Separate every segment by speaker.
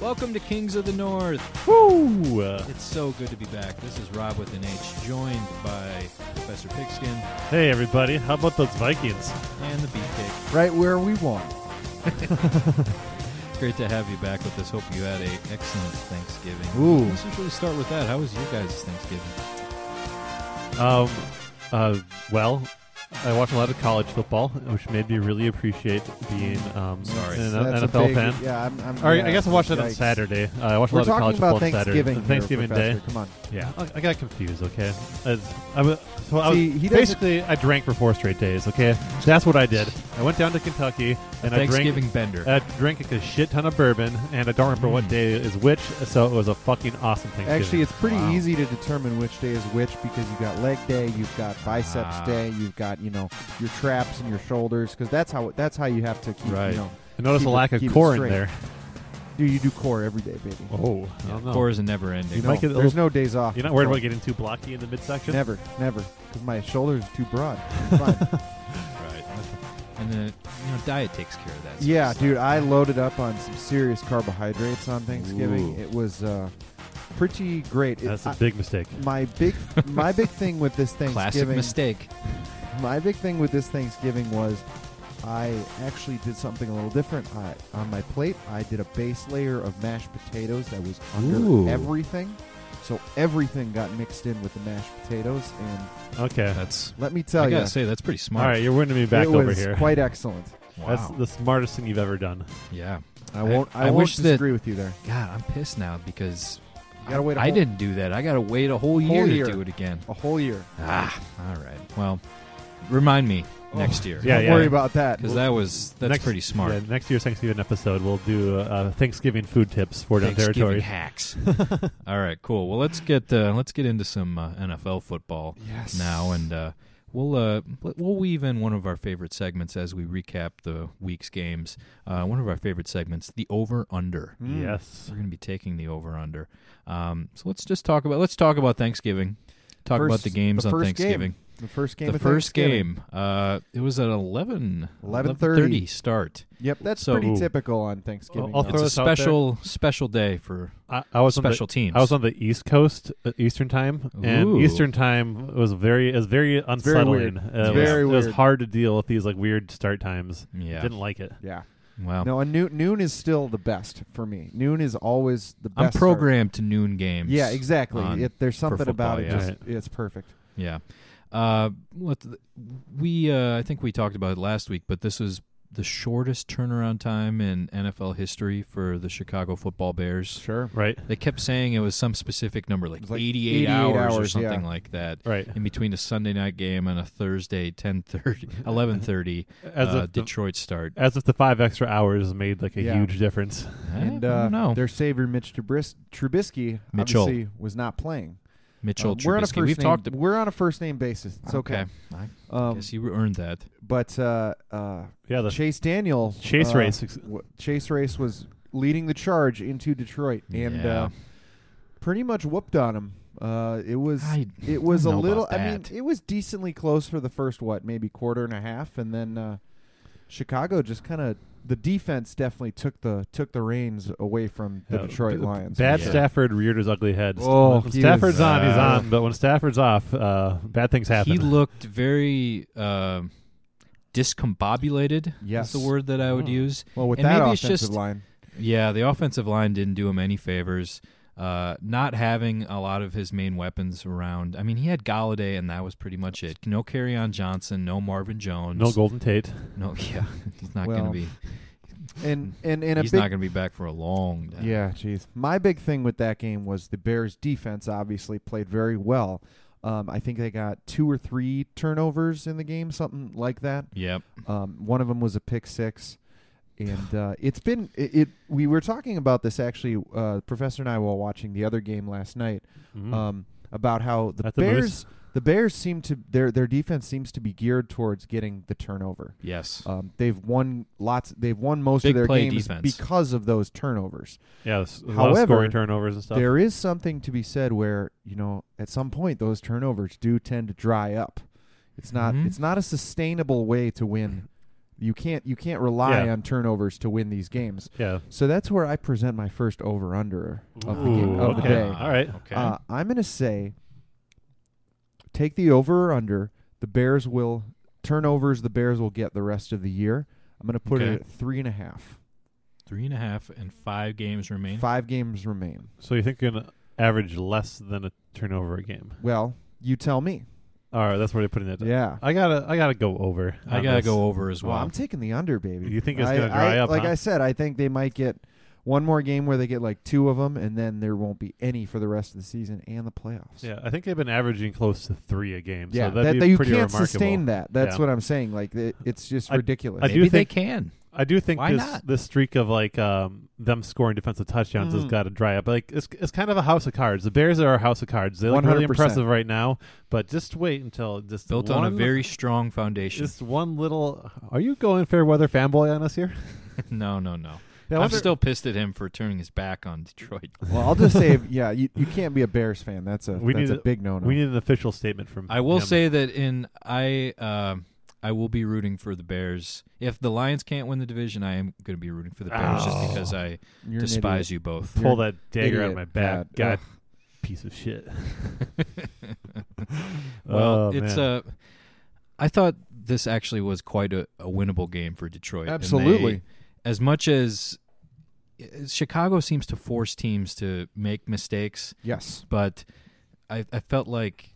Speaker 1: Welcome to Kings of the North.
Speaker 2: Woo!
Speaker 1: It's so good to be back. This is Rob with an H, joined by Professor Pigskin
Speaker 2: Hey, everybody. How about those Vikings?
Speaker 1: and the Beefcake.
Speaker 3: right where we want.
Speaker 1: It's great to have you back with us. Hope you had a excellent Thanksgiving.
Speaker 3: Ooh.
Speaker 1: Let's usually start with that. How was you guys' Thanksgiving?
Speaker 2: Um, uh, well, I watch a lot of college football, which made me really appreciate being um,
Speaker 1: Sorry.
Speaker 2: an
Speaker 3: That's a
Speaker 2: NFL
Speaker 3: big-
Speaker 2: fan.
Speaker 3: Yeah, I'm. I'm
Speaker 2: Or,
Speaker 3: yeah,
Speaker 2: I guess I watched it on
Speaker 3: yikes.
Speaker 2: Saturday. Uh, I watched
Speaker 3: We're
Speaker 2: a lot of college
Speaker 3: talking about
Speaker 2: football
Speaker 3: Thanksgiving.
Speaker 2: Saturday.
Speaker 3: here,
Speaker 2: Thanksgiving
Speaker 3: Professor.
Speaker 2: Day.
Speaker 3: Come on.
Speaker 2: Yeah, I, I got confused. Okay, As- I was, so I
Speaker 3: See,
Speaker 2: was
Speaker 3: he doesn't-
Speaker 2: basically I drank for four straight days. Okay, that's what I did. I went down to Kentucky and I Uh, drank
Speaker 1: Thanksgiving bender.
Speaker 2: I drank like a shit ton of bourbon, and I don't remember what
Speaker 1: Mm.
Speaker 2: day is which, so it was a fucking awesome Thanksgiving.
Speaker 3: Actually, it's pretty
Speaker 1: Wow.
Speaker 3: easy to determine which day is which because you've got leg day, you've got biceps
Speaker 1: Ah.
Speaker 3: day, you've got you know your traps and your shoulders because that's how that's how you have to keep.
Speaker 1: Right.
Speaker 3: You know,
Speaker 2: I noticed
Speaker 3: keep
Speaker 2: a
Speaker 3: it-
Speaker 2: lack of
Speaker 3: keep it
Speaker 2: core in
Speaker 3: straight.
Speaker 2: there.
Speaker 3: do you do core every day, baby?
Speaker 2: Oh, I don't know.
Speaker 1: Four is a never ending.
Speaker 3: you
Speaker 2: might
Speaker 3: know,
Speaker 2: get a
Speaker 3: there's
Speaker 2: little-
Speaker 3: no days off.
Speaker 2: You're not worried
Speaker 3: No.
Speaker 2: about getting too blocky in the midsection?
Speaker 3: Never, never, because my shoulders are too broad. It's fine.
Speaker 1: Right. And then you know, diet takes care of that. sort of
Speaker 3: yeah,
Speaker 1: stuff.
Speaker 3: dude, I loaded up on some serious carbohydrates on Thanksgiving.
Speaker 1: Ooh.
Speaker 3: It was uh, pretty great. It-
Speaker 2: That's
Speaker 3: I-
Speaker 2: a big mistake.
Speaker 3: my big my big thing with this
Speaker 1: Classic
Speaker 3: Thanksgiving
Speaker 1: mistake.
Speaker 3: my big thing with this Thanksgiving was I actually did something a little different. I, on my plate, I did a base layer of mashed potatoes that was under
Speaker 2: Ooh.
Speaker 3: everything. So everything got mixed in with the mashed potatoes, and
Speaker 2: Okay.
Speaker 1: That's.
Speaker 3: let me
Speaker 1: I
Speaker 3: tell
Speaker 1: gotta
Speaker 3: you,
Speaker 1: say that's pretty
Speaker 2: All
Speaker 1: smart.
Speaker 2: right, you're winning me back
Speaker 3: it
Speaker 2: over
Speaker 3: was
Speaker 2: here.
Speaker 3: quite excellent.
Speaker 1: Wow.
Speaker 2: That's the smartest thing you've ever done.
Speaker 1: yeah.
Speaker 3: I
Speaker 1: I-
Speaker 3: won't.
Speaker 1: I
Speaker 3: I, won't
Speaker 1: wish that-
Speaker 3: disagree with you there.
Speaker 1: God, I'm pissed now because
Speaker 3: You gotta
Speaker 1: I,
Speaker 3: wait a
Speaker 1: I
Speaker 3: whole-
Speaker 1: didn't do that. I got to wait a whole year,
Speaker 3: year.
Speaker 1: to do it again.
Speaker 3: A whole year.
Speaker 1: Ah, all right. Well, remind me
Speaker 3: Oh.
Speaker 1: next year.
Speaker 2: Yeah,
Speaker 3: Don't
Speaker 2: yeah.
Speaker 3: worry about that.
Speaker 1: because that was that's
Speaker 2: Next-
Speaker 1: pretty smart.
Speaker 2: Yeah, next year's Thanksgiving episode, we'll do uh, uh, Thanksgiving food tips for down
Speaker 1: Thanksgiving
Speaker 2: territory.
Speaker 1: hacks. all right, cool. Well, let's get uh, let's get into some uh, NFL football
Speaker 3: Yes.
Speaker 1: now, and uh, we'll uh, we'll- we'll weave in one of our favorite segments as we recap the week's games. Uh, one of our favorite segments, the over under.
Speaker 3: Mm.
Speaker 2: Yes.
Speaker 1: We're going to be taking the over under. Um, so let's just talk about let's talk about Thanksgiving. Talk
Speaker 3: First-
Speaker 1: about the games on
Speaker 3: first
Speaker 1: Thanksgiving.
Speaker 3: Game, the first game.
Speaker 1: The
Speaker 3: of
Speaker 1: first
Speaker 3: Thanksgiving.
Speaker 1: game. Uh, it was at 11,
Speaker 3: 11:30.
Speaker 1: 11:30 start.
Speaker 3: Yep, that's
Speaker 1: So-
Speaker 3: pretty
Speaker 2: Ooh.
Speaker 3: typical on Thanksgiving.
Speaker 2: I'll
Speaker 3: though.
Speaker 2: throw
Speaker 1: It's a
Speaker 2: this out there.
Speaker 1: special special day for
Speaker 2: I, I was on the-
Speaker 1: special teams.
Speaker 2: I was on the East Coast, uh, Eastern Time, and
Speaker 1: Ooh.
Speaker 2: Eastern Time was very is very unsettling.
Speaker 3: weird.
Speaker 2: Uh,
Speaker 3: It's
Speaker 2: it was-
Speaker 3: very
Speaker 2: it was
Speaker 3: weird.
Speaker 2: hard to deal with these like weird start times.
Speaker 1: yeah.
Speaker 2: Didn't like it.
Speaker 3: yeah.
Speaker 1: Wow.
Speaker 3: No, and noon, noon is still the best for me. Noon is always the
Speaker 1: I'm
Speaker 3: best. start.
Speaker 1: programmed to noon games.
Speaker 3: Yeah, exactly.
Speaker 1: on-
Speaker 3: It, there's something
Speaker 1: football,
Speaker 3: about it.
Speaker 1: yeah.
Speaker 3: Just
Speaker 2: Right.
Speaker 3: it's perfect.
Speaker 1: Yeah. Uh, let we uh, I think we talked about it last week, but this is the shortest turnaround time in NFL history for the Chicago Football Bears.
Speaker 3: Sure.
Speaker 2: Right.
Speaker 1: They kept saying it was some specific number, like,
Speaker 3: It was like
Speaker 1: 88,
Speaker 3: 88
Speaker 1: hours, or
Speaker 3: hours,
Speaker 1: something
Speaker 3: yeah.
Speaker 1: like that,
Speaker 2: Right.
Speaker 1: in between a Sunday night game and a Thursday 10:30, 11:30
Speaker 2: As
Speaker 1: uh,
Speaker 2: if the,
Speaker 1: Detroit start.
Speaker 2: as if the five extra hours made like a
Speaker 3: Yeah.
Speaker 2: huge difference.
Speaker 3: And
Speaker 1: I
Speaker 3: uh,
Speaker 1: don't know.
Speaker 3: their savior Mitch Trubis- Trubisky
Speaker 1: Mitchell.
Speaker 3: obviously was not playing.
Speaker 1: Mitchell
Speaker 3: Um,
Speaker 1: Trubisky.
Speaker 3: we're on a 1st
Speaker 1: We've
Speaker 3: name,
Speaker 1: talked.
Speaker 3: We're on a first name basis. It's okay.
Speaker 1: I
Speaker 3: Um,
Speaker 1: guess you earned that.
Speaker 3: but uh, uh,
Speaker 2: Yeah. The
Speaker 3: Chase Daniel
Speaker 2: Chase
Speaker 3: uh,
Speaker 2: race.
Speaker 3: w- Chase Race was leading the charge into Detroit and
Speaker 1: Yeah.
Speaker 3: uh, pretty much whooped on him. Uh, it was
Speaker 1: I
Speaker 3: it was a
Speaker 1: don't Ah, know
Speaker 3: little.
Speaker 1: about
Speaker 3: I mean,
Speaker 1: that.
Speaker 3: it was decently close for the first what, maybe quarter and a half, and then uh, Chicago just kind of the defense definitely took the took the reins away from the
Speaker 2: Yeah.
Speaker 3: Detroit
Speaker 2: B-
Speaker 3: Lions.
Speaker 2: Bad
Speaker 1: Yeah.
Speaker 2: Stafford reared his ugly head.
Speaker 3: Oh,
Speaker 2: when
Speaker 3: he
Speaker 2: Stafford's
Speaker 1: was-
Speaker 2: on, he's
Speaker 1: Uh,
Speaker 2: on. But when Stafford's off, uh, bad things happen.
Speaker 1: He looked very uh, discombobulated.
Speaker 3: Yes. Hmm.
Speaker 1: is the word that I would
Speaker 2: Oh.
Speaker 1: use.
Speaker 3: Well, with
Speaker 1: And
Speaker 3: that
Speaker 1: maybe it's
Speaker 3: offensive
Speaker 1: just-
Speaker 3: line,
Speaker 1: Yeah, the offensive line didn't do him any favors. Uh, not having a lot of his main weapons around. I mean, he had Galladay, and that was pretty much it. No carry on Johnson, no Marvin Jones.
Speaker 2: no Golden Tate.
Speaker 1: No, yeah, he's not
Speaker 3: Well,
Speaker 1: going to be.
Speaker 3: and and and a
Speaker 1: he's
Speaker 3: big
Speaker 1: not going to be back for a long time.
Speaker 3: Yeah, jeez. My big thing with that game was the Bears' defense obviously played very well. Um, I think they got two or three turnovers in the game, something like that.
Speaker 1: Yep.
Speaker 3: Um, one of them was a pick six, and uh, it's been it, it. We were talking about this actually, uh, Professor and I, while watching the other game last night,
Speaker 1: Hmm.
Speaker 2: Mhm.
Speaker 3: um, about how the
Speaker 2: That's a
Speaker 3: Bears, the Bears seem to their their defense seems to be geared towards getting the turnover.
Speaker 1: Yes.
Speaker 3: Um, they've won lots. They've won most
Speaker 1: Big
Speaker 3: of their
Speaker 1: play
Speaker 3: games
Speaker 1: defense.
Speaker 3: because of those turnovers.
Speaker 2: yeah. there's A lot of
Speaker 3: however,
Speaker 2: scoring turnovers and stuff.
Speaker 3: There is something to be said where you know at some point those turnovers do tend to dry up. It's not
Speaker 1: Mhm.
Speaker 3: it's not a sustainable way to win You can't you can't rely
Speaker 2: Yeah.
Speaker 3: on turnovers to win these games.
Speaker 2: Yeah.
Speaker 3: So that's where I present my first over under of the
Speaker 2: Ooh,
Speaker 3: game of
Speaker 2: okay.
Speaker 3: the day.
Speaker 2: All right.
Speaker 1: Okay.
Speaker 3: Uh, I'm going to say take the over or under. The Bears will turnovers. The Bears will get the rest of the year. I'm going to put
Speaker 1: Okay.
Speaker 3: it at three and a half.
Speaker 1: Three and a half and five games remain.
Speaker 3: Five games remain.
Speaker 2: So you think you're gonna average less than a turnover a game?
Speaker 3: Well, you tell me.
Speaker 2: All right, that's where they're putting it.
Speaker 3: Yeah.
Speaker 2: I gotta, I gotta go over.
Speaker 1: I
Speaker 2: on
Speaker 1: gotta
Speaker 2: this.
Speaker 1: go over as
Speaker 3: Well,
Speaker 1: well.
Speaker 3: I'm taking the under, baby.
Speaker 2: You think it's
Speaker 3: I-
Speaker 2: gonna dry
Speaker 3: I-
Speaker 2: up,
Speaker 3: Like
Speaker 2: huh?
Speaker 3: I said, I think they might get one more game where they get like two of them, and then there won't be any for the rest of the season and the playoffs.
Speaker 2: Yeah, I think they've been averaging close to three a game.
Speaker 3: Yeah,
Speaker 2: so that'd
Speaker 3: that,
Speaker 2: be
Speaker 3: that you can't
Speaker 2: pretty remarkable.
Speaker 3: sustain that. That's
Speaker 2: Yeah.
Speaker 3: what I'm saying. Like it, it's just
Speaker 2: I-
Speaker 3: ridiculous.
Speaker 2: I do
Speaker 1: Maybe they
Speaker 2: think-
Speaker 1: can.
Speaker 2: I do think
Speaker 1: Why
Speaker 2: this
Speaker 1: not?
Speaker 2: this streak of like um, them scoring defensive touchdowns has
Speaker 3: Mm.
Speaker 2: got to dry up. Like it's it's kind of a house of cards. The Bears are a house of cards. They look really
Speaker 3: 100%.
Speaker 2: impressive right now, but just wait until just
Speaker 1: Built
Speaker 2: one,
Speaker 1: on a very strong foundation.
Speaker 2: just one little. Are you going fair weather fanboy on us here?
Speaker 1: no, no, no.
Speaker 2: Yeah, I
Speaker 1: I'm
Speaker 2: wonder-
Speaker 1: still pissed at him for turning his back on Detroit.
Speaker 3: Well, I'll just say, yeah, you, you can't be a Bears fan. That's a
Speaker 2: We
Speaker 3: that's
Speaker 2: need
Speaker 3: a big no no.
Speaker 2: We need an official statement from.
Speaker 1: I will
Speaker 2: him.
Speaker 1: say that in I uh, I will be rooting for the Bears. If the Lions can't win the division, I am going to be rooting for the Bears
Speaker 2: Oh.
Speaker 1: just because I
Speaker 3: You're
Speaker 1: despise you both.
Speaker 2: pull
Speaker 3: You're
Speaker 2: that dagger out
Speaker 3: idiot,
Speaker 2: of my back,
Speaker 3: Pat.
Speaker 2: God,
Speaker 3: Ugh.
Speaker 2: piece of shit.
Speaker 1: well,
Speaker 2: Oh,
Speaker 1: it's
Speaker 2: man.
Speaker 1: uh, I thought this actually was quite a, a winnable game for Detroit. and they-
Speaker 3: Absolutely.
Speaker 1: as much as eh, Chicago seems to force teams to make mistakes,
Speaker 3: Yes.
Speaker 1: but I, I felt like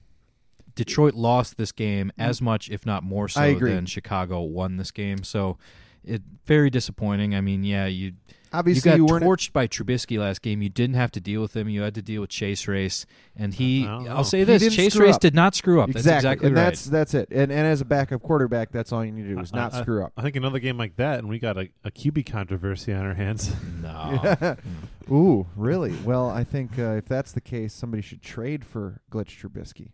Speaker 1: Detroit lost this game as much, if not more so,
Speaker 3: Mm. I agree.
Speaker 1: than Chicago won this game. So it very disappointing. I mean, yeah, you you
Speaker 3: Obviously,
Speaker 1: got
Speaker 3: you, weren't.
Speaker 1: torched by Trubisky last game. You didn't have to deal with him. You had to deal with Chase Race, and he.
Speaker 2: I don't know.
Speaker 1: I'll say
Speaker 3: He
Speaker 1: this:
Speaker 3: didn't
Speaker 1: Chase
Speaker 3: screw
Speaker 1: Race
Speaker 3: up.
Speaker 1: did not screw up.
Speaker 3: exactly.
Speaker 1: That's exactly
Speaker 3: and
Speaker 1: right.
Speaker 3: that's that's it. And and as a backup quarterback, that's all you need to do is
Speaker 2: I-
Speaker 3: not
Speaker 2: I-
Speaker 3: screw up.
Speaker 2: I think another game like that, and we got a, a QB controversy on our hands.
Speaker 1: no. Mm.
Speaker 3: Ooh, really? Well, I think uh, if that's the case, somebody should trade for Glitch Trubisky.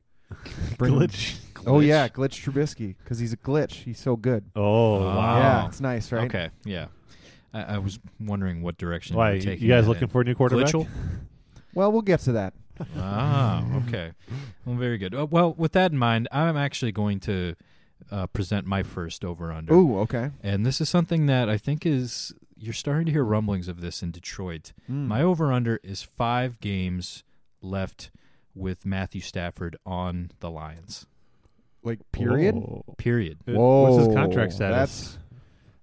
Speaker 3: Bring him-
Speaker 2: Glitch.
Speaker 3: Oh yeah, Glitch Trubisky because he's a glitch. He's so good.
Speaker 2: Oh
Speaker 1: Oh.
Speaker 2: wow!
Speaker 3: Yeah, it's nice, right?
Speaker 1: Okay. Yeah. I, I was wondering what direction
Speaker 2: Why
Speaker 1: you were
Speaker 2: you
Speaker 1: taking.
Speaker 2: guys
Speaker 1: that
Speaker 2: looking
Speaker 1: in.
Speaker 2: for a new quarterback?
Speaker 1: Glitchell?
Speaker 3: Well, we'll get to that.
Speaker 1: ah, okay. Well, very good. Uh, well, with that in mind, I'm actually going to uh, present my first over under.
Speaker 3: Ooh, okay.
Speaker 1: And this is something that I think is you're starting to hear rumblings of this in Detroit.
Speaker 3: Mm.
Speaker 1: My over under is five games left with Matthew Stafford on the Lions.
Speaker 3: like period.
Speaker 2: Oh.
Speaker 1: Period.
Speaker 2: Uh, What's
Speaker 3: Whoa,
Speaker 2: his contract status?
Speaker 3: that's-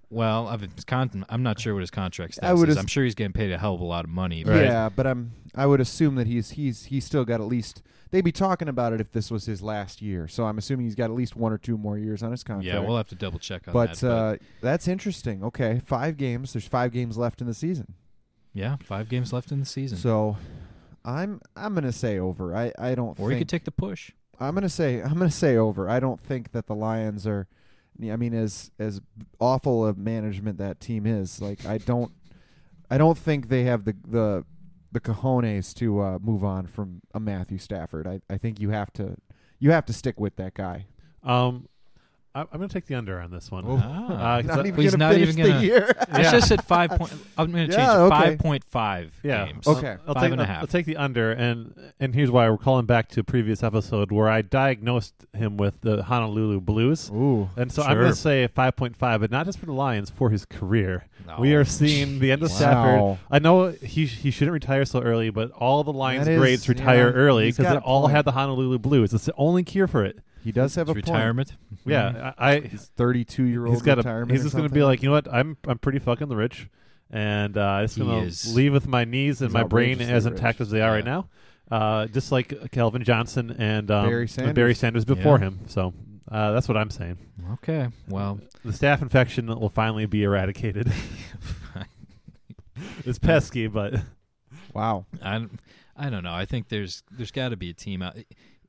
Speaker 1: Well, I've it's con- I'm not sure what his contract
Speaker 3: I
Speaker 1: status
Speaker 3: would
Speaker 1: is.
Speaker 3: as-
Speaker 1: I'm sure he's getting paid a hell of a lot of money. but-
Speaker 2: Right.
Speaker 3: Yeah, but I'm. I would assume that he's he's he's still got at least. They'd be talking about it if this was his last year. So I'm assuming he's got at least one or two more years on his contract.
Speaker 1: Yeah, we'll have to double check on
Speaker 3: but,
Speaker 1: that.
Speaker 3: uh, that's interesting. Okay, five games. There's five games left in the season.
Speaker 1: yeah, five games left in the season.
Speaker 3: So, I'm I'm gonna say over. I I don't.
Speaker 1: or
Speaker 3: think,
Speaker 1: you could take the push.
Speaker 3: I'm gonna say I'm gonna say over. I don't think that the Lions are. I mean, as as awful of management that team is, like I don't, I don't think they have the the the cojones to uh, move on from a Matthew Stafford. I, I think you have to you have to stick with that guy.
Speaker 2: Um, I, I'm going to take the under on this one.
Speaker 3: Oh.
Speaker 1: Ah.
Speaker 2: Uh, 'cause I-
Speaker 1: even- he's not even gonna-
Speaker 3: year.
Speaker 1: It's just at five point. I'm going to change
Speaker 3: Yeah,
Speaker 1: it.
Speaker 3: okay.
Speaker 1: Five point five
Speaker 2: yeah.
Speaker 1: games.
Speaker 2: I'll-
Speaker 3: Okay.
Speaker 2: I'll,
Speaker 1: Five
Speaker 2: take,
Speaker 1: and a
Speaker 2: I'll-
Speaker 1: half.
Speaker 2: I'll take the under, and and here's why we're calling back to a previous episode where I diagnosed him with the Honolulu Blues.
Speaker 3: Ooh,
Speaker 2: And so I'm
Speaker 1: Sure.
Speaker 2: going to say 5.5, but not just for the Lions, for his career.
Speaker 3: Oh,
Speaker 1: No.
Speaker 2: We are seeing the end of
Speaker 1: Wow.
Speaker 2: Stafford. I know he he shouldn't retire so early, but all the Lions
Speaker 3: That is-
Speaker 2: greats retire
Speaker 3: yeah,
Speaker 2: early
Speaker 3: he's
Speaker 2: because
Speaker 3: got
Speaker 2: they
Speaker 3: a
Speaker 2: all
Speaker 3: point.
Speaker 2: had the Honolulu Blues. It's the only cure for it.
Speaker 3: he does have
Speaker 1: His
Speaker 3: a point.
Speaker 1: retirement.
Speaker 2: Yeah, I, I
Speaker 3: He's 32 year old
Speaker 2: he's got a,
Speaker 3: retirement.
Speaker 2: he's
Speaker 3: or
Speaker 2: just going to
Speaker 3: something.
Speaker 2: be like, you know what? I'm I'm pretty fucking rich, and uh, I'm just
Speaker 1: He
Speaker 2: going
Speaker 1: is.
Speaker 2: to leave with my knees and
Speaker 3: He's
Speaker 2: my brain
Speaker 3: outrageously
Speaker 2: as intact
Speaker 3: rich.
Speaker 2: as they are right
Speaker 1: Yeah.
Speaker 2: now, uh, just like Calvin Johnson and um,
Speaker 3: Barry
Speaker 2: and Barry Sanders before
Speaker 1: Yeah.
Speaker 2: him. So uh, that's what I'm saying.
Speaker 1: Mm, Okay. Well,
Speaker 2: The staff infection will finally be eradicated. it's pesky, but
Speaker 3: wow.
Speaker 1: I, don't- I don't know. I think there's there's got to be a team out.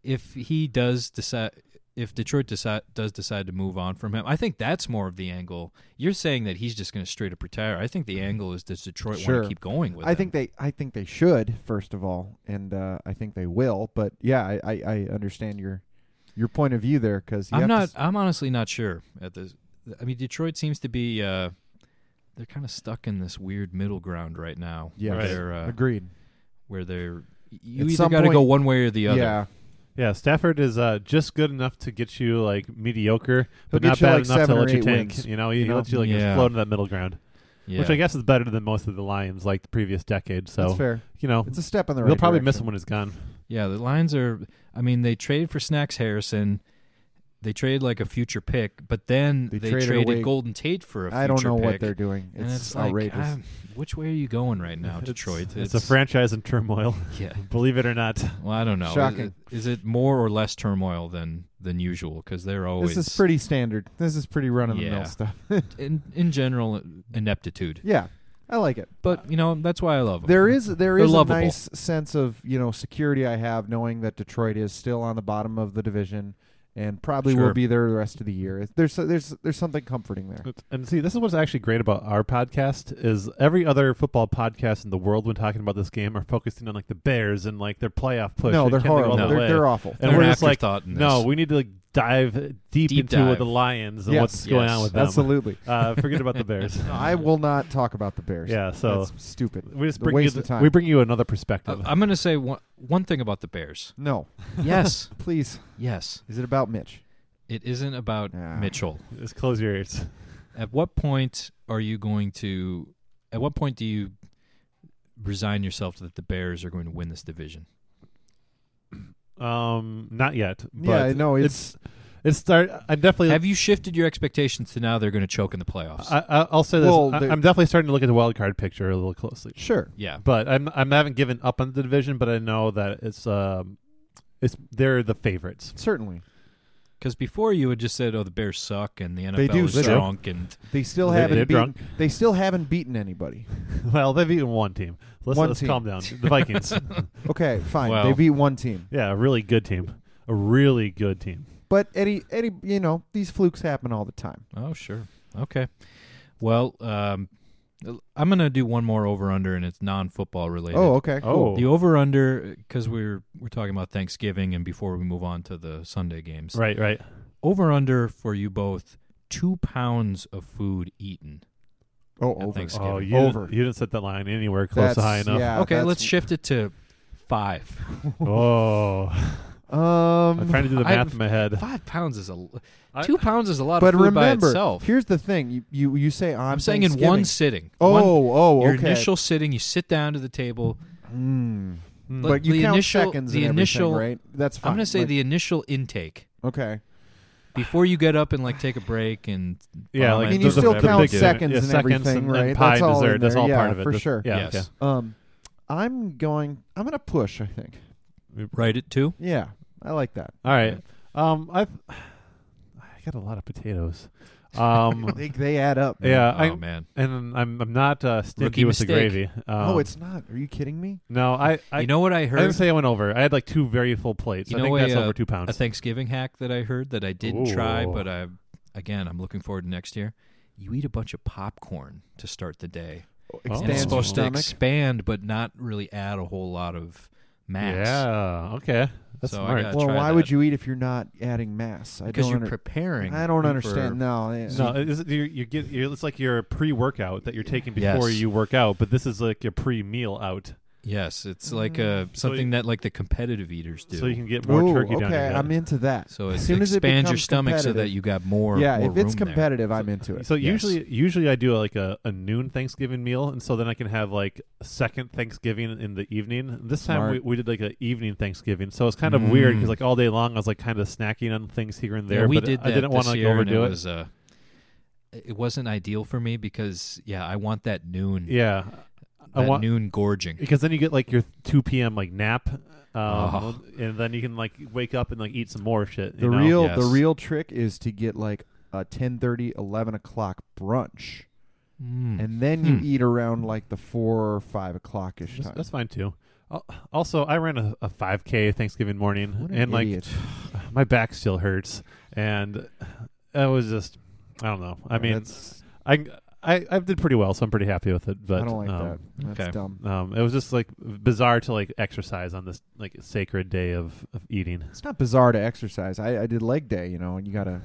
Speaker 1: If he does decide, if Detroit decide, does decide to move on from him, I think that's more of the angle. You're saying that he's just going to straight up retire. I think the angle is does Detroit want
Speaker 3: Sure.
Speaker 1: to keep going with
Speaker 3: I
Speaker 1: him?
Speaker 3: think they I think they should first of all, and uh, I think they will. But yeah, I, I, I understand your your point of view there because
Speaker 1: I'm not. I'm honestly not sure at this. I mean, Detroit seems to be. Uh, they're kind of stuck in this weird middle ground right now.
Speaker 3: Yes.
Speaker 1: Where
Speaker 2: Right.
Speaker 1: they're, uh,
Speaker 3: agreed.
Speaker 1: where they're you
Speaker 3: At
Speaker 1: either
Speaker 3: some
Speaker 1: got to go
Speaker 3: point-
Speaker 1: one way or the other.
Speaker 3: Yeah,
Speaker 2: Yeah, Stafford is uh, just good enough to get you like mediocre, but
Speaker 3: get
Speaker 2: not
Speaker 3: you,
Speaker 2: bad
Speaker 3: like,
Speaker 2: enough to
Speaker 3: seven or
Speaker 2: let you
Speaker 3: eight
Speaker 2: tank.
Speaker 3: wins,
Speaker 2: you know, he
Speaker 3: you know?
Speaker 2: lets you like just
Speaker 1: Yeah.
Speaker 2: float in that middle ground,
Speaker 1: Yeah.
Speaker 2: which I guess is better than most of the Lions like the previous decade. So
Speaker 3: That's fair.
Speaker 2: you know,
Speaker 3: It's a step in the
Speaker 2: they'll
Speaker 3: right.
Speaker 2: probably miss
Speaker 3: direction.
Speaker 2: him when he's gone.
Speaker 1: Yeah, the Lions are. I mean, they traded for Snacks Harrison. They traded like a future pick, but then
Speaker 3: They
Speaker 1: they,
Speaker 3: traded
Speaker 1: traded,
Speaker 3: away-
Speaker 1: Golden Tate for a future
Speaker 3: I don't know what
Speaker 1: pick.
Speaker 3: they're doing.
Speaker 1: and
Speaker 3: It's,
Speaker 1: it's like,
Speaker 3: outrageous.
Speaker 1: I'm- which way are you going right now,
Speaker 2: It's-
Speaker 1: Detroit?
Speaker 2: It's, a franchise in turmoil,
Speaker 1: Yeah.
Speaker 2: believe it or not.
Speaker 1: Well, I don't know. Is
Speaker 3: Shocking.
Speaker 1: it- Is, it more or less turmoil than than usual? Because they're always
Speaker 3: this is pretty standard. This is pretty run of the
Speaker 1: Yeah.
Speaker 3: mill stuff.
Speaker 1: in in general ineptitude.
Speaker 3: yeah, I like it.
Speaker 1: But you know that's why I love them.
Speaker 3: There is there
Speaker 1: They're
Speaker 3: is a
Speaker 1: lovable.
Speaker 3: nice sense of you know security I have knowing that Detroit is still on the bottom of the division and probably will
Speaker 1: Sure.
Speaker 3: be there the rest of the year. It- There's there's there's something comforting there.
Speaker 2: And see, this is what's actually great about our podcast is every other football podcast in the world when talking about this game are focusing on like the Bears and like their playoff push.
Speaker 3: no,
Speaker 2: and
Speaker 3: they're
Speaker 2: can they go
Speaker 3: horrible.
Speaker 2: all the
Speaker 3: They're,
Speaker 2: way?
Speaker 3: they're awful.
Speaker 2: and
Speaker 1: They're
Speaker 2: we're
Speaker 1: an
Speaker 2: just like,
Speaker 1: afterthought in
Speaker 2: no,
Speaker 1: this.
Speaker 2: we need to like dive deep,
Speaker 1: Deep
Speaker 2: into
Speaker 1: dive.
Speaker 2: the Lions and
Speaker 3: Yes.
Speaker 2: what's going
Speaker 1: Yes.
Speaker 2: on with them.
Speaker 3: Absolutely.
Speaker 2: Uh, forget about the Bears.
Speaker 3: I will not talk about the Bears.
Speaker 2: yeah, so
Speaker 3: That's stupid.
Speaker 2: we just
Speaker 3: A
Speaker 2: bring you
Speaker 3: waste
Speaker 2: the,
Speaker 3: of time.
Speaker 2: we bring you another
Speaker 1: Uh,
Speaker 2: perspective.
Speaker 1: I'm going to say one one thing about the Bears.
Speaker 3: No,
Speaker 1: Yes,
Speaker 3: please.
Speaker 1: yes.
Speaker 3: Is it about Mitch?
Speaker 1: It isn't about
Speaker 3: Ah.
Speaker 1: Mitchell.
Speaker 2: just close your ears.
Speaker 1: At what point are you going to? At what point do you resign yourself that the Bears are going to win this division?
Speaker 2: Um, not yet. But
Speaker 3: yeah, no, it's,
Speaker 2: it's start. I definitely
Speaker 1: Have you shifted your expectations to now they're going to choke in the playoffs?
Speaker 2: I, I- I'll say this.
Speaker 3: Well,
Speaker 2: I,
Speaker 3: the-
Speaker 2: I'm definitely starting to look at the wild card picture a little closely.
Speaker 3: sure.
Speaker 1: yeah,
Speaker 2: But I'm I'm I haven't given up on the division, but I know that it's um it's they're the favorites.
Speaker 3: Certainly,
Speaker 1: because before you had just said, "Oh, the Bears suck," and the NFL
Speaker 3: They do
Speaker 1: is
Speaker 3: suck.
Speaker 1: drunk, and
Speaker 3: they still
Speaker 2: They-
Speaker 3: haven't.
Speaker 2: they're
Speaker 3: beaten,
Speaker 2: drunk.
Speaker 3: They still haven't beaten anybody.
Speaker 2: well, they've eaten one team. Let's,
Speaker 3: One
Speaker 2: let's
Speaker 3: team.
Speaker 2: calm down. The Vikings.
Speaker 3: Okay, fine.
Speaker 1: Well.
Speaker 3: They beat one team,
Speaker 2: yeah, a really good team. A really good team.
Speaker 3: but Eddie, Eddie, you know these flukes happen all the time.
Speaker 1: oh, sure, okay. Well, um, I'm going to do one more over under, and it's non football related.
Speaker 3: Oh, okay.
Speaker 2: Oh.
Speaker 1: The over under because we're we're talking about Thanksgiving and before we move on to the Sunday games.
Speaker 2: Right, right.
Speaker 1: Over under for you both two pounds of food eaten.
Speaker 3: Oh,
Speaker 1: At
Speaker 3: over.
Speaker 1: Thanksgiving.
Speaker 2: Oh, you
Speaker 3: Over.
Speaker 2: Didn't, you didn't set that line anywhere close to
Speaker 3: That's-
Speaker 2: high enough.
Speaker 3: yeah,
Speaker 1: okay,
Speaker 3: Ah, that's-
Speaker 1: let's shift it to five.
Speaker 2: Oh, I'm
Speaker 3: Um,
Speaker 2: trying to do the math
Speaker 1: I've-
Speaker 2: in my head.
Speaker 1: Five pounds is a l-
Speaker 2: I-
Speaker 1: two pounds is a lot
Speaker 3: but
Speaker 1: of food by
Speaker 3: remember,
Speaker 1: itself.
Speaker 3: here's the thing: you you, you say on
Speaker 1: I'm saying in one sitting.
Speaker 3: Oh,
Speaker 1: One-
Speaker 3: oh,
Speaker 1: your
Speaker 3: okay.
Speaker 1: initial sitting, you sit down to the table.
Speaker 3: Hmm.
Speaker 2: Mm.
Speaker 1: But
Speaker 3: but you
Speaker 1: the
Speaker 3: count
Speaker 1: initial-
Speaker 3: seconds
Speaker 1: the
Speaker 3: and
Speaker 1: initial-
Speaker 3: everything, right? That's fine.
Speaker 1: I'm going to say
Speaker 3: Like,
Speaker 1: the initial intake
Speaker 3: okay.
Speaker 1: before you get up and like take a break and
Speaker 2: yeah,
Speaker 1: Well,
Speaker 2: like
Speaker 1: I mean,
Speaker 2: the-
Speaker 1: you
Speaker 2: the-
Speaker 1: still
Speaker 2: the
Speaker 1: count
Speaker 2: big dinner.
Speaker 3: seconds
Speaker 2: yeah,
Speaker 3: and
Speaker 2: seconds
Speaker 3: everything,
Speaker 2: and,
Speaker 3: right?
Speaker 2: And pie
Speaker 3: That's
Speaker 2: and
Speaker 3: all in
Speaker 2: dessert. That's
Speaker 3: there.
Speaker 2: all
Speaker 3: Yeah,
Speaker 2: part of it.
Speaker 3: for
Speaker 2: This-
Speaker 3: sure.
Speaker 2: Yeah,
Speaker 1: Yes.
Speaker 2: okay.
Speaker 3: Um, I'm going. I'm going to push. I think.
Speaker 1: right at two.
Speaker 3: Yeah, I like that.
Speaker 2: All right. Um, I've I got a lot of potatoes. Um,
Speaker 3: They they add up.
Speaker 2: yeah,
Speaker 1: oh
Speaker 2: I,
Speaker 1: man,
Speaker 2: and I'm I'm not uh, stingy
Speaker 1: Rookie
Speaker 2: with the
Speaker 1: mistake.
Speaker 2: gravy. Um,
Speaker 3: oh, it's not. Are you kidding me?
Speaker 2: no. I I,
Speaker 1: you know what I
Speaker 2: I
Speaker 1: heard?
Speaker 2: didn't say I went over. I had like two very full plates.
Speaker 1: You
Speaker 2: I
Speaker 1: know
Speaker 2: think
Speaker 1: a,
Speaker 2: that's
Speaker 1: uh,
Speaker 2: over two pounds.
Speaker 1: a Thanksgiving hack that I heard that I didn't try,
Speaker 2: Ooh.
Speaker 1: but I again I'm looking forward to next year. You eat a bunch of popcorn to start the day. And it's
Speaker 3: Expands
Speaker 2: Expands your
Speaker 1: supposed
Speaker 3: Oh. your
Speaker 1: to
Speaker 3: stomach.
Speaker 1: expand, but not really add a whole lot of mass.
Speaker 2: Yeah. Okay. That's
Speaker 1: So I
Speaker 2: smart.
Speaker 1: got-
Speaker 3: well,
Speaker 1: try
Speaker 3: why
Speaker 1: that.
Speaker 3: would you eat if you're not adding mass? I
Speaker 1: because
Speaker 3: don't
Speaker 1: you're
Speaker 3: under-
Speaker 1: preparing.
Speaker 3: I don't
Speaker 1: for-
Speaker 3: understand. No, eh,
Speaker 2: No, it's, you, you get you it's like your pre-workout that you're taking
Speaker 1: Yes.
Speaker 2: before you work out, but this is like your pre-meal out,
Speaker 1: Yes, it's like a something
Speaker 2: you-
Speaker 3: Mm.
Speaker 1: that like the competitive eaters do.
Speaker 2: so you can get more
Speaker 3: Ooh,
Speaker 2: turkey
Speaker 3: okay,
Speaker 2: down your head.
Speaker 3: I'm into that.
Speaker 1: So
Speaker 3: as
Speaker 1: it
Speaker 3: soon as it
Speaker 1: expands your
Speaker 3: becomes
Speaker 1: stomach so that
Speaker 3: competitive-
Speaker 1: you got more.
Speaker 3: yeah,
Speaker 1: more
Speaker 3: if it's
Speaker 1: room there.
Speaker 3: competitive, I'm into it.
Speaker 2: So
Speaker 1: Yes.
Speaker 2: usually, usually I do like a, a noon Thanksgiving meal, and so then I can have like a second Thanksgiving in the evening. This time
Speaker 3: Smart.
Speaker 2: we, we did like an evening Thanksgiving, so it's kind of weird
Speaker 1: Mm.
Speaker 2: because like all day long I was like kind of snacking on things here and there.
Speaker 1: Yeah, we
Speaker 2: but
Speaker 1: did
Speaker 2: I
Speaker 1: that
Speaker 2: didn't
Speaker 1: this
Speaker 2: want to like,
Speaker 1: year, and
Speaker 2: overdo
Speaker 1: it
Speaker 2: it.
Speaker 1: was uh, it wasn't ideal for me because yeah, I want that noon.
Speaker 2: Yeah, I
Speaker 1: that
Speaker 2: want
Speaker 1: noon gorging.
Speaker 2: because then you get like your two p.m. like nap, um,
Speaker 1: Oh.
Speaker 2: and then you can like wake up and like eat some more shit. you
Speaker 3: the
Speaker 2: know?
Speaker 3: real the
Speaker 1: Yes.
Speaker 3: real trick is to get like a 10:30, 11 o'clock brunch,
Speaker 1: Mm.
Speaker 3: and then you
Speaker 1: Hmm.
Speaker 3: eat around like the four or five o'clock ish
Speaker 2: That's,
Speaker 3: time.
Speaker 2: that's fine too. Al- Also, I ran a, a 5K Thanksgiving morning,
Speaker 3: What an
Speaker 2: and like
Speaker 3: idiot.
Speaker 2: my back still hurts, and I was just, I don't know. I mean,
Speaker 3: That's-
Speaker 2: I, I I did pretty well, so I'm pretty happy with it. But
Speaker 3: I don't like
Speaker 2: um,
Speaker 3: that. That's
Speaker 1: okay.
Speaker 3: dumb.
Speaker 2: Um, it was just like bizarre to like exercise on this like sacred day of, of eating.
Speaker 3: It's not bizarre to exercise. I, I did leg day, you know, and you gotta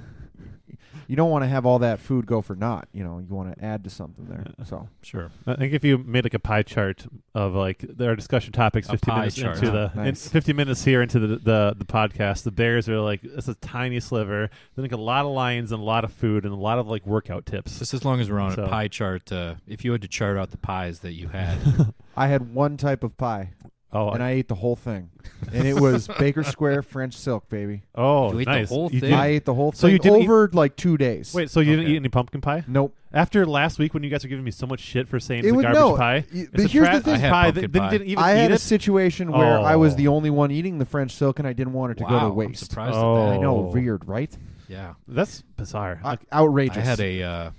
Speaker 3: you don't want to have all that food go for naught. You know, you want to add to something there.
Speaker 2: Yeah.
Speaker 3: So
Speaker 1: Sure.
Speaker 2: I think if you made like a pie chart of like our discussion topics,
Speaker 1: A
Speaker 2: fifteen
Speaker 1: pie
Speaker 2: minutes
Speaker 1: chart.
Speaker 2: into the
Speaker 3: Ah,
Speaker 2: in-
Speaker 3: nice.
Speaker 2: fifteen minutes here into the, the the podcast, the bears are like it's a tiny sliver. Then like a lot of lions and a lot of food and a lot of like workout tips.
Speaker 1: Just as long as we're on
Speaker 2: So-
Speaker 1: a pie chart, uh, if you had to chart out the pies that you had,
Speaker 3: I had one type of pie,
Speaker 2: Oh,
Speaker 3: and I ate the whole thing, and it was Baker Square French silk, baby.
Speaker 2: oh,
Speaker 1: You ate the
Speaker 2: nice.
Speaker 1: whole
Speaker 2: You
Speaker 1: thing?
Speaker 2: didn't-
Speaker 3: I ate the whole thing
Speaker 2: So you didn't eat-
Speaker 3: over like two days.
Speaker 2: wait, so you didn't
Speaker 1: Okay.
Speaker 2: eat any pumpkin pie
Speaker 3: nope.
Speaker 2: after last week when you guys were giving me so much shit for saying
Speaker 3: It
Speaker 2: it's a
Speaker 3: would-
Speaker 2: garbage
Speaker 3: no,
Speaker 2: pie?
Speaker 3: y-
Speaker 2: It's
Speaker 3: but
Speaker 2: a
Speaker 3: here's the
Speaker 2: trash
Speaker 3: thing.
Speaker 1: I had
Speaker 2: pie that
Speaker 1: pumpkin
Speaker 2: didn't-
Speaker 1: pie.
Speaker 2: didn't even
Speaker 3: I had
Speaker 2: eat
Speaker 3: a
Speaker 2: it.
Speaker 3: situation where I was
Speaker 2: Oh.
Speaker 3: the only one eating the French silk, and I didn't want it to
Speaker 1: wow,
Speaker 3: go to
Speaker 1: I'm
Speaker 3: waste.
Speaker 1: surprised
Speaker 2: Oh.
Speaker 1: at
Speaker 3: I
Speaker 1: that.
Speaker 3: know, weird, right?
Speaker 1: Yeah.
Speaker 2: That's bizarre.
Speaker 3: Uh, outrageous.
Speaker 1: I had a uh,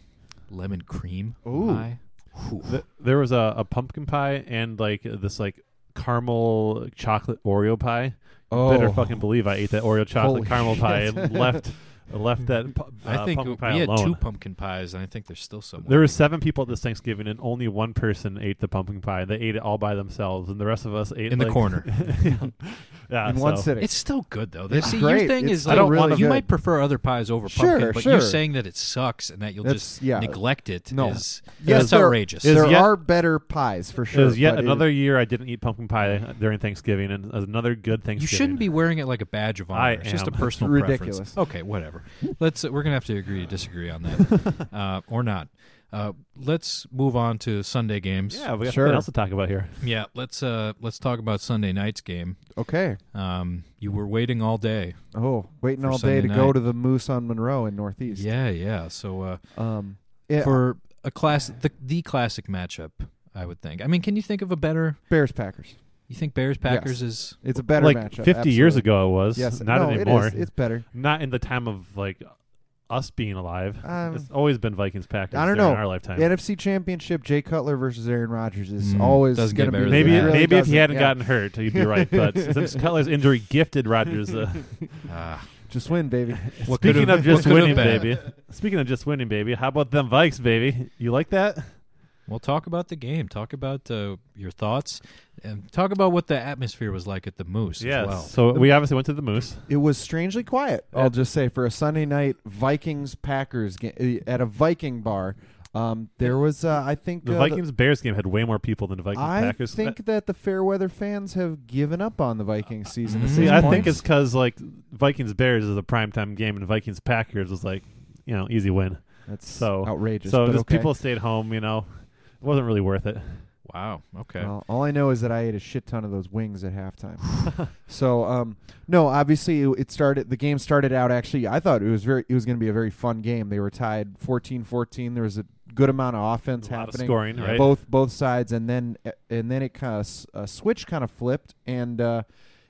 Speaker 1: lemon cream
Speaker 3: Ooh.
Speaker 1: pie. Whew.
Speaker 2: Th- there was a, a pumpkin pie and like this like caramel chocolate Oreo pie.
Speaker 3: oh,
Speaker 2: Better fucking believe I ate that Oreo chocolate
Speaker 3: Holy
Speaker 2: caramel pie and
Speaker 3: shit.
Speaker 2: left left that. pu- Uh,
Speaker 1: I think
Speaker 2: pumpkin pie
Speaker 1: we had
Speaker 2: alone.
Speaker 1: two pumpkin pies, and I think there's still some.
Speaker 2: there were seven people at this Thanksgiving, and only one person ate the pumpkin pie. They ate it all by themselves, and the rest of us ate
Speaker 1: In the
Speaker 2: like-
Speaker 1: corner.
Speaker 2: yeah, yeah
Speaker 3: in one
Speaker 2: so-
Speaker 3: sitting.
Speaker 1: It's still good though. They-
Speaker 3: It's
Speaker 1: See,
Speaker 3: great.
Speaker 1: your thing
Speaker 3: It's
Speaker 1: is
Speaker 2: I
Speaker 1: like
Speaker 2: don't wanna-
Speaker 1: you
Speaker 3: good.
Speaker 1: might prefer other pies over
Speaker 3: Sure,
Speaker 1: pumpkin, but
Speaker 3: sure.
Speaker 1: you saying that it sucks and that you'll
Speaker 3: That's-
Speaker 1: just
Speaker 3: yeah.
Speaker 1: neglect it
Speaker 3: No.
Speaker 1: is-
Speaker 3: Yes,
Speaker 1: that's
Speaker 3: there-
Speaker 1: outrageous.
Speaker 2: is
Speaker 3: there
Speaker 2: yet-
Speaker 3: are better pies for sure.
Speaker 2: it was yet
Speaker 3: but it-
Speaker 2: another year I didn't eat pumpkin pie during Thanksgiving, and another good Thanksgiving.
Speaker 1: you shouldn't be wearing it like a badge of honor.
Speaker 2: I
Speaker 1: it's just a
Speaker 2: am.
Speaker 1: personal
Speaker 3: It's ridiculous.
Speaker 1: preference. Okay, whatever. Let's. Uh, we're gonna have to agree to disagree on that,
Speaker 3: Um,
Speaker 1: uh, or not. Uh, let's move on to Sunday games.
Speaker 2: Yeah, we got
Speaker 3: Sure.
Speaker 2: something else to talk about here.
Speaker 1: Yeah, Let's. Uh, let's talk about Sunday night's game.
Speaker 3: Okay.
Speaker 1: Um, you were waiting all day.
Speaker 3: Oh, waiting
Speaker 1: For
Speaker 3: all day
Speaker 1: Sunday
Speaker 3: to go
Speaker 1: night.
Speaker 3: to the Moose on Monroe in Northeast.
Speaker 1: Yeah, yeah. So uh,
Speaker 3: Um, yeah,
Speaker 1: for a class, the the classic matchup, I would think. I mean, can you think of a better?
Speaker 3: Bears Packers.
Speaker 1: You think Bears Packers is
Speaker 3: It's a better
Speaker 2: like
Speaker 3: matchup.
Speaker 2: 50 years
Speaker 3: absolutely.
Speaker 2: ago, it was.
Speaker 3: Yes.
Speaker 2: not
Speaker 3: no, it
Speaker 2: anymore.
Speaker 3: is. It's better.
Speaker 2: not in the time of like us being alive.
Speaker 3: Um,
Speaker 2: it's always been Vikings Packers.
Speaker 3: I don't
Speaker 2: during
Speaker 3: know.
Speaker 2: our lifetime.
Speaker 3: The NFC Championship, Jay Cutler versus Aaron Rodgers is
Speaker 1: Mm,
Speaker 3: always
Speaker 1: doesn't
Speaker 3: going
Speaker 1: get better
Speaker 3: to
Speaker 1: than
Speaker 3: be.
Speaker 2: maybe
Speaker 1: Yeah.
Speaker 3: it
Speaker 1: that.
Speaker 3: really
Speaker 2: maybe if he
Speaker 3: doesn't,
Speaker 2: hadn't
Speaker 3: yeah.
Speaker 2: gotten hurt, you'd be right. But since Cutler's injury gifted Rodgers, uh,
Speaker 1: ah,
Speaker 3: just win, baby.
Speaker 1: what could've-
Speaker 2: speaking of
Speaker 1: what
Speaker 2: just
Speaker 1: could've
Speaker 2: winning,
Speaker 1: been.
Speaker 2: baby. Speaking of just winning, baby. How about them Vikes, baby? You like that?
Speaker 1: Well, talk about the game. Talk about uh, your thoughts, and talk about what the atmosphere was like at the Moose
Speaker 2: Yes.
Speaker 1: as well.
Speaker 2: So we obviously went to the Moose.
Speaker 3: It was strangely quiet.
Speaker 2: Yeah.
Speaker 3: I'll just say for a Sunday night Vikings Packers ga- eh, at a Viking bar, um, there was uh, I think
Speaker 2: The
Speaker 3: uh,
Speaker 2: Vikings Bears game had way more people than the Vikings
Speaker 3: I
Speaker 2: Packers.
Speaker 3: think that, the fair weather fans have given up on the Vikings season.
Speaker 1: Mm.
Speaker 3: at
Speaker 1: See,
Speaker 2: Mm-hmm. See,
Speaker 3: this
Speaker 2: I
Speaker 3: point.
Speaker 2: think it's because like Vikings Bears is a primetime game, and Vikings Packers was like, you know, easy win.
Speaker 3: that's
Speaker 2: so-
Speaker 3: outrageous.
Speaker 2: so
Speaker 3: but
Speaker 2: just
Speaker 3: okay.
Speaker 2: people stayed home. You know, it wasn't really worth it.
Speaker 1: wow. Okay.
Speaker 3: Well, all I know is that I ate a shit ton of those wings at halftime. so, um, no, obviously it, it started. The game started out actually. I thought it was very. It was going to be a very fun game. They were tied 14-14. There was a good amount of offense
Speaker 2: a lot of
Speaker 3: happening.
Speaker 2: scoring,
Speaker 1: Yeah.
Speaker 2: right?
Speaker 3: both both sides, and then and then it kind of uh, switch kind of flipped, and uh,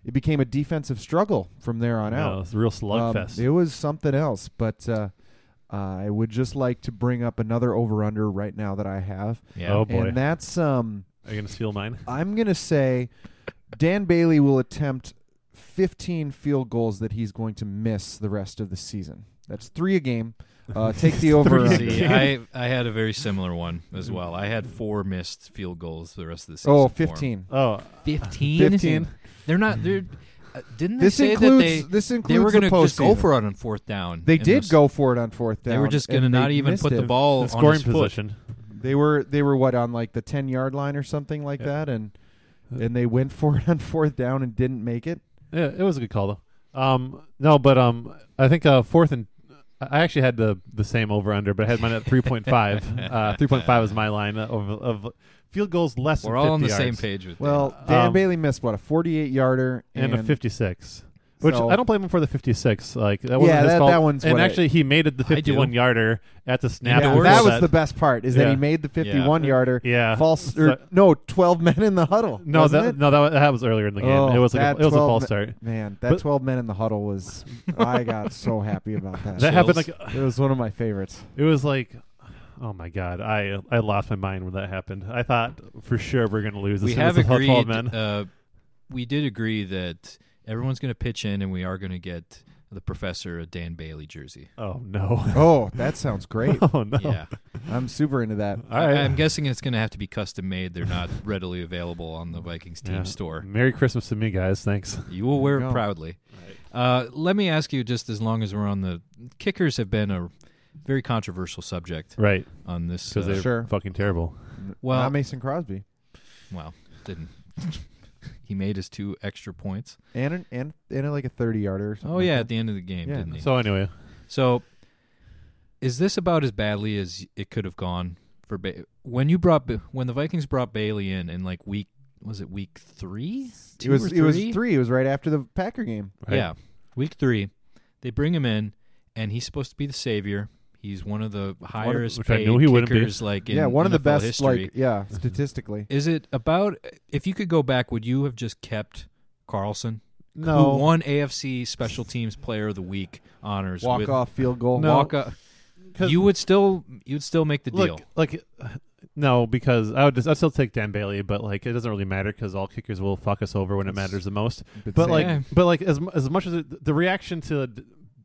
Speaker 3: it became a defensive struggle from there on
Speaker 2: Yeah,
Speaker 3: out.
Speaker 2: it's a real
Speaker 3: Um,
Speaker 2: slugfest.
Speaker 3: it was something else, but uh, I would just like to bring up another over under right now that I have,
Speaker 1: yeah.
Speaker 2: oh, boy.
Speaker 3: and that's um,
Speaker 2: Are you gonna steal mine?
Speaker 3: I'm gonna say Dan Bailey will attempt 15 field goals that he's going to miss the rest of the season. That's three a game. Uh, take the over.
Speaker 1: See, I, I had a very similar one as well. I had four missed field goals the rest of the season.
Speaker 3: Oh,
Speaker 1: for 'em.
Speaker 3: 15.
Speaker 2: Oh,
Speaker 1: 15?
Speaker 3: 15.
Speaker 1: They're not. They're. Uh, didn't they
Speaker 3: This
Speaker 1: say
Speaker 3: includes
Speaker 1: that they
Speaker 3: this includes
Speaker 1: they were
Speaker 3: the
Speaker 1: going to just go
Speaker 3: postseason.
Speaker 1: for it on fourth down?
Speaker 3: They
Speaker 1: and
Speaker 3: did
Speaker 1: this-
Speaker 3: go for it on fourth down.
Speaker 1: They were just going to
Speaker 3: and
Speaker 1: not
Speaker 3: they
Speaker 1: even
Speaker 3: missed
Speaker 1: put the
Speaker 3: it.
Speaker 1: ball
Speaker 2: the
Speaker 1: on
Speaker 2: scoring
Speaker 1: his foot.
Speaker 2: position.
Speaker 3: They were they were what on like the ten yard line or something like
Speaker 2: Yeah. Uh,
Speaker 3: that, and and they went for it on fourth down and didn't make it.
Speaker 2: Yeah, it was a good call though. Um, no, but um, I think uh, fourth and I actually had the the same over under, but I had mine at three point five. uh, three point five was my line of, of field goals less.
Speaker 1: We're
Speaker 2: than
Speaker 1: all on the
Speaker 2: 50
Speaker 1: same
Speaker 2: yards.
Speaker 1: page with
Speaker 3: Well, Dan
Speaker 2: Um,
Speaker 3: Bailey missed what a forty eight yarder
Speaker 2: and, a 56. Which
Speaker 3: So-
Speaker 2: I don't blame him for the 56. Like that wasn't
Speaker 3: Yeah,
Speaker 2: his
Speaker 3: that-
Speaker 2: fault.
Speaker 3: that one's
Speaker 2: and
Speaker 3: what I-
Speaker 2: actually he made it the
Speaker 1: I do.
Speaker 2: 51 yarder at the snap.
Speaker 1: Yeah,
Speaker 3: Yeah,
Speaker 2: It
Speaker 1: worse.
Speaker 3: that was
Speaker 2: set.
Speaker 3: the best part is that
Speaker 2: Yeah.
Speaker 3: he made the fifty one
Speaker 2: Yeah.
Speaker 3: yarder.
Speaker 2: yeah.
Speaker 3: False or
Speaker 2: So-
Speaker 3: no, twelve men in the huddle.
Speaker 2: No,
Speaker 3: wasn't
Speaker 2: that
Speaker 3: it?
Speaker 2: no that, wa- that was earlier in the game.
Speaker 3: Oh,
Speaker 2: it was like a,
Speaker 3: that
Speaker 2: it was a
Speaker 3: 12
Speaker 2: false
Speaker 3: mi-
Speaker 2: start.
Speaker 3: man, that
Speaker 2: But-
Speaker 3: twelve men in the huddle was. I got so happy about that.
Speaker 2: That happened
Speaker 1: Chills.
Speaker 2: like
Speaker 3: it was one of my favorites.
Speaker 2: it was like oh my god. I I lost my mind when that happened. I thought for sure we're going to lose. as
Speaker 1: we
Speaker 2: soon
Speaker 1: have
Speaker 2: as the
Speaker 1: agreed.
Speaker 2: 12 men.
Speaker 1: Uh, we did agree that everyone's going to pitch in, and we are going to get the professor a Dan Bailey jersey.
Speaker 2: oh no.
Speaker 3: Oh, that sounds great.
Speaker 2: oh no.
Speaker 1: Yeah,
Speaker 3: I'm super into that.
Speaker 2: All right.
Speaker 1: I, am guessing it's going to have to be custom made. They're not readily available on the Vikings team
Speaker 2: Yeah.
Speaker 1: store.
Speaker 2: Merry Christmas to me, guys. Thanks.
Speaker 1: You will wear
Speaker 3: There you
Speaker 1: it
Speaker 3: go.
Speaker 1: proudly. Uh, let me ask you, just as long as we're on the kickers, have been a very controversial subject
Speaker 2: right?
Speaker 1: on this.
Speaker 2: Because
Speaker 1: uh,
Speaker 2: they're
Speaker 3: Sure.
Speaker 2: fucking terrible.
Speaker 1: Well-
Speaker 3: not Mason Crosby
Speaker 1: well, didn't he made his two extra points?
Speaker 3: and an, and and like a thirty yarder. Or something
Speaker 1: Oh
Speaker 3: like
Speaker 1: yeah,
Speaker 3: that.
Speaker 1: at the end of the game,
Speaker 3: Yeah.
Speaker 1: didn't he? So,
Speaker 2: So anyway,
Speaker 1: is this about as badly as it could have gone for ba- when you brought Ba- when the Vikings brought Bailey in in like week was it week three?
Speaker 3: It
Speaker 1: Two
Speaker 3: was
Speaker 1: or
Speaker 3: it was three. It was right after the Packer game.
Speaker 2: right?
Speaker 1: Yeah. Week three, they bring him in, and he's supposed to be the savior. He's one of the highest
Speaker 2: which I
Speaker 1: paid
Speaker 2: knew he wouldn't be.
Speaker 1: kickers, like in
Speaker 3: yeah, one of the
Speaker 1: NFL
Speaker 3: best.
Speaker 1: History.
Speaker 3: Like yeah, statistically.
Speaker 1: is it about if you could go back? Would you have just kept Carlson, who
Speaker 2: No,
Speaker 1: won AFC Special Teams Player of the Week honors?
Speaker 3: Walk
Speaker 1: with,
Speaker 3: off field goal.
Speaker 2: No.
Speaker 1: walk up.
Speaker 2: 'Cause-
Speaker 1: You would still, you'd still make the deal.
Speaker 2: look, like no, because I would just I would still take Dan Bailey, but like it doesn't really matter because all kickers will fuck us over when it
Speaker 1: That's-
Speaker 2: matters the most.
Speaker 3: same-
Speaker 2: But like,
Speaker 1: Yeah.
Speaker 2: but like, as mu- as much as it, the reaction to D-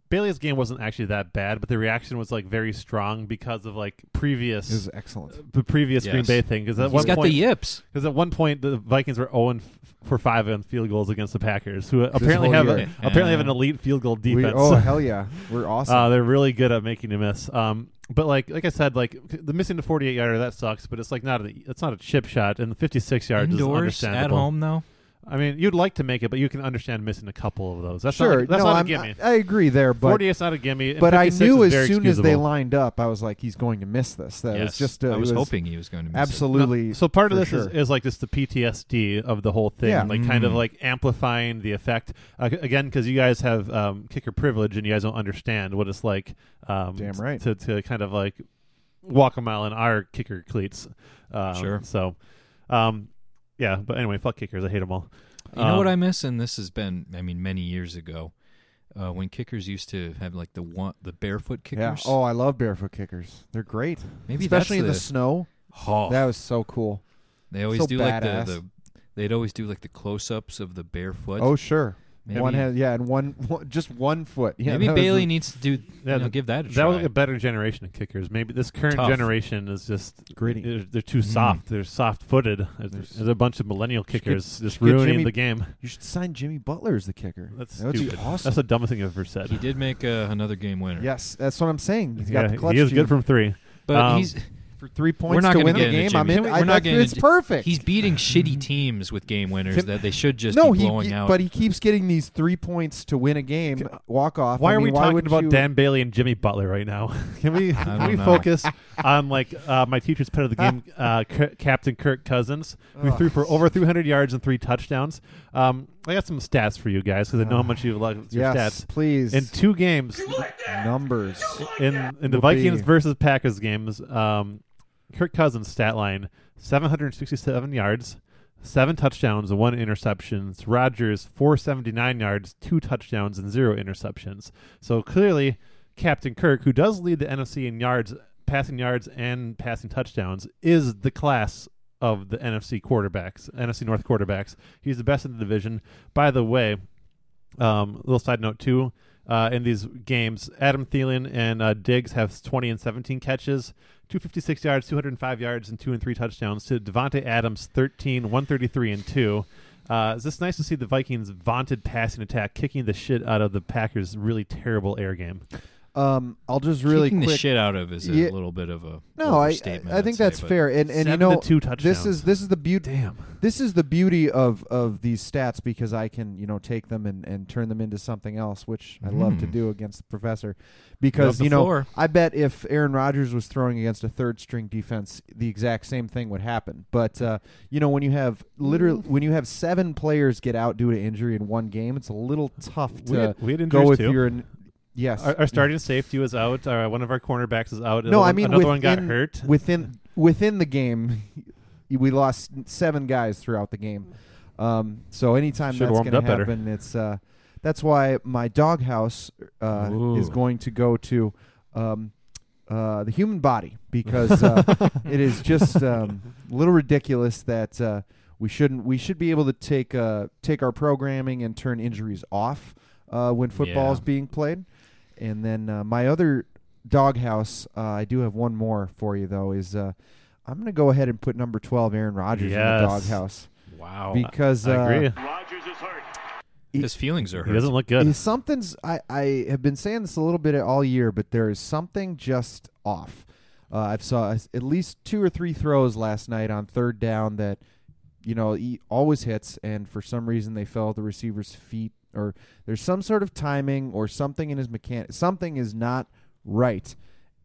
Speaker 2: Bailey's game wasn't actually that bad, but the reaction was like very strong because of like
Speaker 3: it was
Speaker 2: previous
Speaker 3: excellent.
Speaker 2: the previous
Speaker 1: Yes.
Speaker 2: Green Bay thing. Because at
Speaker 1: He's
Speaker 2: one
Speaker 1: got the
Speaker 2: point,
Speaker 1: yips.
Speaker 2: because at one point the Vikings were zero and f- for five on field goals against the Packers, who apparently
Speaker 3: whole
Speaker 2: have a,
Speaker 3: year.
Speaker 2: apparently have an
Speaker 1: Yeah.
Speaker 2: elite field goal
Speaker 3: We-
Speaker 2: defense.
Speaker 3: oh hell yeah, we're awesome.
Speaker 2: Uh, they're really good at making you miss. Um, but like like I said, like the missing the forty eight yarder that sucks, but it's like not a it's not a chip shot, and the fifty six yard is
Speaker 1: Indoors
Speaker 2: understandable.
Speaker 1: at home though.
Speaker 2: I mean, you'd like to make it, but you can understand missing a couple of those. That's
Speaker 3: sure,
Speaker 2: not, that's
Speaker 3: no,
Speaker 2: not
Speaker 3: I'm-
Speaker 2: a gimme.
Speaker 3: I, I agree there, but
Speaker 2: Forty is not a gimme. and
Speaker 3: but I
Speaker 2: 56
Speaker 3: knew
Speaker 2: is
Speaker 3: as
Speaker 2: very
Speaker 3: soon as they
Speaker 2: excusable.
Speaker 3: lined up, I was like, he's going to miss this. That
Speaker 1: Yes.
Speaker 3: was just uh,
Speaker 1: I
Speaker 3: it
Speaker 1: was, hoping he was going to miss it.
Speaker 3: absolutely.
Speaker 2: No, so part of
Speaker 3: for
Speaker 2: this is,
Speaker 3: sure.
Speaker 2: is like just the PTSD of the whole thing,
Speaker 3: Yeah.
Speaker 2: like kind of
Speaker 1: Mm.
Speaker 2: like amplifying the effect uh, again because you guys have um, kicker privilege and you guys don't understand what it's like. Um,
Speaker 3: Damn right.
Speaker 2: To to kind of like walk a mile in our kicker cleats. Um,
Speaker 1: Sure.
Speaker 2: So, um, yeah. But anyway, fuck kickers. I hate them all.
Speaker 1: You know what
Speaker 2: Um,
Speaker 1: I miss, and this has been, I mean, many years ago, uh, when kickers used to have like the one, the barefoot
Speaker 3: yeah.
Speaker 1: kickers.
Speaker 3: Oh, I love barefoot kickers. They're great,
Speaker 1: maybe
Speaker 3: especially in the,
Speaker 1: that's
Speaker 3: snow.
Speaker 1: the, oh,
Speaker 3: That was so cool.
Speaker 1: They always
Speaker 3: so
Speaker 1: do like
Speaker 3: badass.
Speaker 1: the, the, they'd always do like the close-ups of the barefoot.
Speaker 3: Oh sure,
Speaker 1: maybe,
Speaker 3: one hand, yeah, and one, one just one foot. Yeah,
Speaker 1: maybe
Speaker 3: that was
Speaker 1: Bailey
Speaker 3: the-
Speaker 1: needs to do.
Speaker 2: Yeah,
Speaker 1: you know,
Speaker 2: th-
Speaker 1: give that a
Speaker 2: That
Speaker 1: try.
Speaker 2: was like a better generation of kickers. Maybe this current
Speaker 1: Tough.
Speaker 2: generation is just
Speaker 3: Gritty.
Speaker 2: They're, they're too
Speaker 1: Mhm.
Speaker 2: soft. They're soft-footed. There's,
Speaker 3: There's-
Speaker 2: there's a bunch of millennial
Speaker 3: should get-
Speaker 2: kickers just
Speaker 3: should get
Speaker 2: ruining
Speaker 3: Jimmy-
Speaker 2: the game.
Speaker 3: you should sign Jimmy Butler as the kicker.
Speaker 2: That's
Speaker 3: that would be
Speaker 2: stupid.
Speaker 3: awesome.
Speaker 2: That's the dumbest thing I've ever said.
Speaker 1: he did make uh, another game winner.
Speaker 3: yes, that's what I'm saying. He's
Speaker 2: yeah,
Speaker 3: got the clutch.
Speaker 2: he is good
Speaker 3: gene.
Speaker 2: from three.
Speaker 1: but
Speaker 2: Um,
Speaker 1: he's
Speaker 3: for three points
Speaker 1: not
Speaker 3: to
Speaker 1: gonna
Speaker 3: win the
Speaker 1: get into
Speaker 3: game. I'm
Speaker 1: Jimmy.
Speaker 3: in.
Speaker 1: We're
Speaker 3: I,
Speaker 1: not
Speaker 3: that-
Speaker 1: gonna
Speaker 3: it's
Speaker 1: do-
Speaker 3: perfect.
Speaker 1: he's beating shitty teams with game winners
Speaker 3: Can-
Speaker 1: that they should just
Speaker 3: no,
Speaker 1: be
Speaker 3: he,
Speaker 1: blowing
Speaker 3: he-
Speaker 1: out.
Speaker 3: but he keeps getting these three points to win a game walk off.
Speaker 2: Why
Speaker 3: I
Speaker 2: are we
Speaker 3: mean,
Speaker 2: talking
Speaker 3: wouldn't
Speaker 2: about
Speaker 3: you,
Speaker 2: Dan Bailey and Jimmy Butler right now? can we
Speaker 1: don't
Speaker 2: can we
Speaker 1: know.
Speaker 2: focus on like uh, my teacher's pet of the game, uh, K- Captain Kirk Cousins, who
Speaker 3: Ugh.
Speaker 2: threw for over 300 yards and three touchdowns? Um, I got some stats for you guys because I know how much you love your
Speaker 3: Yes,
Speaker 2: stats.
Speaker 3: please.
Speaker 2: In two games,
Speaker 3: numbers.
Speaker 2: in in the
Speaker 3: Will
Speaker 2: Vikings
Speaker 3: be.
Speaker 2: versus Packers games, um, Kirk Cousins stat line: seven hundred sixty-seven yards, seven touchdowns, one interceptions. Rodgers four seventy-nine yards, two touchdowns, and zero interceptions. So clearly, Captain Kirk, who does lead the NFC in yards, passing yards, and passing touchdowns, is the class. Of the NFC quarterbacks, NFC North quarterbacks, he's the best in the division. By the way, um, little side note too. Uh, in these games, Adam Thielen and uh, Diggs have 20 and 17 catches, 256 yards, 205 yards, and two and three touchdowns. To Devonte Adams, 13, 133 and two. Uh, it's just nice to see the Vikings' vaunted passing attack kicking the shit out of the Packers' really terrible air game.
Speaker 3: Um, I'll just really
Speaker 1: Kicking
Speaker 3: quick.
Speaker 1: the shit out of is a
Speaker 3: Yeah.
Speaker 1: little bit of a
Speaker 3: no, I I
Speaker 1: overstatement,
Speaker 3: I
Speaker 1: I'd
Speaker 3: think
Speaker 1: say,
Speaker 3: that's
Speaker 1: but
Speaker 3: fair. And and you
Speaker 2: Seven to
Speaker 3: know
Speaker 2: two
Speaker 3: this
Speaker 2: touchdowns.
Speaker 3: is this is the beauty
Speaker 2: Damn,
Speaker 3: this is the beauty of of these stats because I can you know take them and and turn them into something else, which I love to
Speaker 1: Mm.
Speaker 3: do against the professor, because
Speaker 1: Up the
Speaker 3: you know
Speaker 1: floor.
Speaker 3: I bet if Aaron Rodgers was throwing against a third string defense, the exact same thing would happen. But uh, you know when you have literally when you have seven players get out due to injury in one game, it's a little tough
Speaker 2: we
Speaker 3: to
Speaker 2: had, we had
Speaker 3: go
Speaker 2: injuries
Speaker 3: with
Speaker 2: too.
Speaker 3: your n- yes.
Speaker 2: our, our starting safety was out. Our, one of our cornerbacks is out.
Speaker 3: no,
Speaker 2: Another
Speaker 3: I
Speaker 2: one-
Speaker 3: mean
Speaker 2: another one got
Speaker 3: within-
Speaker 2: hurt.
Speaker 3: within within the game. We lost seven guys throughout the game, um, so anytime
Speaker 2: Should've
Speaker 3: that's
Speaker 2: warmed
Speaker 3: going to
Speaker 2: up better.
Speaker 3: happen, it's uh, that's why my doghouse uh, is
Speaker 1: Ooh.
Speaker 3: going to go to um, uh, the human body because uh, it is just um, a little ridiculous that uh, we shouldn't we should be able to take uh, take our programming and turn injuries off uh, when football
Speaker 1: Yeah.
Speaker 3: is being played. And then uh, my other doghouse, uh, I do have one more for you though. Is uh, I'm going to go ahead and put number twelve Aaron Rodgers in
Speaker 2: Yes. Oh,
Speaker 3: the doghouse
Speaker 1: Wow.
Speaker 3: because
Speaker 2: I
Speaker 3: uh,
Speaker 2: agree.
Speaker 4: Rodgers is hurt.
Speaker 3: He-
Speaker 1: His feelings are
Speaker 2: He
Speaker 1: hurt.
Speaker 2: doesn't look good.
Speaker 3: Is something's I, I have been saying this a little bit all year, but there is something just off. Uh, I've saw s- at least two or three throws last night on third down that you know he always hits, and for some reason they fell at the receiver's feet, or there's some sort of timing or something in his mechanic. Something is not right,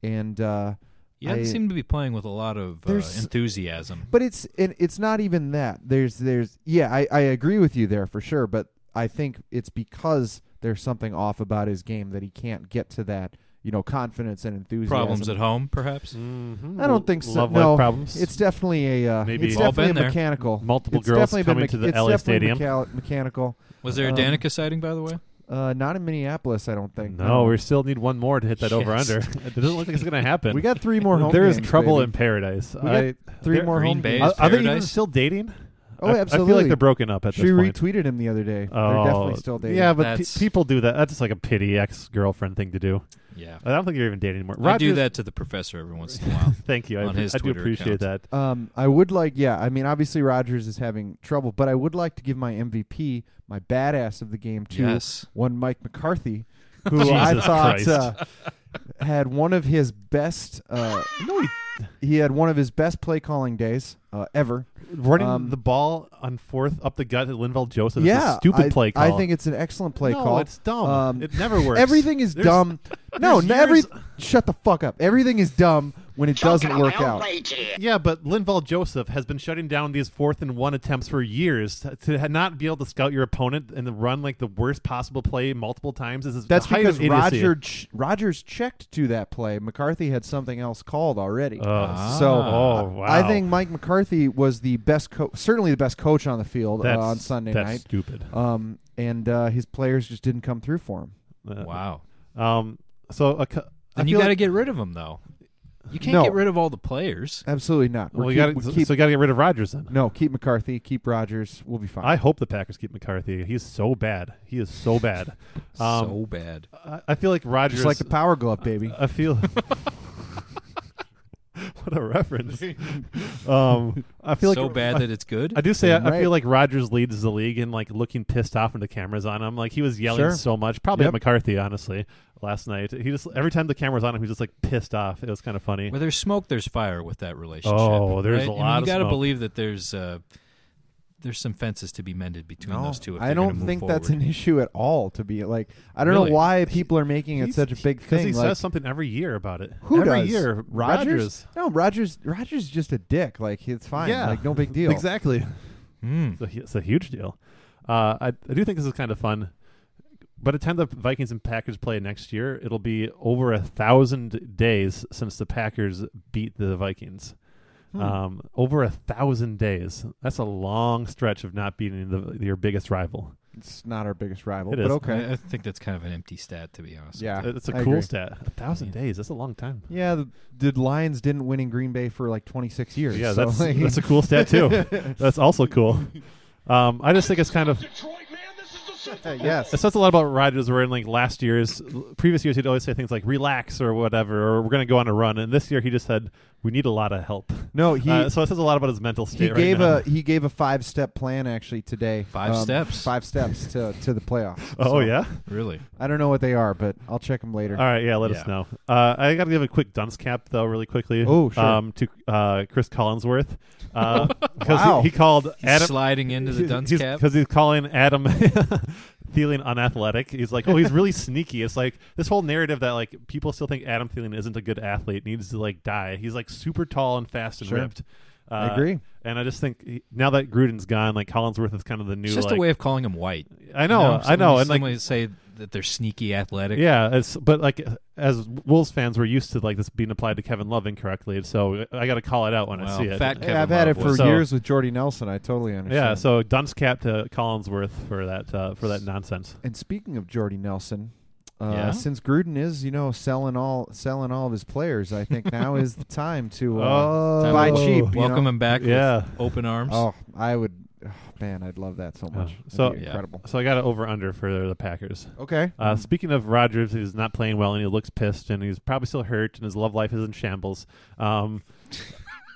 Speaker 3: and uh,
Speaker 1: He doesn't
Speaker 3: I-
Speaker 1: seem to be playing with a lot of uh,
Speaker 3: There's-
Speaker 1: enthusiasm.
Speaker 3: but it's and it's not even that. There's there's yeah, I, I agree with you there for sure, but I think it's because there's something off about his game that he can't get to that, you know, confidence and enthusiasm.
Speaker 1: Problems at home, perhaps.
Speaker 2: Mhm.
Speaker 3: I don't think so.
Speaker 2: Love
Speaker 3: No,
Speaker 2: life problems.
Speaker 3: It's definitely a uh,
Speaker 2: Maybe-
Speaker 3: it's
Speaker 1: We've all
Speaker 3: definitely
Speaker 1: been there.
Speaker 3: mechanical.
Speaker 2: multiple
Speaker 3: it's
Speaker 2: girls
Speaker 3: definitely
Speaker 2: coming
Speaker 3: been
Speaker 2: to
Speaker 3: me-
Speaker 2: the
Speaker 3: it's
Speaker 2: LA
Speaker 3: definitely
Speaker 2: stadium.
Speaker 3: mecha- mechanical.
Speaker 1: Was there a
Speaker 3: Um,
Speaker 1: Danica sighting, by the way?
Speaker 3: Uh, not in Minneapolis, I don't think.
Speaker 2: No, we still need one more to hit that
Speaker 1: Yes.
Speaker 2: over under. It doesn't look like it's going to happen.
Speaker 3: Mm-hmm. we got three more home
Speaker 2: There is
Speaker 3: games,
Speaker 2: trouble
Speaker 3: baby.
Speaker 2: in paradise.
Speaker 3: We got
Speaker 2: I-
Speaker 3: three
Speaker 2: there-
Speaker 3: more
Speaker 1: Green
Speaker 3: home
Speaker 1: Bay
Speaker 3: games.
Speaker 1: is-
Speaker 2: Are, are they even
Speaker 1: Paradise?
Speaker 2: still dating?
Speaker 3: Oh,
Speaker 2: I- I feel
Speaker 3: absolutely.
Speaker 2: like they're broken up at
Speaker 3: she
Speaker 2: this point.
Speaker 3: retweeted him the other day.
Speaker 2: Oh,
Speaker 3: They're definitely still dating.
Speaker 2: Yeah, but pe-
Speaker 1: That's-
Speaker 2: people do that. That's just like a pity ex girlfriend thing to do.
Speaker 1: Yeah.
Speaker 2: I don't think you're even dating anymore.
Speaker 1: I do
Speaker 2: Rogers-
Speaker 1: that to the professor every once in a while.
Speaker 2: Thank you. I,
Speaker 1: on
Speaker 2: appre-
Speaker 1: his
Speaker 2: I do
Speaker 1: Twitter
Speaker 2: appreciate
Speaker 1: account.
Speaker 2: that.
Speaker 3: Um, I would like, yeah. I mean, obviously Rogers is having trouble, but I would like to give my MVP, my badass of the game, to
Speaker 1: yes.
Speaker 3: one Mike McCarthy, who I
Speaker 2: Jesus
Speaker 3: thought
Speaker 2: Christ.
Speaker 3: uh, had one of his best. Uh,
Speaker 2: No, he-
Speaker 3: he had one of his best play calling days uh, ever.
Speaker 2: running
Speaker 3: Um,
Speaker 2: the ball on fourth up the gut to Linval Joseph. is
Speaker 3: yeah,
Speaker 2: a stupid
Speaker 3: I,
Speaker 2: play call.
Speaker 3: I think it's an excellent play
Speaker 2: no,
Speaker 3: call.
Speaker 2: It's dumb.
Speaker 3: Um,
Speaker 2: it never works.
Speaker 3: Everything is
Speaker 2: There's-
Speaker 3: dumb. No,
Speaker 2: there's
Speaker 3: n- every
Speaker 2: years-
Speaker 3: shut the fuck up. Everything is dumb when it doesn't work out.
Speaker 2: Yeah, but Linval Joseph has been shutting down these fourth and one attempts for years. To- To ha- not be able to scout your opponent and to run like the worst possible play multiple times is
Speaker 3: That's
Speaker 2: the height
Speaker 3: because
Speaker 2: of idiocy.
Speaker 3: Roger ch- Rogers checked to that play. McCarthy had something else called already.
Speaker 1: Ah,
Speaker 2: Uh,
Speaker 3: So
Speaker 2: oh, wow.
Speaker 3: I think Mike McCarthy was the best, co- certainly the best coach on the field uh,
Speaker 2: that's,
Speaker 3: on Sunday
Speaker 2: that's
Speaker 3: night.
Speaker 2: stupid.
Speaker 3: Um, and uh, his players just didn't come through for him.
Speaker 2: Uh,
Speaker 1: Wow.
Speaker 2: Um. So a, cu- I
Speaker 1: And you
Speaker 2: feel
Speaker 1: got to
Speaker 2: like-
Speaker 1: get rid of him, though. You can't
Speaker 3: No.
Speaker 1: get rid of all the players.
Speaker 3: Absolutely not. We're
Speaker 2: well, you gotta,
Speaker 3: keep- we
Speaker 2: so-
Speaker 3: keep-
Speaker 2: so you got to get rid of Rogers then.
Speaker 3: no, keep McCarthy, keep Rogers. We'll be fine.
Speaker 2: I hope the Packers keep McCarthy. He's so bad. He is so bad. Um,
Speaker 1: so bad.
Speaker 2: I, I feel like Rogers.
Speaker 3: just like the Power Glove, baby.
Speaker 1: Uh,
Speaker 2: I feel. what a reference. Um, I feel like
Speaker 1: so bad that it's good.
Speaker 2: I do say I, I
Speaker 3: Right.
Speaker 2: feel like Rogers leads the league in like looking pissed off when the cameras on him. Like he was yelling
Speaker 3: Sure.
Speaker 2: so much, probably at
Speaker 3: Yep.
Speaker 2: McCarthy honestly last night. He just every time the cameras on him, he's just like pissed off. It was kind of funny.
Speaker 1: Where there's smoke, there's fire with that relationship.
Speaker 2: Oh, there's
Speaker 1: right?
Speaker 2: a
Speaker 1: I mean,
Speaker 2: lot of
Speaker 1: you gotta
Speaker 2: smoke.
Speaker 1: believe that there's uh, there's some fences to be mended between those two. If
Speaker 3: I
Speaker 1: they're gonna
Speaker 3: don't
Speaker 1: move
Speaker 3: think
Speaker 1: forward.
Speaker 3: that's an issue at all. To be like, I don't
Speaker 1: Really?
Speaker 3: know why people are making it
Speaker 2: He's-
Speaker 3: such a big
Speaker 2: because
Speaker 3: thing.
Speaker 2: he
Speaker 3: like,
Speaker 2: says something every year about it.
Speaker 3: Who
Speaker 2: every
Speaker 3: does?
Speaker 2: year,
Speaker 3: Rogers? No, Rogers. Rogers is just a dick. Like it's fine.
Speaker 2: Yeah.
Speaker 3: Like no big deal.
Speaker 2: exactly.
Speaker 1: Hmm.
Speaker 2: It's a, hu- it's a huge deal. Uh, I, I do think this is kind of fun. By the time the Vikings and Packers play next year, it'll be over a thousand days since the Packers beat the Vikings.
Speaker 3: Hmm.
Speaker 2: Um, over a thousand days. That's a long stretch of not beating the, your biggest rival.
Speaker 3: It's not our biggest rival,
Speaker 2: It
Speaker 3: but
Speaker 2: is.
Speaker 3: okay.
Speaker 1: I, I think that's kind of an empty stat, to be honest.
Speaker 3: Yeah.
Speaker 2: It's a
Speaker 3: I
Speaker 2: cool
Speaker 3: agree.
Speaker 2: stat. A thousand days. That's a long time.
Speaker 3: Yeah, the, the Lions didn't win in Green Bay for like 26 years.
Speaker 2: Yeah,
Speaker 3: so,
Speaker 2: that's
Speaker 3: like,
Speaker 2: that's a cool stat too. that's also cool. Um, I just think it's kind of
Speaker 4: Detroit, man, this is the Super Bowl.
Speaker 3: yes.
Speaker 2: It says a lot about Rodgers. Where in like last year's, previous years, he'd always say things like "relax" or whatever, or "we're going to go on a run." And this year, he just said, "We need a lot of help."
Speaker 3: No, he
Speaker 2: Uh, so it says a lot about his mental state.
Speaker 3: he
Speaker 2: right
Speaker 3: gave
Speaker 2: now.
Speaker 3: a he gave a five step plan actually today. Um,
Speaker 1: Five steps?
Speaker 3: Five steps to to the playoffs. So,
Speaker 2: Oh yeah.
Speaker 1: Really?
Speaker 3: I don't know what they are, but I'll check them later.
Speaker 2: All right. Yeah. Let
Speaker 1: Yeah.
Speaker 2: us know. Uh, I got to give a quick dunce cap though, really quickly.
Speaker 3: Oh, sure.
Speaker 2: Um, to uh, Chris Collinsworth, because
Speaker 3: Wow.
Speaker 2: he, he called
Speaker 1: He's
Speaker 2: Adam
Speaker 1: sliding into the dunce cap.
Speaker 2: because he's calling Adam Thielen unathletic. He's like, oh, he's really sneaky. It's like this whole narrative that like people still think Adam Thielen isn't a good athlete, needs to like die. He's like super tall and fast and
Speaker 3: Sure.
Speaker 2: ripped. Uh,
Speaker 3: I agree.
Speaker 2: and I just think he- now that Gruden's gone, like Collinsworth is kind of the new.
Speaker 1: It's just
Speaker 2: like,
Speaker 1: a way of calling him white.
Speaker 2: I know, I know, and like
Speaker 1: somebody say that they're sneaky athletic.
Speaker 2: yeah, it's but like as Wolves fans, we're used to like this being applied to Kevin Love incorrectly. So I got to call it out when I
Speaker 1: Wow.
Speaker 2: see it.
Speaker 1: Fat
Speaker 3: Hey,
Speaker 1: Kevin
Speaker 3: I've had
Speaker 1: Love
Speaker 3: it for
Speaker 1: was-
Speaker 2: So-
Speaker 3: years with Jordy Nelson. I totally understand.
Speaker 2: yeah, so dunce cap to Collinsworth for that uh, for that nonsense.
Speaker 3: And speaking of Jordy Nelson, uh,
Speaker 1: Yeah?
Speaker 3: since Gruden is, you know, selling all selling all of his players, I think now is the time to uh,
Speaker 2: Oh.
Speaker 3: buy cheap. you
Speaker 1: Welcome
Speaker 3: know?
Speaker 1: him back.
Speaker 2: Yeah.
Speaker 1: With open arms.
Speaker 3: Oh, I would. Oh, man, I'd love that so much. That'd
Speaker 2: Oh, So-
Speaker 3: be
Speaker 1: Yeah.
Speaker 3: incredible.
Speaker 2: So I got an over under for the Packers.
Speaker 3: Okay. Mm.
Speaker 2: Uh, speaking of Rodgers, who's not playing well and he looks pissed and he's probably still hurt and his love life is in shambles. Um,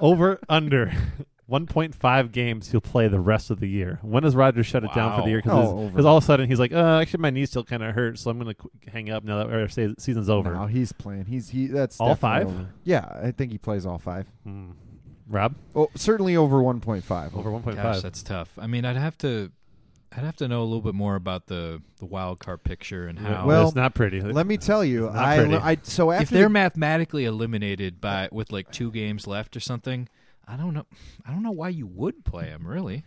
Speaker 2: over under 1.5 games he'll play the rest of the year. When does Rogers shut it down for the
Speaker 1: Wow.
Speaker 2: year?
Speaker 3: Oh, over.
Speaker 2: Because all of a sudden he's like, uh, actually my knee still kind of hurts, so I'm going to qu- hang up now that our se- season's over.
Speaker 3: Now he's playing. He's he. That's
Speaker 2: All
Speaker 3: definitely
Speaker 2: five?
Speaker 3: over. Yeah, I think he plays all five.
Speaker 2: Hmm. Rob,
Speaker 3: Oh, certainly over one point five.
Speaker 2: over 1.5.
Speaker 1: Gosh, that's tough. I mean, I'd have to, I'd have to know a little bit more about the the wild card picture and
Speaker 2: Yeah,
Speaker 1: how.
Speaker 3: Well,
Speaker 2: it's not pretty.
Speaker 3: Let me tell you,
Speaker 2: It's not
Speaker 3: I,
Speaker 2: pretty.
Speaker 3: I so after
Speaker 1: if they're
Speaker 3: the-
Speaker 1: mathematically eliminated by with like two games left or something, I don't know. I don't know why you would play him. Really,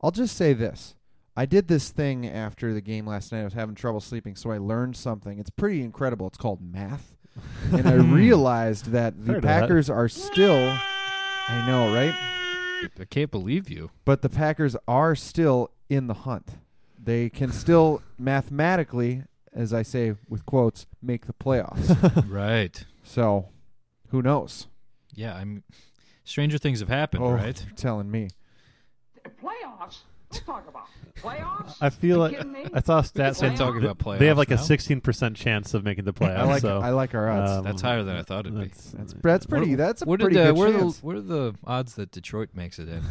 Speaker 3: I'll just say this. I did this thing after the game last night. I was having trouble sleeping, so I learned something. It's pretty incredible. It's called math. and I realized that the
Speaker 2: Heard of that.
Speaker 3: Packers are still I know, right?
Speaker 1: I can't believe you.
Speaker 3: But the Packers are still in the hunt. They can still mathematically, as I say with quotes, make the playoffs.
Speaker 1: right?
Speaker 3: so, who knows?
Speaker 1: Yeah. I'm. Stranger things have happened,
Speaker 3: Oh,
Speaker 1: right?
Speaker 3: You're telling me.
Speaker 4: Playoffs? Let's talk about playoffs.
Speaker 2: I feel
Speaker 4: You
Speaker 2: like
Speaker 4: kidding me?
Speaker 2: I saw a stat
Speaker 4: We're
Speaker 2: saying
Speaker 4: talking
Speaker 2: th-
Speaker 1: about
Speaker 2: They have
Speaker 1: playoffs
Speaker 2: like a
Speaker 1: now.
Speaker 2: 16% chance of making the playoffs.
Speaker 3: I like
Speaker 2: so,
Speaker 3: I like our odds.
Speaker 2: um,
Speaker 1: That's higher than I thought it'd be.
Speaker 3: that's that's pretty. that's a
Speaker 1: What,
Speaker 3: pretty
Speaker 1: uh, did, uh,
Speaker 3: good
Speaker 1: what, are the,
Speaker 3: chance.
Speaker 1: what are the odds that Detroit makes it in?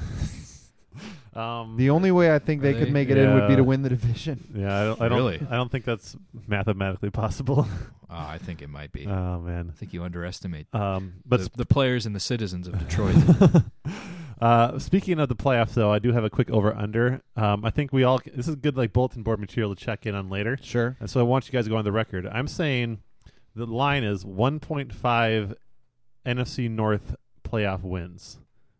Speaker 2: um,
Speaker 3: The only way I think they
Speaker 1: They-
Speaker 3: could make it in would be
Speaker 2: Yeah.
Speaker 3: to win the division.
Speaker 2: Yeah, I don't, I don't.
Speaker 1: Really?
Speaker 2: I don't think that's mathematically possible.
Speaker 1: Oh, I think it might be.
Speaker 3: Uh.
Speaker 2: oh man.
Speaker 1: I think you underestimate
Speaker 2: Um, but
Speaker 1: the, the players and the citizens of Detroit.
Speaker 2: uh, speaking of the playoffs, though, I do have a quick over under. Um, I think we all. This is good, like bulletin board material to check in on later.
Speaker 3: Sure.
Speaker 2: And so I want you guys to go on the record. I'm saying the line is 1.5 NFC North playoff wins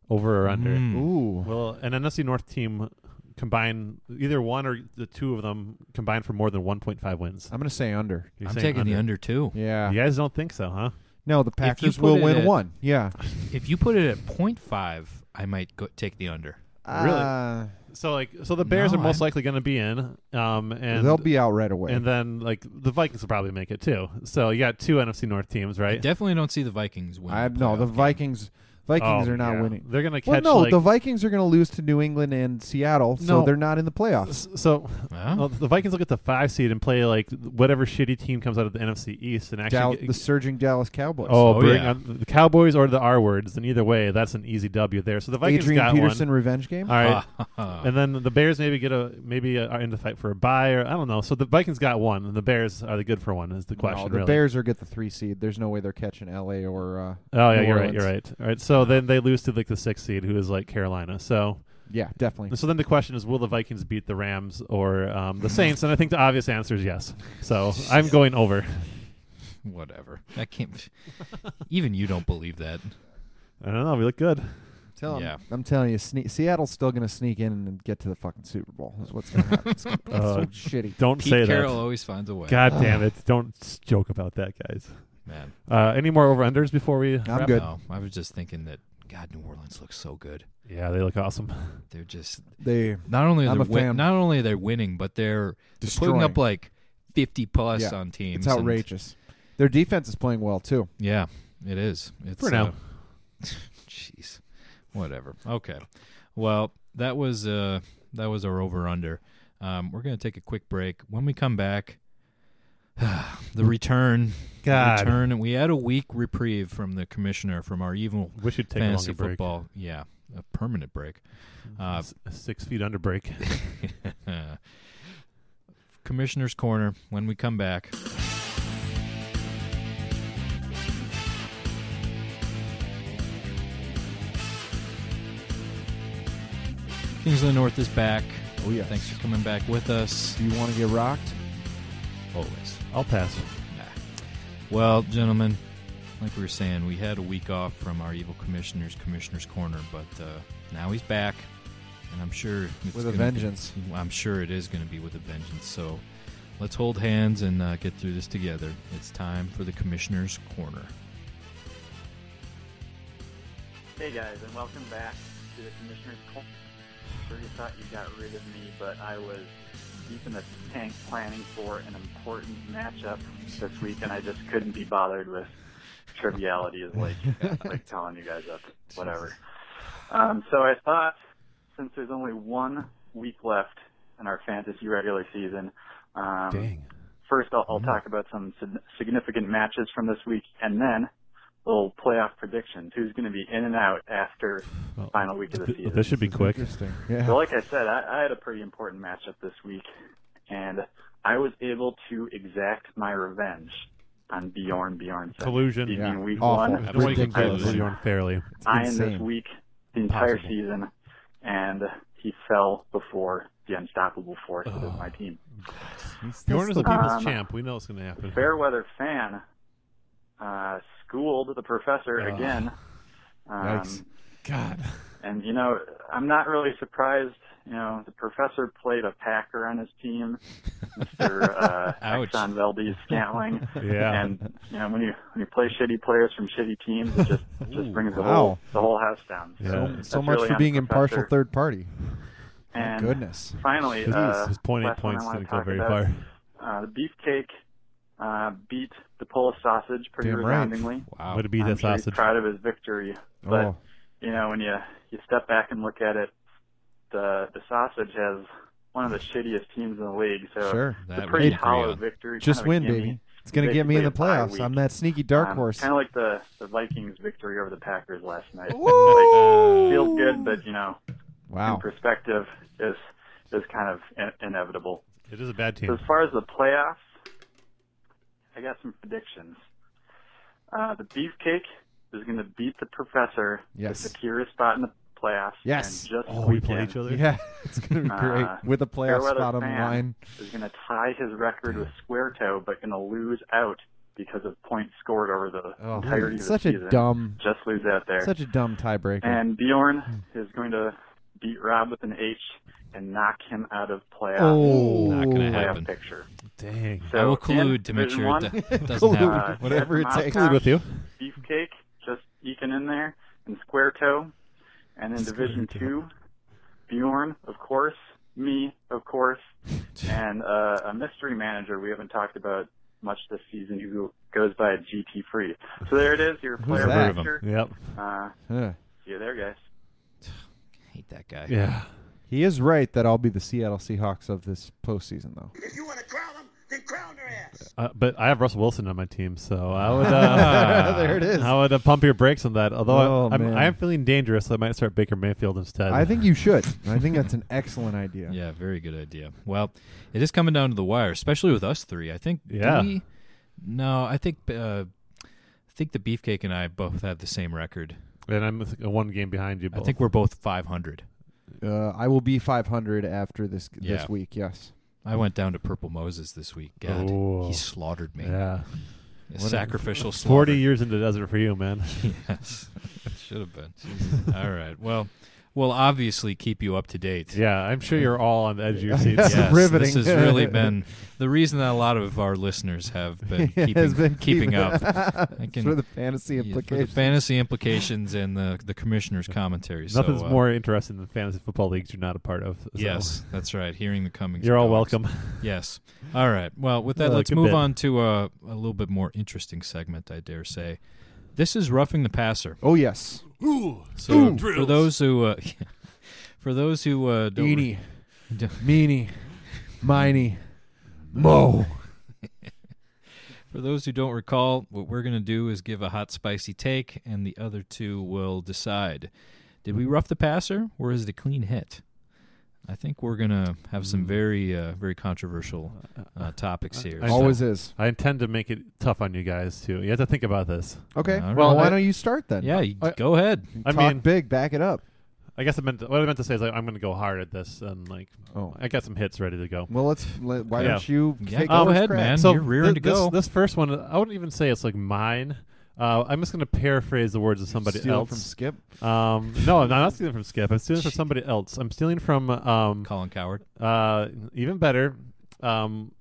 Speaker 2: over or under.
Speaker 3: Hmm.
Speaker 1: Mm.
Speaker 3: Ooh.
Speaker 2: Well, an NFC North team combine either one or the two of them combined for more than 1.5 wins.
Speaker 3: I'm going to say under.
Speaker 2: You're
Speaker 1: I'm
Speaker 2: saying
Speaker 1: taking the under too.
Speaker 3: Yeah.
Speaker 2: You guys don't think so, huh?
Speaker 3: No, the Packers
Speaker 1: put
Speaker 3: will
Speaker 1: it
Speaker 3: win
Speaker 1: at-
Speaker 3: one. Yeah.
Speaker 1: If you put it at 0.5, I might go, take the under.
Speaker 2: Really?
Speaker 3: Uh,
Speaker 2: So like, so the Bears
Speaker 1: No,
Speaker 2: are most
Speaker 1: I'm-
Speaker 2: likely going to be in, um, and
Speaker 3: they'll be out right away.
Speaker 2: and then like the Vikings will probably make it too. So you got two NFC North teams,
Speaker 1: I
Speaker 2: right?
Speaker 1: definitely don't see the Vikings win.
Speaker 3: I no, the
Speaker 1: playoff game.
Speaker 3: Vikings Vikings
Speaker 2: Oh,
Speaker 3: are not
Speaker 2: yeah.
Speaker 3: winning.
Speaker 2: They're going to
Speaker 3: Well,
Speaker 2: catch
Speaker 3: no,
Speaker 2: like
Speaker 3: the Vikings are going to lose to New England and Seattle, so
Speaker 2: No.
Speaker 3: they're not in the playoffs.
Speaker 2: s- so
Speaker 1: Huh?
Speaker 2: well, the Vikings will get the five seed and play like whatever shitty team comes out of the NFC East and actually
Speaker 3: Dal-
Speaker 2: get,
Speaker 3: the surging Dallas Cowboys.
Speaker 2: oh,
Speaker 1: Oh,
Speaker 2: bring
Speaker 1: yeah.
Speaker 2: on the Cowboys or the R words. And either way, that's an easy W there. So the Vikings
Speaker 3: Adrian
Speaker 2: got
Speaker 3: Peterson
Speaker 2: one.
Speaker 3: revenge game.
Speaker 2: All right,
Speaker 3: Ah.
Speaker 2: and then the Bears maybe get a maybe are in the fight for a bye or I don't know. So the Vikings got one, and the Bears are they good for one? Is the question
Speaker 3: no, the
Speaker 2: really?
Speaker 3: Bears are get the three seed. There's no way they're catching L.A. or uh,
Speaker 2: Oh yeah,
Speaker 3: New
Speaker 2: you're right.
Speaker 3: Orleans.
Speaker 2: You're right. All right. So then they lose to like the sixth seed, who is like Carolina. So
Speaker 3: yeah, definitely.
Speaker 2: so then the question is, will the Vikings beat the Rams or um, the Saints? And I think the obvious answer is yes. So I'm going over.
Speaker 1: Whatever. I can't. even you don't believe that.
Speaker 2: I don't know. We look good.
Speaker 3: Tell 'em-
Speaker 1: Yeah.
Speaker 3: I'm telling you, sne- Seattle's still going to sneak in and get to the fucking Super Bowl. Is what's going to happen. It's gonna be
Speaker 2: Uh,
Speaker 3: so shitty.
Speaker 2: Don't
Speaker 1: Pete
Speaker 2: say
Speaker 1: Carroll always finds a way.
Speaker 2: that. God damn it! Don't s- joke about that, guys.
Speaker 1: Man.
Speaker 2: Uh, any more over unders before we? wrap?
Speaker 3: good.
Speaker 1: No, I was just thinking that, God, New Orleans looks so good.
Speaker 2: Yeah, they look awesome.
Speaker 1: They're just.
Speaker 3: They
Speaker 1: Not only are
Speaker 3: I'm
Speaker 1: they
Speaker 3: a fan.
Speaker 1: win, not only are they winning, but they're putting
Speaker 3: Destroying.
Speaker 1: up like 50 plus
Speaker 3: Yeah.
Speaker 1: on teams.
Speaker 3: It's
Speaker 1: and-
Speaker 3: outrageous. Their defense is playing well too.
Speaker 1: Yeah, it is. It's
Speaker 2: For now.
Speaker 1: uh, Jeez. Whatever. Okay. Well, that was uh that was our over under. Um, we're gonna take a quick break. When we come back,
Speaker 3: Mm.
Speaker 1: the return, the
Speaker 2: God.
Speaker 1: return, and we had a week reprieve from the commissioner from our evil
Speaker 2: We should take
Speaker 1: fantasy
Speaker 2: a longer break. Mm-hmm.
Speaker 1: football. Yeah, a permanent break. Uh,
Speaker 2: S- six feet under break.
Speaker 1: Commissioner's corner. When we come back. Kings of the North is back.
Speaker 3: Oh yeah.
Speaker 1: Thanks for coming back with us.
Speaker 3: Do you want to get rocked?
Speaker 1: Always.
Speaker 2: I'll pass.
Speaker 1: Nah. Well, gentlemen, like we were saying, we had a week off from our evil commissioner's commissioner's corner, but uh, now he's back, and I'm sure it's
Speaker 3: With
Speaker 1: gonna
Speaker 3: a
Speaker 1: be-
Speaker 3: vengeance.
Speaker 1: I'm sure it is going to be with a vengeance. So let's hold hands and uh, get through this together. It's time for the commissioner's corner.
Speaker 5: Hey guys, and welcome back to the Commissioner's Corner. Sure you thought you got rid of me, but I was deep in the tank planning for an important matchup this week, and I just couldn't be bothered with trivialities like, like telling you guys up, whatever. Um, so I thought, since there's only one week left in our fantasy regular season, um,
Speaker 2: Dang. Mm-hmm.
Speaker 5: First, I'll, I'll talk about some sig- significant matches from this week, and then little playoff predictions. Who's going to be in and out after
Speaker 2: Well,
Speaker 5: final week of the
Speaker 2: th-
Speaker 5: season?
Speaker 2: this should be quick.
Speaker 3: Interesting. Yeah.
Speaker 5: So, like I said, I, I had a pretty important matchup this week, and I was able to exact my revenge on Bjorn Bjornson.
Speaker 2: Collusion.
Speaker 5: Beat me
Speaker 3: Yeah.
Speaker 5: in week
Speaker 3: Awful.
Speaker 5: one.
Speaker 2: There's no way you can
Speaker 3: Ridiculous.
Speaker 2: play this video unfairly.
Speaker 5: I am this
Speaker 3: insane.
Speaker 5: week the entire
Speaker 3: Impossible.
Speaker 5: season, and he fell before the unstoppable force that is my team.
Speaker 3: He's-
Speaker 2: Bjorn is
Speaker 3: that's
Speaker 2: the people's
Speaker 5: Um,
Speaker 2: champ. We know it's going to happen.
Speaker 5: Fairweather fan uh, schooled the professor
Speaker 2: Ugh.
Speaker 5: again. Um,
Speaker 3: Yikes.
Speaker 1: God.
Speaker 5: And you know, I'm not really surprised. You know, the professor played a Packer on his team, Mr. Uh,
Speaker 1: Ouch.
Speaker 5: Exxon Valdez Scantling.
Speaker 2: Yeah.
Speaker 5: And you know, when you when you play shitty players from shitty teams, it just it just
Speaker 1: Ooh,
Speaker 5: brings the
Speaker 3: wow.
Speaker 5: whole the whole house down.
Speaker 2: Yeah.
Speaker 5: So,
Speaker 2: So-
Speaker 5: that's
Speaker 3: so much
Speaker 5: really
Speaker 3: for
Speaker 5: on
Speaker 3: being
Speaker 5: the
Speaker 3: impartial
Speaker 5: professor.
Speaker 3: third party. My
Speaker 5: And
Speaker 3: goodness.
Speaker 5: Finally,
Speaker 2: It
Speaker 5: uh,
Speaker 2: is. His point eight
Speaker 5: last one I
Speaker 2: points
Speaker 5: wanna
Speaker 2: didn't go
Speaker 5: talk
Speaker 2: very
Speaker 5: about,
Speaker 2: far.
Speaker 5: Uh, the beefcake uh, beat the Polish sausage pretty
Speaker 3: Damn right.
Speaker 5: resoundingly.
Speaker 1: Wow.
Speaker 2: Would it be the
Speaker 5: I'm sure he's
Speaker 2: sausage?
Speaker 5: proud of his victory, but
Speaker 3: Oh,
Speaker 5: you know, when you you step back and look at it, the the sausage has one of the shittiest teams in the league. So
Speaker 3: sure.
Speaker 5: it's a
Speaker 1: That would
Speaker 5: pretty
Speaker 1: agree
Speaker 5: hollow
Speaker 1: on.
Speaker 5: victory.
Speaker 3: Just
Speaker 5: kind of a
Speaker 3: win,
Speaker 5: gimme.
Speaker 3: baby. It's going to get me in the
Speaker 5: Basically a bye
Speaker 3: playoffs.
Speaker 5: week.
Speaker 3: I'm that sneaky dark horse.
Speaker 5: Kind of like the the Vikings' victory over the Packers last night.
Speaker 3: Woo!
Speaker 5: Like, feels good, but you know, in
Speaker 3: Wow.
Speaker 5: perspective, is is kind of in- inevitable.
Speaker 2: It is a bad
Speaker 5: So
Speaker 2: team.
Speaker 5: as far as the playoffs, I got some predictions. Uh, the Beefcake is going to beat the Professor to
Speaker 3: Yes.
Speaker 5: secure a spot in the playoffs.
Speaker 3: Yes.
Speaker 5: And just
Speaker 2: Oh, we play
Speaker 5: weekend
Speaker 2: each other.
Speaker 3: Yeah, it's going to be great.
Speaker 5: Uh,
Speaker 3: With a playoff
Speaker 5: Fairweather
Speaker 3: spot on the
Speaker 5: fan.
Speaker 3: line.
Speaker 5: is going to tie his record with Square Toe, but going to lose out because of points scored over the
Speaker 3: Oh,
Speaker 5: entirety of the
Speaker 3: such a
Speaker 5: season.
Speaker 3: dumb,
Speaker 5: Just lose out there.
Speaker 3: such a dumb tiebreaker.
Speaker 5: and Bjorn
Speaker 3: Hmm.
Speaker 5: is going to beat Rob with an H and knock him out of playoff.
Speaker 3: oh,
Speaker 1: Not gonna
Speaker 5: playoff
Speaker 1: happen.
Speaker 5: picture.
Speaker 2: Dang.
Speaker 5: So
Speaker 1: I will
Speaker 5: in
Speaker 1: collude to make
Speaker 5: Division
Speaker 1: sure
Speaker 5: uh, one,
Speaker 1: it do- doesn't happen.
Speaker 5: Uh,
Speaker 3: Whatever it
Speaker 5: Jeff
Speaker 3: takes.
Speaker 5: Mottcock,
Speaker 2: with you.
Speaker 5: Beefcake, just eking in there, and Square Toe. And in Division
Speaker 2: Toe.
Speaker 5: Two, Bjorn, of course, me, of course, and uh, a mystery manager we haven't talked about much this season who goes by GT Free. So there it is, your player
Speaker 3: that?
Speaker 5: roster.
Speaker 2: Yep.
Speaker 5: Uh,
Speaker 3: Huh.
Speaker 5: see you there, guys.
Speaker 1: hate that guy.
Speaker 2: Yeah.
Speaker 3: He is right that I'll be the Seattle Seahawks of this postseason, though.
Speaker 6: If you want to crown them, then crown their ass.
Speaker 2: Uh, but I have Russell Wilson on my team, so I would. Uh,
Speaker 3: There it is.
Speaker 2: I would uh, pump your brakes on that. Although
Speaker 3: Oh,
Speaker 2: I, I'm,
Speaker 3: man.
Speaker 2: I am feeling dangerous, so I might start Baker Mayfield instead.
Speaker 3: I think you should. I think that's an excellent idea.
Speaker 1: Yeah, very good idea. Well, it is coming down to the wire, especially with us three. I think. did
Speaker 2: Yeah.
Speaker 1: we- no, I think. Uh, I think the beefcake and I both have the same record.
Speaker 2: and I'm uh, one game behind you. Both.
Speaker 1: I think we're both 500.
Speaker 3: Uh, I will be 500 after this
Speaker 1: Yeah.
Speaker 3: this week. Yes.
Speaker 1: I went down to Purple Moses this week. God,
Speaker 2: Oh.
Speaker 1: he slaughtered me.
Speaker 2: Yeah.
Speaker 1: A sacrificial slaughter.
Speaker 2: Forty years in the desert for you, man.
Speaker 1: yes, it should have been. All right. Well, we'll obviously keep you up to date.
Speaker 2: yeah, I'm sure you're all on the edge of your seats.
Speaker 3: It's
Speaker 1: Yes,
Speaker 3: riveting.
Speaker 1: This has really been the reason that a lot of our listeners have been
Speaker 3: It
Speaker 1: keeping,
Speaker 3: has been
Speaker 1: keeping up. I can-
Speaker 3: for the fantasy
Speaker 1: Yeah, for the
Speaker 3: implications.
Speaker 1: fantasy implications and the the commissioner's commentary. So,
Speaker 2: Nothing's
Speaker 1: uh,
Speaker 2: more interesting than fantasy football leagues you're not a part of. so
Speaker 1: Yes, that's right. Hearing the comings.
Speaker 2: You're
Speaker 1: and
Speaker 2: all
Speaker 1: goings.
Speaker 2: welcome.
Speaker 1: Yes. All right. Well, with that,
Speaker 2: Well,
Speaker 1: let's
Speaker 2: good
Speaker 1: move
Speaker 2: bit.
Speaker 1: on to a, a little bit more interesting segment. I dare say. This is roughing the passer.
Speaker 3: oh yes.
Speaker 1: So for those who uh, for those who uh, don't re-
Speaker 3: Eeny, meeny, miny, mo.
Speaker 1: For those who don't recall, what we're going to do is give a hot, spicy take, and the other two will decide. Did we rough the passer, or is it a clean hit? I think we're going to have
Speaker 3: Hmm.
Speaker 1: some very, uh, very controversial uh, topics here.
Speaker 2: I-
Speaker 1: So-
Speaker 3: Always is.
Speaker 2: I intend to make it tough on you guys too. You have to think about this.
Speaker 3: Okay.
Speaker 1: All
Speaker 3: Well,
Speaker 1: right.
Speaker 3: why don't you start then?
Speaker 1: yeah, you,
Speaker 2: I-
Speaker 1: go ahead.
Speaker 2: I
Speaker 3: Talk
Speaker 2: mean,
Speaker 3: big. Back it up.
Speaker 2: I guess I meant to, what I meant to say is like, I'm going to go hard at this, and like
Speaker 3: Oh.
Speaker 2: I got some hits ready to go.
Speaker 3: Well, let's. Let, why
Speaker 2: Yeah.
Speaker 3: don't you
Speaker 1: Yeah,
Speaker 3: take
Speaker 1: go
Speaker 3: over
Speaker 1: ahead,
Speaker 3: crack?
Speaker 1: man.
Speaker 2: so
Speaker 1: you're rearing
Speaker 2: thi-
Speaker 1: to go.
Speaker 2: This, this first one, I wouldn't even say it's like mine. Uh, I'm just going to paraphrase the words of somebody
Speaker 3: Steal
Speaker 2: else.
Speaker 3: from Skip.
Speaker 2: um, no, I'm not stealing from Skip. I'm stealing from somebody else. I'm stealing from um,
Speaker 1: Colin Coward.
Speaker 2: uh, even better, um,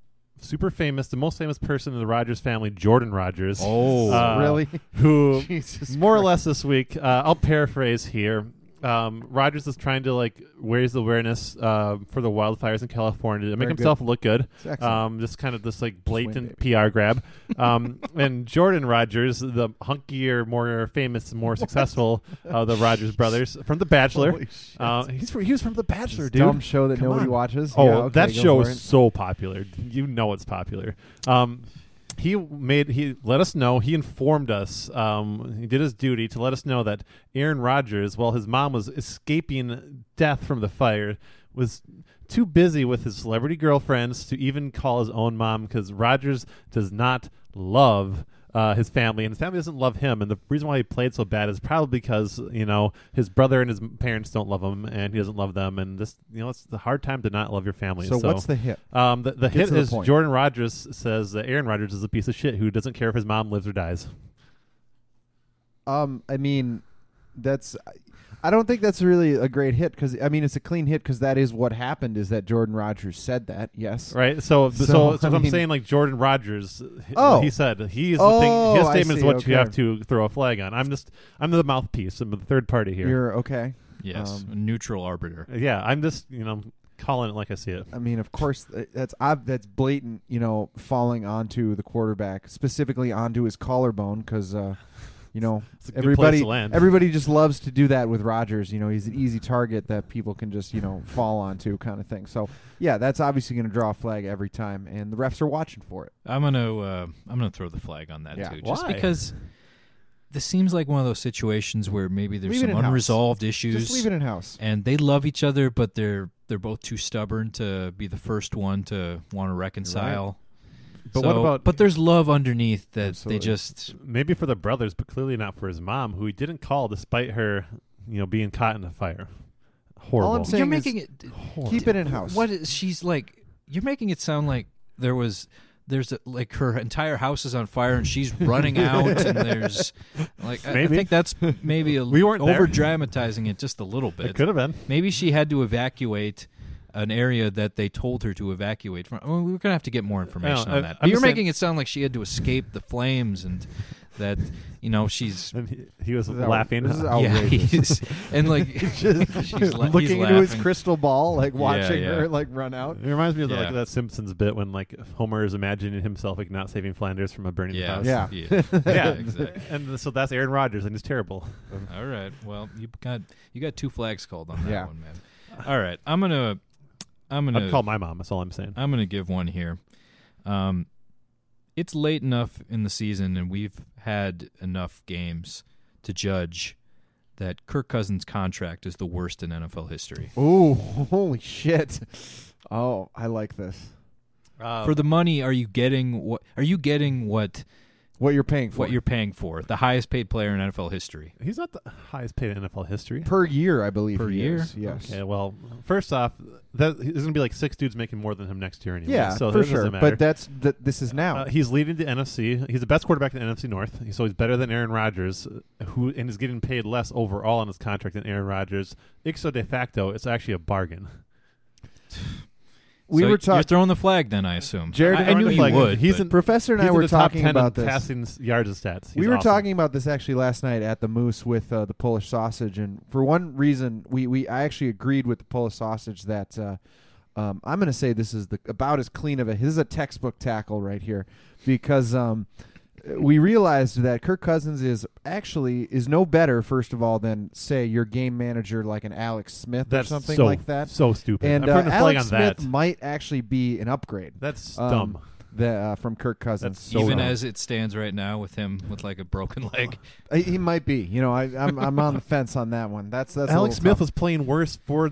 Speaker 2: super famous, the most famous person in the Rogers family, Jordan Rogers.
Speaker 1: Oh,
Speaker 2: Uh,
Speaker 3: really?
Speaker 2: who
Speaker 3: Jesus
Speaker 2: more or less this week. Uh, I'll paraphrase here. Um, Rogers is trying to like raise the awareness uh, for the wildfires in California to make
Speaker 3: Very good.
Speaker 2: himself look good.
Speaker 3: It's excellent.
Speaker 2: Um, just kind of this like blatant
Speaker 3: baby.
Speaker 2: PR grab. Um, and Jordan Rogers, the hunkier, more famous, more successful of the Rogers brothers from The Bachelor.
Speaker 3: Holy shit.
Speaker 2: Uh, he's from, he was from The Bachelor,
Speaker 3: This
Speaker 2: dude.
Speaker 3: dumb show that
Speaker 2: Come
Speaker 3: nobody
Speaker 2: on.
Speaker 3: watches.
Speaker 2: Oh,
Speaker 3: Yeah, okay,
Speaker 2: that
Speaker 3: go
Speaker 2: show
Speaker 3: for it.
Speaker 2: is so popular. You know it's popular. Um, he made he let us know he informed us um, he did his duty to let us know that Aaron Rodgers while his mom was escaping death from the fire was too busy with his celebrity girlfriends to even call his own mom because Rodgers does not love uh, his family and his family doesn't love him and the reason why he played so bad is probably because you know his brother and his parents don't love him and he doesn't love them and this you know it's a hard time to not love your family
Speaker 3: So what's the hit?
Speaker 2: um, the, the
Speaker 3: Get
Speaker 2: hit
Speaker 3: to the
Speaker 2: is
Speaker 3: point.
Speaker 2: Jordan Rogers says that Aaron Rodgers is a piece of shit who doesn't care if his mom lives or dies.
Speaker 3: Um, I mean, that's. I don't think that's really a great hit because I mean it's a clean hit because that is what happened is that Jordan Rogers said that yes
Speaker 2: Right? So, so,
Speaker 3: So,
Speaker 2: so,
Speaker 3: I
Speaker 2: I'm
Speaker 3: mean-
Speaker 2: saying like Jordan Rogers.
Speaker 3: Oh.
Speaker 2: he said he is the
Speaker 3: Oh,
Speaker 2: thing. His
Speaker 3: I
Speaker 2: statement is
Speaker 3: see,
Speaker 2: what
Speaker 3: okay.
Speaker 2: you have to throw a flag on. I'm just I'm the mouthpiece. I'm the third party here.
Speaker 3: you're okay
Speaker 1: Yes,
Speaker 3: Um,
Speaker 1: a neutral arbiter.
Speaker 2: yeah, I'm just you know calling it like I see it.
Speaker 3: I mean, of course, th- that's ob- that's blatant. You know, falling onto the quarterback, specifically onto his collarbone, because uh, you know
Speaker 2: It's a good place
Speaker 3: everybody
Speaker 2: to land.
Speaker 3: everybody just loves to do that with Rodgers. You know, he's an easy target that people can just you know fall onto, kind of thing. So yeah, that's obviously going to draw a flag every time, and the refs are watching for it.
Speaker 1: I'm gonna uh, I'm gonna throw the flag on that
Speaker 3: Yeah.
Speaker 1: too, just
Speaker 2: Why?
Speaker 1: because this seems like one of those situations where maybe there's
Speaker 3: Leave it
Speaker 1: some
Speaker 3: in-house.
Speaker 1: unresolved issues,
Speaker 3: Just leave it in house.
Speaker 1: and they love each other, but they're they're both too stubborn to be the first one to want to reconcile.
Speaker 2: But what
Speaker 1: So-
Speaker 2: about-
Speaker 1: But there's love underneath that
Speaker 3: Absolutely.
Speaker 1: they just
Speaker 2: Maybe for the brothers, but clearly not for his mom, who he didn't call despite her you know being caught in the fire. Horrible.
Speaker 3: All I'm saying
Speaker 1: you're
Speaker 3: is
Speaker 1: making it
Speaker 3: Keep it in house.
Speaker 1: What is she's like? You're making it sound like there was. There's a, like her entire house is on fire and she's running out and there's like I- I,
Speaker 2: Maybe.
Speaker 1: think that's maybe a,
Speaker 2: We weren't there.
Speaker 1: over dramatizing it just a little bit.
Speaker 2: it could have been.
Speaker 1: Maybe she had to evacuate an area that they told her to evacuate from. I mean, we're gonna have to get more information
Speaker 2: I-
Speaker 1: on that.
Speaker 2: I'm
Speaker 1: But you're
Speaker 2: just saying-
Speaker 1: making it sound like she had to escape the flames and that you know she's
Speaker 2: And he, he was
Speaker 3: is out-
Speaker 2: laughing.
Speaker 3: this is
Speaker 2: Uh,
Speaker 3: out-
Speaker 1: yeah
Speaker 3: outrageous.
Speaker 1: he's, and like she's la- he's
Speaker 3: looking into his
Speaker 1: laughing.
Speaker 3: crystal ball, like watching
Speaker 1: yeah.
Speaker 3: her like run out.
Speaker 2: It reminds me of the, like
Speaker 1: Yeah.
Speaker 2: that Simpsons bit when like Homer is imagining himself like not saving Flanders from a burning
Speaker 1: Yeah,
Speaker 2: house.
Speaker 3: Yeah.
Speaker 2: yeah,
Speaker 1: exactly.
Speaker 2: And so that's Aaron Rodgers, and he's terrible.
Speaker 1: All right. Well, you got you got two flags called on that
Speaker 3: Yeah.
Speaker 1: one, man. All right. I'm gonna I'm gonna
Speaker 2: I'd call my mom. That's all I'm saying.
Speaker 1: I'm gonna give one here. Um, it's late enough in the season, and we've had enough games to judge that Kirk Cousins' contract is the worst in NFL history.
Speaker 3: Ooh, holy shit! Oh, I like this.
Speaker 1: For the money, are you getting what? Are you getting what?
Speaker 3: What you're paying for?
Speaker 1: What you're paying for? The highest paid player in NFL history.
Speaker 2: he's not the highest paid in NFL history.
Speaker 3: per year, I believe.
Speaker 1: Per
Speaker 3: he
Speaker 1: year?
Speaker 3: is, yes.
Speaker 2: Okay, well, first off, that, there's going to be like six dudes making more than him next year anyway.
Speaker 3: Yeah,
Speaker 2: so
Speaker 3: for
Speaker 2: this
Speaker 3: sure.
Speaker 2: doesn't matter.
Speaker 3: But that's th- this is now.
Speaker 2: Uh, he's leading the NFC. He's the best quarterback in the NFC North, so he's better than Aaron Rodgers, uh, who and is getting paid less overall on his contract than Aaron Rodgers. Ixo de facto, it's actually a bargain.
Speaker 3: we
Speaker 1: So
Speaker 3: were
Speaker 1: You're
Speaker 3: talking.
Speaker 1: throwing the flag, then I assume.
Speaker 3: Jared
Speaker 1: I, I knew
Speaker 3: Hernandez-
Speaker 1: you
Speaker 2: Like,
Speaker 1: would.
Speaker 2: he's
Speaker 1: but-
Speaker 2: an-
Speaker 3: Professor and
Speaker 2: He's
Speaker 3: I
Speaker 2: in
Speaker 3: were
Speaker 2: the top
Speaker 3: talking
Speaker 2: 10 in
Speaker 3: about this.
Speaker 2: passing s- yards and stats.
Speaker 3: we
Speaker 2: He's
Speaker 3: were
Speaker 2: awesome.
Speaker 3: talking about this actually last night at the Moose with uh, the Polish sausage, and for one reason, we, we I actually agreed with the Polish sausage that uh, um, I'm going to say this is the about as clean of a this is a textbook tackle right here because um, we realized that Kirk Cousins is actually is no better first of all than say your game manager like an Alex Smith
Speaker 2: That's
Speaker 3: or something
Speaker 2: so-
Speaker 3: like that.
Speaker 2: So stupid.
Speaker 3: And
Speaker 2: I'm
Speaker 3: uh,
Speaker 2: putting a flag
Speaker 3: Alex
Speaker 2: on
Speaker 3: Smith
Speaker 2: that.
Speaker 3: might actually be an upgrade.
Speaker 2: That's
Speaker 3: um,
Speaker 2: dumb.
Speaker 3: The, uh, from Kirk Cousins.
Speaker 2: That's
Speaker 3: So
Speaker 1: even
Speaker 2: wrong.
Speaker 1: as it stands right now with him with like a broken leg.
Speaker 3: Uh, he might be. You know, I, I'm I'm on the fence on that one. That's that's a
Speaker 2: Alex
Speaker 3: little
Speaker 2: Smith
Speaker 3: tough.
Speaker 2: was playing worse for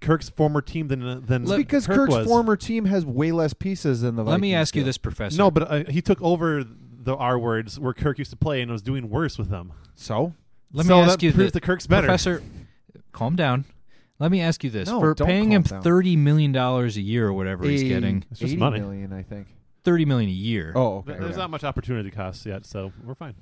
Speaker 2: Kirk's former team than uh, than
Speaker 3: It's because
Speaker 2: Kirk
Speaker 3: Kirk's
Speaker 2: was.
Speaker 3: former team has way less pieces than the.
Speaker 1: Let me
Speaker 3: Vikings
Speaker 1: ask you
Speaker 3: do.
Speaker 1: this, Professor.
Speaker 2: No, but uh, he took over the R words where Kirk used to play and was doing worse with them.
Speaker 3: So
Speaker 1: let me
Speaker 2: so
Speaker 1: ask
Speaker 2: that
Speaker 1: you
Speaker 2: proves
Speaker 1: thi-
Speaker 2: that Kirk's better.
Speaker 1: Professor. Calm down. Let me ask you this:
Speaker 3: No,
Speaker 1: for
Speaker 3: don't
Speaker 1: paying him
Speaker 3: calm down.
Speaker 1: thirty million dollars a year or whatever he's
Speaker 3: Eh,
Speaker 1: getting,
Speaker 2: It's just
Speaker 3: 80
Speaker 2: money.
Speaker 3: million, I think.
Speaker 1: thirty million a year.
Speaker 3: Oh,
Speaker 2: Th-
Speaker 3: okay.
Speaker 2: There's
Speaker 3: yeah.
Speaker 2: not much opportunity cost yet, so we're fine.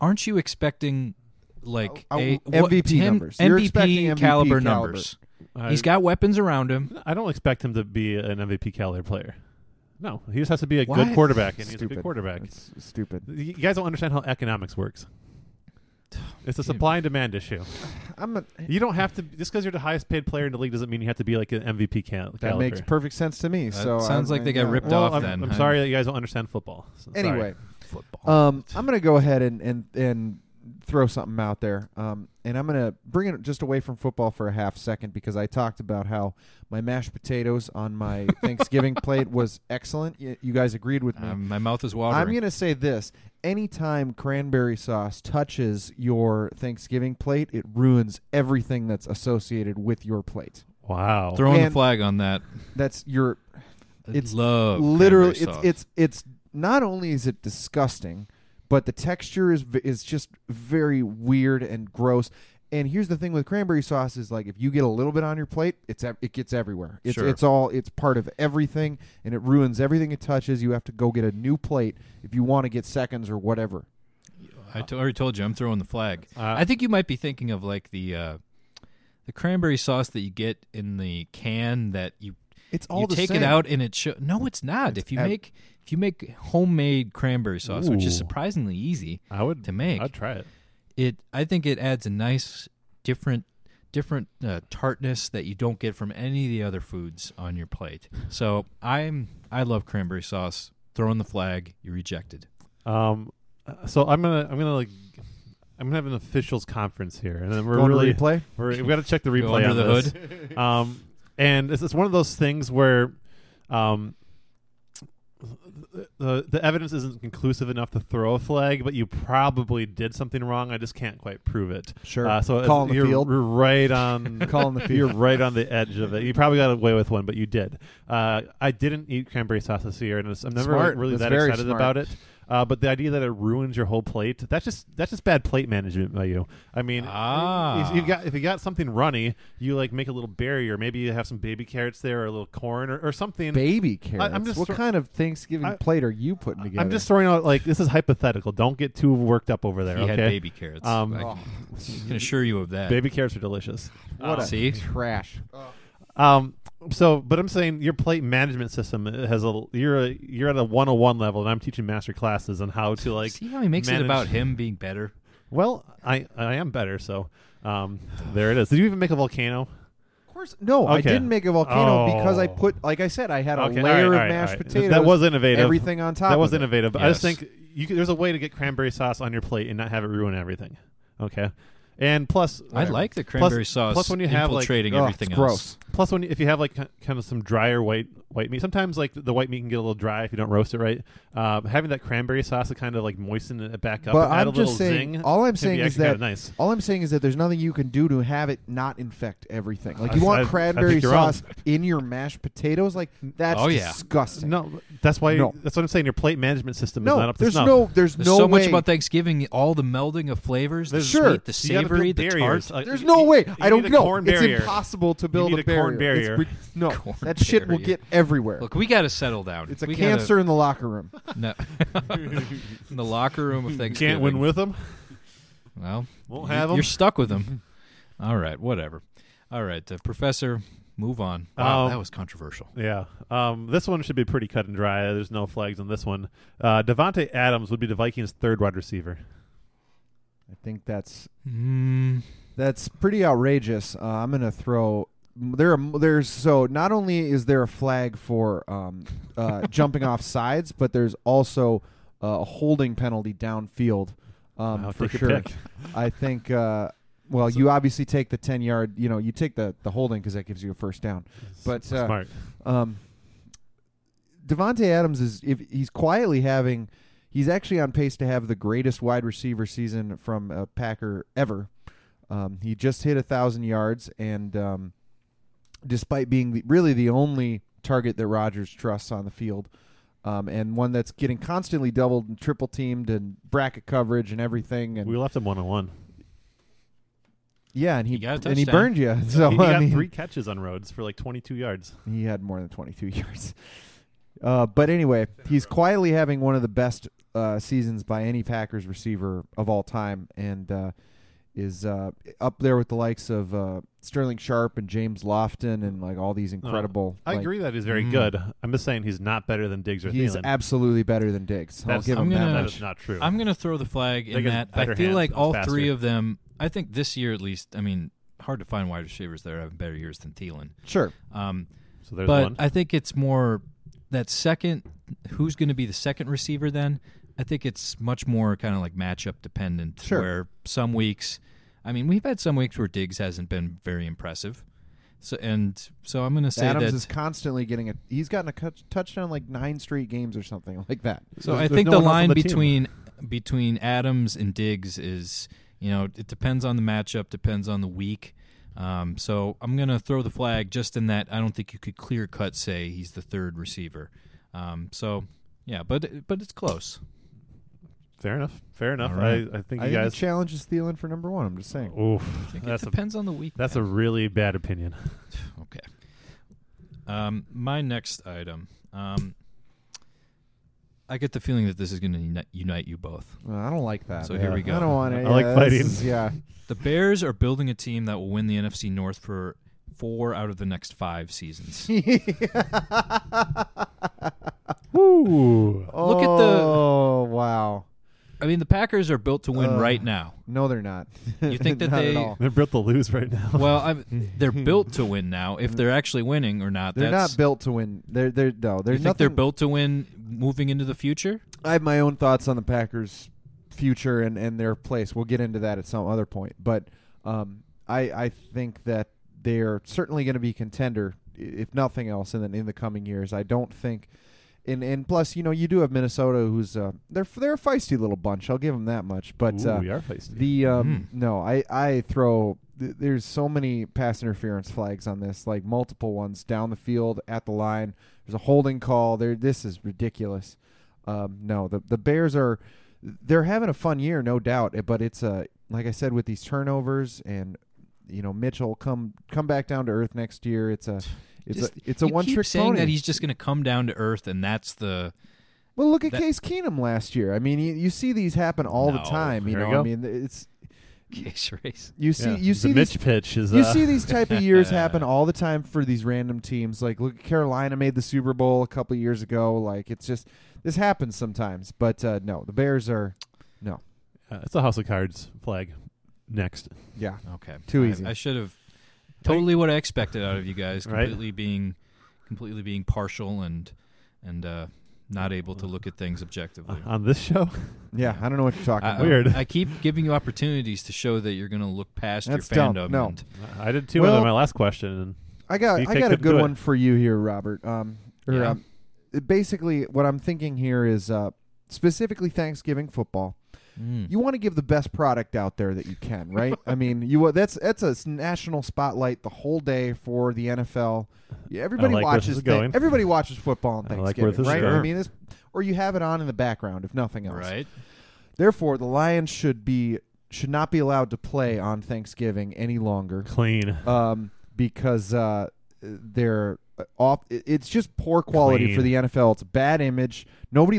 Speaker 1: aren't you expecting like
Speaker 3: Oh, oh,
Speaker 1: a, what,
Speaker 3: MVP
Speaker 1: 10
Speaker 3: numbers. You're
Speaker 1: MVP,
Speaker 3: expecting MVP
Speaker 1: caliber
Speaker 3: caliber.
Speaker 1: numbers?
Speaker 2: I,
Speaker 1: He's got weapons around him.
Speaker 2: I don't expect him to be an MVP caliber player. No, he just has to be a
Speaker 1: Why?
Speaker 2: good quarterback, and he's a
Speaker 3: Stupid.
Speaker 2: good quarterback.
Speaker 3: That's stupid.
Speaker 2: You guys don't understand how economics works. It's a
Speaker 1: Dude.
Speaker 2: supply and demand issue.
Speaker 3: I'm a,
Speaker 2: You don't have to just because you're the highest paid player in the league doesn't mean you have to be like an MVP cal-
Speaker 3: that
Speaker 2: caliber.
Speaker 3: makes perfect sense to me.
Speaker 1: That
Speaker 3: so
Speaker 1: sounds
Speaker 3: I-
Speaker 1: like they
Speaker 3: yeah.
Speaker 1: got ripped
Speaker 2: well,
Speaker 1: off
Speaker 2: I'm,
Speaker 1: then.
Speaker 2: I'm
Speaker 1: huh?
Speaker 2: sorry that you guys don't understand football. So, sorry.
Speaker 3: Anyway,
Speaker 1: football.
Speaker 3: um, I'm going to go ahead and and and throw something out there, um, and I'm gonna bring it just away from football for a half second because I talked about how my mashed potatoes on my Thanksgiving plate was excellent. Y- you guys agreed with me.
Speaker 1: Um, my mouth is watering.
Speaker 3: I'm going to say this. Anytime cranberry sauce touches your Thanksgiving plate, it ruins everything that's associated with your plate.
Speaker 2: Wow.
Speaker 1: throwing the
Speaker 3: Man.
Speaker 1: flag on that.
Speaker 3: That's your
Speaker 1: I
Speaker 3: It's
Speaker 1: love
Speaker 3: literally
Speaker 1: cranberry
Speaker 3: it's
Speaker 1: sauce.
Speaker 3: it's it's not only is it disgusting, but the texture is v- is just very weird and gross. And here's the thing with cranberry sauce is like if you get a little bit on your plate, it's ev- it gets everywhere. It's
Speaker 1: Sure.
Speaker 3: it's all it's part of everything and it ruins everything it touches. You have to go get a new plate if you want to get seconds or whatever.
Speaker 1: I to- already told you I'm throwing the flag.
Speaker 2: Uh,
Speaker 1: I think you might be thinking of like the uh, the cranberry sauce that you get in the can that you
Speaker 3: It's all
Speaker 1: you
Speaker 3: the
Speaker 1: take it
Speaker 3: same.
Speaker 1: out and it show- no, it's not. if you
Speaker 3: ab-
Speaker 1: make if you make homemade cranberry sauce, which is
Speaker 2: Ooh. Uh,
Speaker 1: surprisingly easy
Speaker 2: I would
Speaker 1: to make,
Speaker 2: I'd try it.
Speaker 1: it I think it adds a nice different different uh, tartness that you don't get from any of the other foods on your plate. So I'm I love cranberry sauce. Throwing the flag, you rejected.
Speaker 2: Um, uh, so I'm gonna I'm gonna like I'm gonna have an officials conference here, and then we're
Speaker 3: Going to
Speaker 2: really
Speaker 3: replay?
Speaker 2: we're, we've got to check the replay
Speaker 1: under
Speaker 2: on
Speaker 1: the
Speaker 2: this. hood. Um, and it's, it's one of those things where, um, the the evidence isn't conclusive enough to throw a flag, but you probably did something wrong. I just can't quite prove it.
Speaker 3: Sure.
Speaker 2: Uh, so
Speaker 3: Calling the
Speaker 2: you're,
Speaker 3: field.
Speaker 2: you're right on
Speaker 3: Calling the
Speaker 2: You're right on the edge of it. You probably got away with one, but you did. Uh, I didn't eat cranberry sauce this year, and it's- I'm never like,
Speaker 3: Smart.
Speaker 2: really
Speaker 3: That's
Speaker 2: that
Speaker 3: very
Speaker 2: excited
Speaker 3: smart.
Speaker 2: about it. Uh, but the idea that it ruins your whole plate—that's just—that's just bad plate management by you. I mean,
Speaker 1: Ah.
Speaker 2: if you got if you got something runny, you like make a little barrier. Maybe you have some baby carrots there, or a little corn, or, or something.
Speaker 3: baby carrots.
Speaker 2: just
Speaker 3: what
Speaker 2: thro-
Speaker 3: kind of Thanksgiving
Speaker 2: I-
Speaker 3: plate are you putting together?
Speaker 2: I'm just throwing out like this is hypothetical. Don't get too worked up over there.
Speaker 1: He
Speaker 2: okay,
Speaker 1: had baby carrots.
Speaker 2: Um,
Speaker 1: I can, I can assure you of that.
Speaker 2: baby carrots are delicious.
Speaker 3: what a
Speaker 1: see?
Speaker 3: trash.
Speaker 2: Um. So, but I'm saying your plate management system has a you're a, you're at a 101 level, and I'm teaching master classes on how to like.
Speaker 1: See how he makes
Speaker 2: manage-
Speaker 1: it about him being better.
Speaker 2: Well, I I am better, so um, there it is. Did you even make a volcano?
Speaker 3: Of course, no, I
Speaker 2: Okay.
Speaker 3: didn't make a volcano
Speaker 2: Oh.
Speaker 3: because I put, like I said, I had a
Speaker 2: Okay, all right,
Speaker 3: layer
Speaker 2: all
Speaker 3: of
Speaker 2: right,
Speaker 3: mashed
Speaker 2: all right.
Speaker 3: potatoes.
Speaker 2: That was innovative.
Speaker 3: Everything on top.
Speaker 2: that was
Speaker 3: of it.
Speaker 2: innovative. But I just
Speaker 1: Yes.
Speaker 2: think you can, there's a way to get cranberry sauce on your plate and not have it ruin everything. Okay, and plus
Speaker 1: I
Speaker 2: whatever.
Speaker 1: like the
Speaker 2: Plus-
Speaker 1: cranberry sauce.
Speaker 2: Plus, when you have like
Speaker 1: infiltrating
Speaker 3: Ugh,
Speaker 1: everything
Speaker 3: it's
Speaker 1: else,
Speaker 3: gross.
Speaker 2: Plus, when if you have like ki- kind of some drier white white meat, sometimes like the white meat can get a little dry if you don't roast it right. Um, having that cranberry sauce to kind of like moisten it back up,
Speaker 3: But
Speaker 2: and add
Speaker 3: I'm
Speaker 2: a little
Speaker 3: just saying.
Speaker 2: zing.
Speaker 3: all
Speaker 2: can
Speaker 3: I'm
Speaker 2: be
Speaker 3: saying is
Speaker 2: actually
Speaker 3: that
Speaker 2: kinda nice.
Speaker 3: all I'm saying is that there's nothing you can do to have it not infect everything. Like
Speaker 2: I-
Speaker 3: you
Speaker 2: I- I
Speaker 3: want
Speaker 2: think
Speaker 3: cranberry
Speaker 2: you're wrong.
Speaker 3: sauce in your mashed potatoes, like that's
Speaker 1: Oh, yeah.
Speaker 3: disgusting.
Speaker 2: No, that's why.
Speaker 3: No.
Speaker 2: That's what I'm saying. Your plate management system
Speaker 3: No,
Speaker 2: is not up to
Speaker 3: there's
Speaker 2: snuff.
Speaker 3: no, there's,
Speaker 1: there's
Speaker 3: no
Speaker 1: so
Speaker 3: way.
Speaker 1: much about Thanksgiving. All the melding of flavors, the
Speaker 2: There's- Sure.
Speaker 1: sweet, the
Speaker 2: You gotta
Speaker 1: savory,
Speaker 2: build
Speaker 1: the
Speaker 2: barriers.
Speaker 1: tart. uh,
Speaker 2: Like,
Speaker 3: There's
Speaker 2: you-
Speaker 3: no
Speaker 2: you-
Speaker 3: way.
Speaker 2: you
Speaker 3: I
Speaker 2: need
Speaker 3: don't
Speaker 2: a
Speaker 3: know.
Speaker 2: corn
Speaker 3: it's
Speaker 2: barrier.
Speaker 3: impossible to build
Speaker 2: need
Speaker 3: a
Speaker 2: a corn
Speaker 3: barrier. It's
Speaker 2: barrier.
Speaker 3: re- no,
Speaker 1: Corn
Speaker 3: that shit will
Speaker 1: barrier.
Speaker 3: get everywhere.
Speaker 1: Look, we got to settle down.
Speaker 3: it's a
Speaker 1: We gotta-
Speaker 3: cancer in the locker room.
Speaker 1: no. in the locker room of Thanksgiving.
Speaker 2: Can't win with them.
Speaker 1: Well,
Speaker 2: Won't
Speaker 1: you-
Speaker 2: have 'em.
Speaker 1: You're stuck with them. All right, whatever. All right, uh, Professor, move on. Wow,
Speaker 2: Um,
Speaker 1: that was controversial.
Speaker 2: Yeah. Um, this one should be pretty cut and dry. There's no flags on this one. Uh, Devonte Adams would be the Vikings' third wide receiver.
Speaker 3: I think that's
Speaker 1: Mm,
Speaker 3: that's pretty outrageous. Uh, I'm gonna throw there. Are, there's so not only is there a flag for um, uh, jumping off sides, but there's also uh, a holding penalty downfield. Um,
Speaker 2: Wow,
Speaker 3: for
Speaker 2: take
Speaker 3: sure,
Speaker 2: your pick.
Speaker 3: I think. Uh, well, you obviously take the ten yard. You know, you take the the holding because that gives you a first down. But uh,
Speaker 2: Smart.
Speaker 3: Um, Devonte Adams is if he's quietly having, he's actually on pace to have the greatest wide receiver season from a Packer ever. Um, he just hit a thousand yards, and um, despite being the, really the only target that Rodgers trusts on the field, um, and one that's getting constantly doubled and triple teamed and bracket coverage and everything, and
Speaker 2: We left him one on one.
Speaker 3: yeah, and he
Speaker 1: He got a
Speaker 3: and he
Speaker 1: touchdown.
Speaker 3: burned you. So
Speaker 2: he
Speaker 3: I
Speaker 2: got
Speaker 3: mean,
Speaker 2: three catches on roads for like 22 yards.
Speaker 3: He had more than 22 yards. Uh, but anyway, he's quietly having one of the best uh, seasons by any Packers receiver of all time, and uh, is uh, up there with the likes of uh, Sterling Sharp and James Lofton, and like all these incredible.
Speaker 2: Oh, I
Speaker 3: like,
Speaker 2: agree that he's very
Speaker 1: Mm.
Speaker 2: good. I'm just saying he's not better than Diggs or
Speaker 3: He's
Speaker 2: Thielen.
Speaker 3: absolutely better than Diggs. I'll
Speaker 2: That's-
Speaker 3: give
Speaker 1: I'm
Speaker 3: him
Speaker 1: gonna-
Speaker 3: that
Speaker 2: that
Speaker 3: much.
Speaker 2: is not true.
Speaker 1: I'm going to throw the flag in
Speaker 2: They got
Speaker 1: that. I
Speaker 2: better
Speaker 1: feel
Speaker 2: hands
Speaker 1: like
Speaker 2: and
Speaker 1: all
Speaker 2: faster.
Speaker 1: three of them. I think this year at least. I mean, hard to find wide receivers that are having better years than Thielen.
Speaker 3: Sure.
Speaker 1: Um,
Speaker 2: so there's
Speaker 1: but
Speaker 2: one.
Speaker 1: I think it's more that second. Who's going to be the second receiver then? I think it's much more kind of like matchup dependent.
Speaker 3: Sure.
Speaker 1: Where some weeks, I mean, we've had some weeks where Diggs hasn't been very impressive. So and so, I'm going to say
Speaker 3: Adams
Speaker 1: that.
Speaker 3: is constantly getting a. He's gotten a cut- touchdown like nine straight games or something like that.
Speaker 1: so
Speaker 2: There's-
Speaker 1: I
Speaker 2: there's
Speaker 1: think
Speaker 2: no
Speaker 1: the
Speaker 2: one else on
Speaker 1: line
Speaker 2: the team.
Speaker 1: between between Adams and Diggs is you know it depends on the matchup, depends on the week. Um, so I'm going to throw the flag just in that I don't think you could clear cut say he's the third receiver. Um, so yeah, but but it's close.
Speaker 2: Fair enough. Fair enough.
Speaker 1: All right.
Speaker 2: I, I think
Speaker 3: I
Speaker 2: you
Speaker 3: think the
Speaker 2: guys. Oh.
Speaker 3: challenge is Thielen for number one. I'm just saying.
Speaker 2: Oof,
Speaker 1: I think
Speaker 2: that's
Speaker 1: it
Speaker 2: a
Speaker 1: depends on the week.
Speaker 2: that's a really bad opinion.
Speaker 1: Okay. Um, my next item. Um, I get the feeling that this is going to unite you both.
Speaker 3: Uh, I don't like that.
Speaker 1: So here
Speaker 3: Yeah.
Speaker 1: we go.
Speaker 3: I don't want
Speaker 2: I
Speaker 3: it.
Speaker 2: like
Speaker 3: yeah, this
Speaker 2: fighting.
Speaker 3: is- yeah,
Speaker 1: The Bears are building a team that will win the NFC North for four out of the next five seasons.
Speaker 2: Woo!
Speaker 1: Look at the-
Speaker 3: Oh wow.
Speaker 1: I mean, the Packers are built to win
Speaker 3: Uh.
Speaker 1: right now.
Speaker 3: No, they're not.
Speaker 1: You think that
Speaker 3: Not at
Speaker 1: they-
Speaker 3: all.
Speaker 2: They're built to lose right now.
Speaker 1: Well, I'm, they're built to win now. If they're actually winning or not,
Speaker 3: They're
Speaker 1: that's.
Speaker 3: not built to win. They're they're no. They're
Speaker 1: you think they're
Speaker 3: nothing-
Speaker 1: built to win moving into the future?
Speaker 3: I have my own thoughts on the Packers' future and, and their place. We'll get into that at some other point, but um, I I think that they are certainly going to be contender, i- if nothing else, in the, in the coming years. I don't think, and and plus, you know, you do have Minnesota, who's uh, they're they're a feisty little bunch. I'll give them that much, but
Speaker 2: Ooh,
Speaker 3: uh,
Speaker 2: we are feisty.
Speaker 3: the um,
Speaker 1: Mm.
Speaker 3: no, I I throw. th- There's so many pass interference flags on this, like multiple ones down the field at the line. There's a holding call. There, this is ridiculous. Um, no, the the Bears are they're having a fun year, no doubt. eh, But it's a like I said with these turnovers and you know Mitchell come come back down to earth next year. It's a it's
Speaker 1: Just-
Speaker 3: a it's a
Speaker 1: you
Speaker 3: one
Speaker 1: keep
Speaker 3: trick
Speaker 1: saying
Speaker 3: pony.
Speaker 1: that he's just going to come down to earth, and that's the
Speaker 3: Well, look at
Speaker 1: That-
Speaker 3: Case Keenum last year. I mean, you, you see these happen all the
Speaker 1: No,
Speaker 3: time. You
Speaker 2: there
Speaker 3: know,
Speaker 2: you
Speaker 3: I
Speaker 2: go.
Speaker 3: mean, it's
Speaker 1: case race.
Speaker 3: you see
Speaker 2: Yeah.
Speaker 3: you see
Speaker 2: the
Speaker 3: these
Speaker 2: Mitch pitch is.
Speaker 3: You
Speaker 2: uh,
Speaker 3: see these type of years happen all the time for these random teams. Like look, Carolina made the Super Bowl a couple years ago. Like it's just this happens sometimes. But uh, no, the Bears are no.
Speaker 2: uh, it's a House of Cards flag. Next,
Speaker 3: Yeah,
Speaker 1: Okay.
Speaker 3: Too
Speaker 1: I-
Speaker 3: easy.
Speaker 1: I, should have totally what I expected out of you guys.
Speaker 2: Right.
Speaker 1: Completely being, completely being partial and and uh, not able to look at things objectively.
Speaker 3: Uh-huh.
Speaker 2: Uh, on this show,
Speaker 3: yeah. I don't know what you're talking
Speaker 1: I,
Speaker 3: about.
Speaker 2: Weird.
Speaker 1: I keep giving you opportunities to show that you're going to look past
Speaker 3: That's
Speaker 1: your
Speaker 3: dumb.
Speaker 1: fandom.
Speaker 3: No.
Speaker 1: and-
Speaker 2: I did two
Speaker 3: Well-
Speaker 2: on my last question. And
Speaker 3: I got
Speaker 2: DK
Speaker 3: I got a
Speaker 2: couldn't
Speaker 3: good
Speaker 2: do it.
Speaker 3: one for you here, Robert. Um, or,
Speaker 1: Yeah.
Speaker 3: um, basically, what I'm thinking here is uh, specifically Thanksgiving football.
Speaker 1: Mm.
Speaker 3: you want to give the best product out there that you can, right? I mean, you wa- that's that's a s- national spotlight the whole day for the NFL. Yeah, everybody
Speaker 2: like where this
Speaker 3: watches
Speaker 2: is going.
Speaker 3: thi- everybody watches football on
Speaker 2: I
Speaker 3: Thanksgiving,
Speaker 2: like where this is
Speaker 3: right? I
Speaker 2: going.
Speaker 3: mean, this or you have it on in the background if nothing else.
Speaker 1: right.
Speaker 3: Therefore, the Lions should be should not be allowed to play on Thanksgiving any longer
Speaker 2: clean.
Speaker 3: um, because uh, they're uh, off. it- It's just poor quality
Speaker 2: Clean.
Speaker 3: for the NFL. It's a bad image. Nobody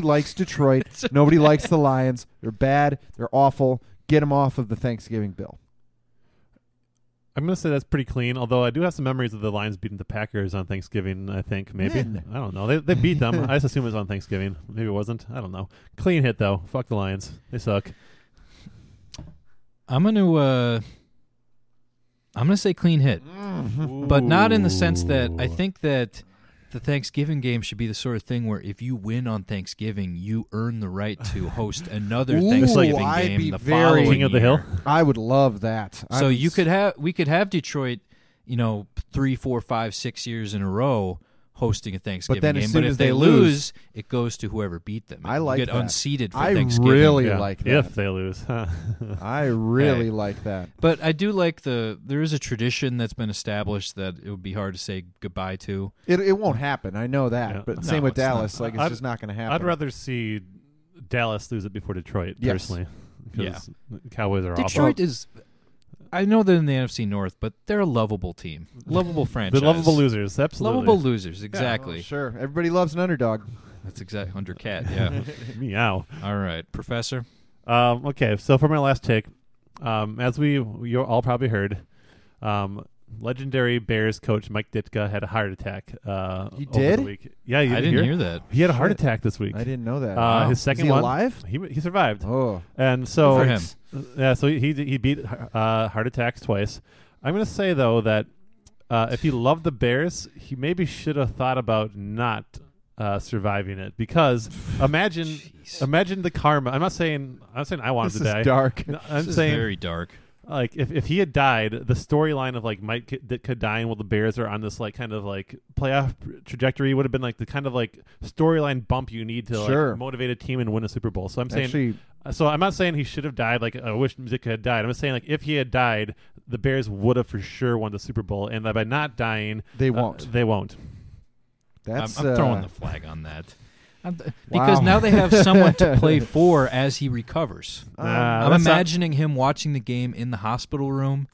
Speaker 3: likes Detroit. Nobody likes the Lions. They're bad. They're awful. Get them off of the Thanksgiving bill.
Speaker 2: I'm gonna say that's pretty clean. Although I do have some memories of the Lions beating the Packers on Thanksgiving. I think maybe
Speaker 3: When?
Speaker 2: I don't know. They they beat them. I just assume it was on Thanksgiving. Maybe it wasn't. I don't know. Clean hit though. Fuck the Lions. They suck.
Speaker 1: I'm going to. Uh, I'm going to say clean hit,
Speaker 3: Mm-hmm.
Speaker 1: but not in the sense that I
Speaker 2: Ooh.
Speaker 1: think that. The Thanksgiving game should be the sort of thing where if you win on Thanksgiving, you earn the right to host another
Speaker 3: Ooh,
Speaker 1: Thanksgiving
Speaker 3: I'd be
Speaker 1: game the
Speaker 3: very-
Speaker 1: following
Speaker 2: King of the hill.
Speaker 1: year.
Speaker 3: I would love that. I
Speaker 1: So
Speaker 3: would
Speaker 1: you
Speaker 3: s-
Speaker 1: could have we could have Detroit, you know, three, four, five, six years in a row hosting a Thanksgiving
Speaker 3: then as
Speaker 1: game.
Speaker 3: soon
Speaker 1: but if
Speaker 3: as
Speaker 1: they,
Speaker 3: they
Speaker 1: lose,
Speaker 3: lose-
Speaker 1: it goes to whoever beat them.
Speaker 3: I
Speaker 1: You
Speaker 3: like
Speaker 1: get
Speaker 3: that.
Speaker 1: unseated for
Speaker 3: I
Speaker 1: Thanksgiving.
Speaker 3: really like that.
Speaker 2: If they lose, huh?
Speaker 3: I really
Speaker 1: Hey.
Speaker 3: like that.
Speaker 1: But I do like the there is a tradition that's been established that it would be hard to say goodbye to.
Speaker 3: It, it won't happen. I know that.
Speaker 2: Yeah.
Speaker 3: But
Speaker 2: No,
Speaker 3: same with
Speaker 1: it's not.
Speaker 3: Dallas. Like it's
Speaker 2: I'd-
Speaker 3: just not going to happen.
Speaker 2: I'd rather see Dallas lose it before Detroit
Speaker 3: Yes.
Speaker 2: personally. 'cause the Cowboys are
Speaker 1: Detroit
Speaker 2: awful.
Speaker 1: is I know they're in the NFC North, but they're a lovable team. Lovable franchise.
Speaker 2: The lovable losers. Absolutely.
Speaker 1: Lovable losers,
Speaker 3: Oh,
Speaker 1: exactly.
Speaker 3: sure. Everybody loves an underdog.
Speaker 1: That's exact under cat, yeah.
Speaker 2: Meow.
Speaker 1: All right, professor.
Speaker 2: Um, okay, so for my last take, um, as we you all probably heard, um, legendary Bears coach Mike Ditka had a heart attack. Uh,
Speaker 3: He
Speaker 2: over the
Speaker 3: did?
Speaker 2: week. Yeah, you
Speaker 1: I didn't hear that.
Speaker 2: He had a heart
Speaker 3: Shit.
Speaker 2: attack this week.
Speaker 3: I didn't know
Speaker 2: Uh,
Speaker 3: that.
Speaker 2: His
Speaker 3: Is
Speaker 2: second
Speaker 3: he
Speaker 2: one.
Speaker 3: alive?
Speaker 2: He he survived,
Speaker 3: Oh,
Speaker 2: and so
Speaker 1: Good for him.
Speaker 2: yeah, so he he beat uh, heart attacks twice. I'm gonna say though that uh, if he loved the Bears, he maybe should have thought about not uh, surviving it because imagine
Speaker 1: Jeez.
Speaker 2: imagine the karma. I'm not saying I'm not saying I wanted
Speaker 3: This
Speaker 2: to
Speaker 3: is
Speaker 2: die.
Speaker 3: dark.
Speaker 2: No, I'm
Speaker 1: this
Speaker 2: saying
Speaker 1: is very dark.
Speaker 2: like if, if he had died, the storyline of like Mike K- that could die and well the Bears are on this like kind of like playoff trajectory would have been like the kind of like storyline bump you need to like,
Speaker 3: Sure.
Speaker 2: motivate a team and win a Super Bowl. So I'm saying
Speaker 3: Actually,
Speaker 2: so I'm not saying he should have died. Like I wish Zitka had died. I'm just saying like if he had died, the Bears would have for sure won the Super Bowl, and that by not dying,
Speaker 3: They
Speaker 2: uh,
Speaker 3: won't.
Speaker 2: they won't.
Speaker 1: I'm,
Speaker 3: that's
Speaker 1: I'm
Speaker 3: uh,
Speaker 1: throwing the flag on that. I'm th-
Speaker 3: Wow.
Speaker 1: Because now they have someone to play for as he recovers.
Speaker 3: um,
Speaker 2: Nah,
Speaker 1: I'm
Speaker 2: Uh, that's not-
Speaker 1: imagining him watching the game in the hospital room.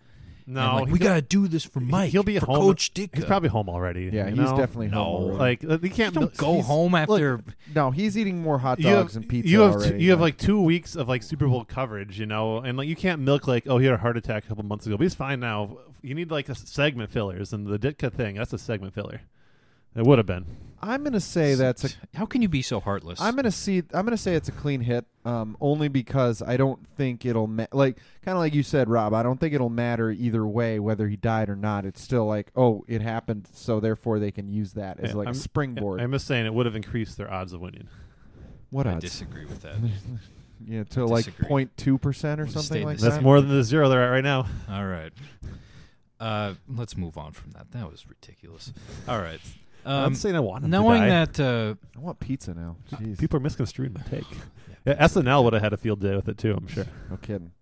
Speaker 1: and
Speaker 2: No,
Speaker 1: like,
Speaker 2: he's
Speaker 1: we
Speaker 2: gonna-
Speaker 1: gotta do this for Mike.
Speaker 2: He'll be
Speaker 1: for
Speaker 2: home.
Speaker 1: Coach Dick.
Speaker 2: He's probably home already.
Speaker 3: Yeah,
Speaker 2: you
Speaker 3: he's
Speaker 2: know?
Speaker 3: definitely
Speaker 1: No,
Speaker 3: home already.
Speaker 2: like you can't
Speaker 1: don't go
Speaker 2: he's-
Speaker 1: home after.
Speaker 3: no, he's eating more hot dogs
Speaker 2: you have,
Speaker 3: and pizza
Speaker 2: you have
Speaker 3: already.
Speaker 2: two, you have like two weeks of like Super Bowl coverage, you know, and like you can't milk like oh he had a heart attack a couple months ago, but he's fine now. You need like a s- segment fillers and the Ditka thing. That's a segment filler. It would have been.
Speaker 3: I'm gonna say that's a
Speaker 1: How can you be so heartless?
Speaker 3: I'm gonna see. I'm gonna say it's a clean hit, um, only because I don't think it'll ma- like kind of like you said, Rob. I don't think it'll matter either way whether he died or not. It's still like, oh, it happened, so therefore they can use that as
Speaker 2: Yeah,
Speaker 3: like
Speaker 2: I'm-
Speaker 3: a springboard.
Speaker 2: I'm just saying it would have increased their odds of winning.
Speaker 3: what
Speaker 1: I
Speaker 3: odds?
Speaker 1: disagree with that.
Speaker 3: Yeah, to like
Speaker 1: disagree.
Speaker 3: 02 percent or
Speaker 1: Would've
Speaker 3: something
Speaker 1: stayed
Speaker 3: like
Speaker 1: the
Speaker 3: that.
Speaker 2: That's more than the zero they're at right now.
Speaker 1: All right. Uh, let's move on from that. That was ridiculous. All right.
Speaker 2: I'm
Speaker 1: Um,
Speaker 2: not saying I want him
Speaker 1: knowing
Speaker 2: to die.
Speaker 1: that uh,
Speaker 3: I want pizza now. Jeez,
Speaker 2: Uh, people are misconstruing my take. Yeah, SNL would have had a field day with it too. I'm sure.
Speaker 3: no kidding.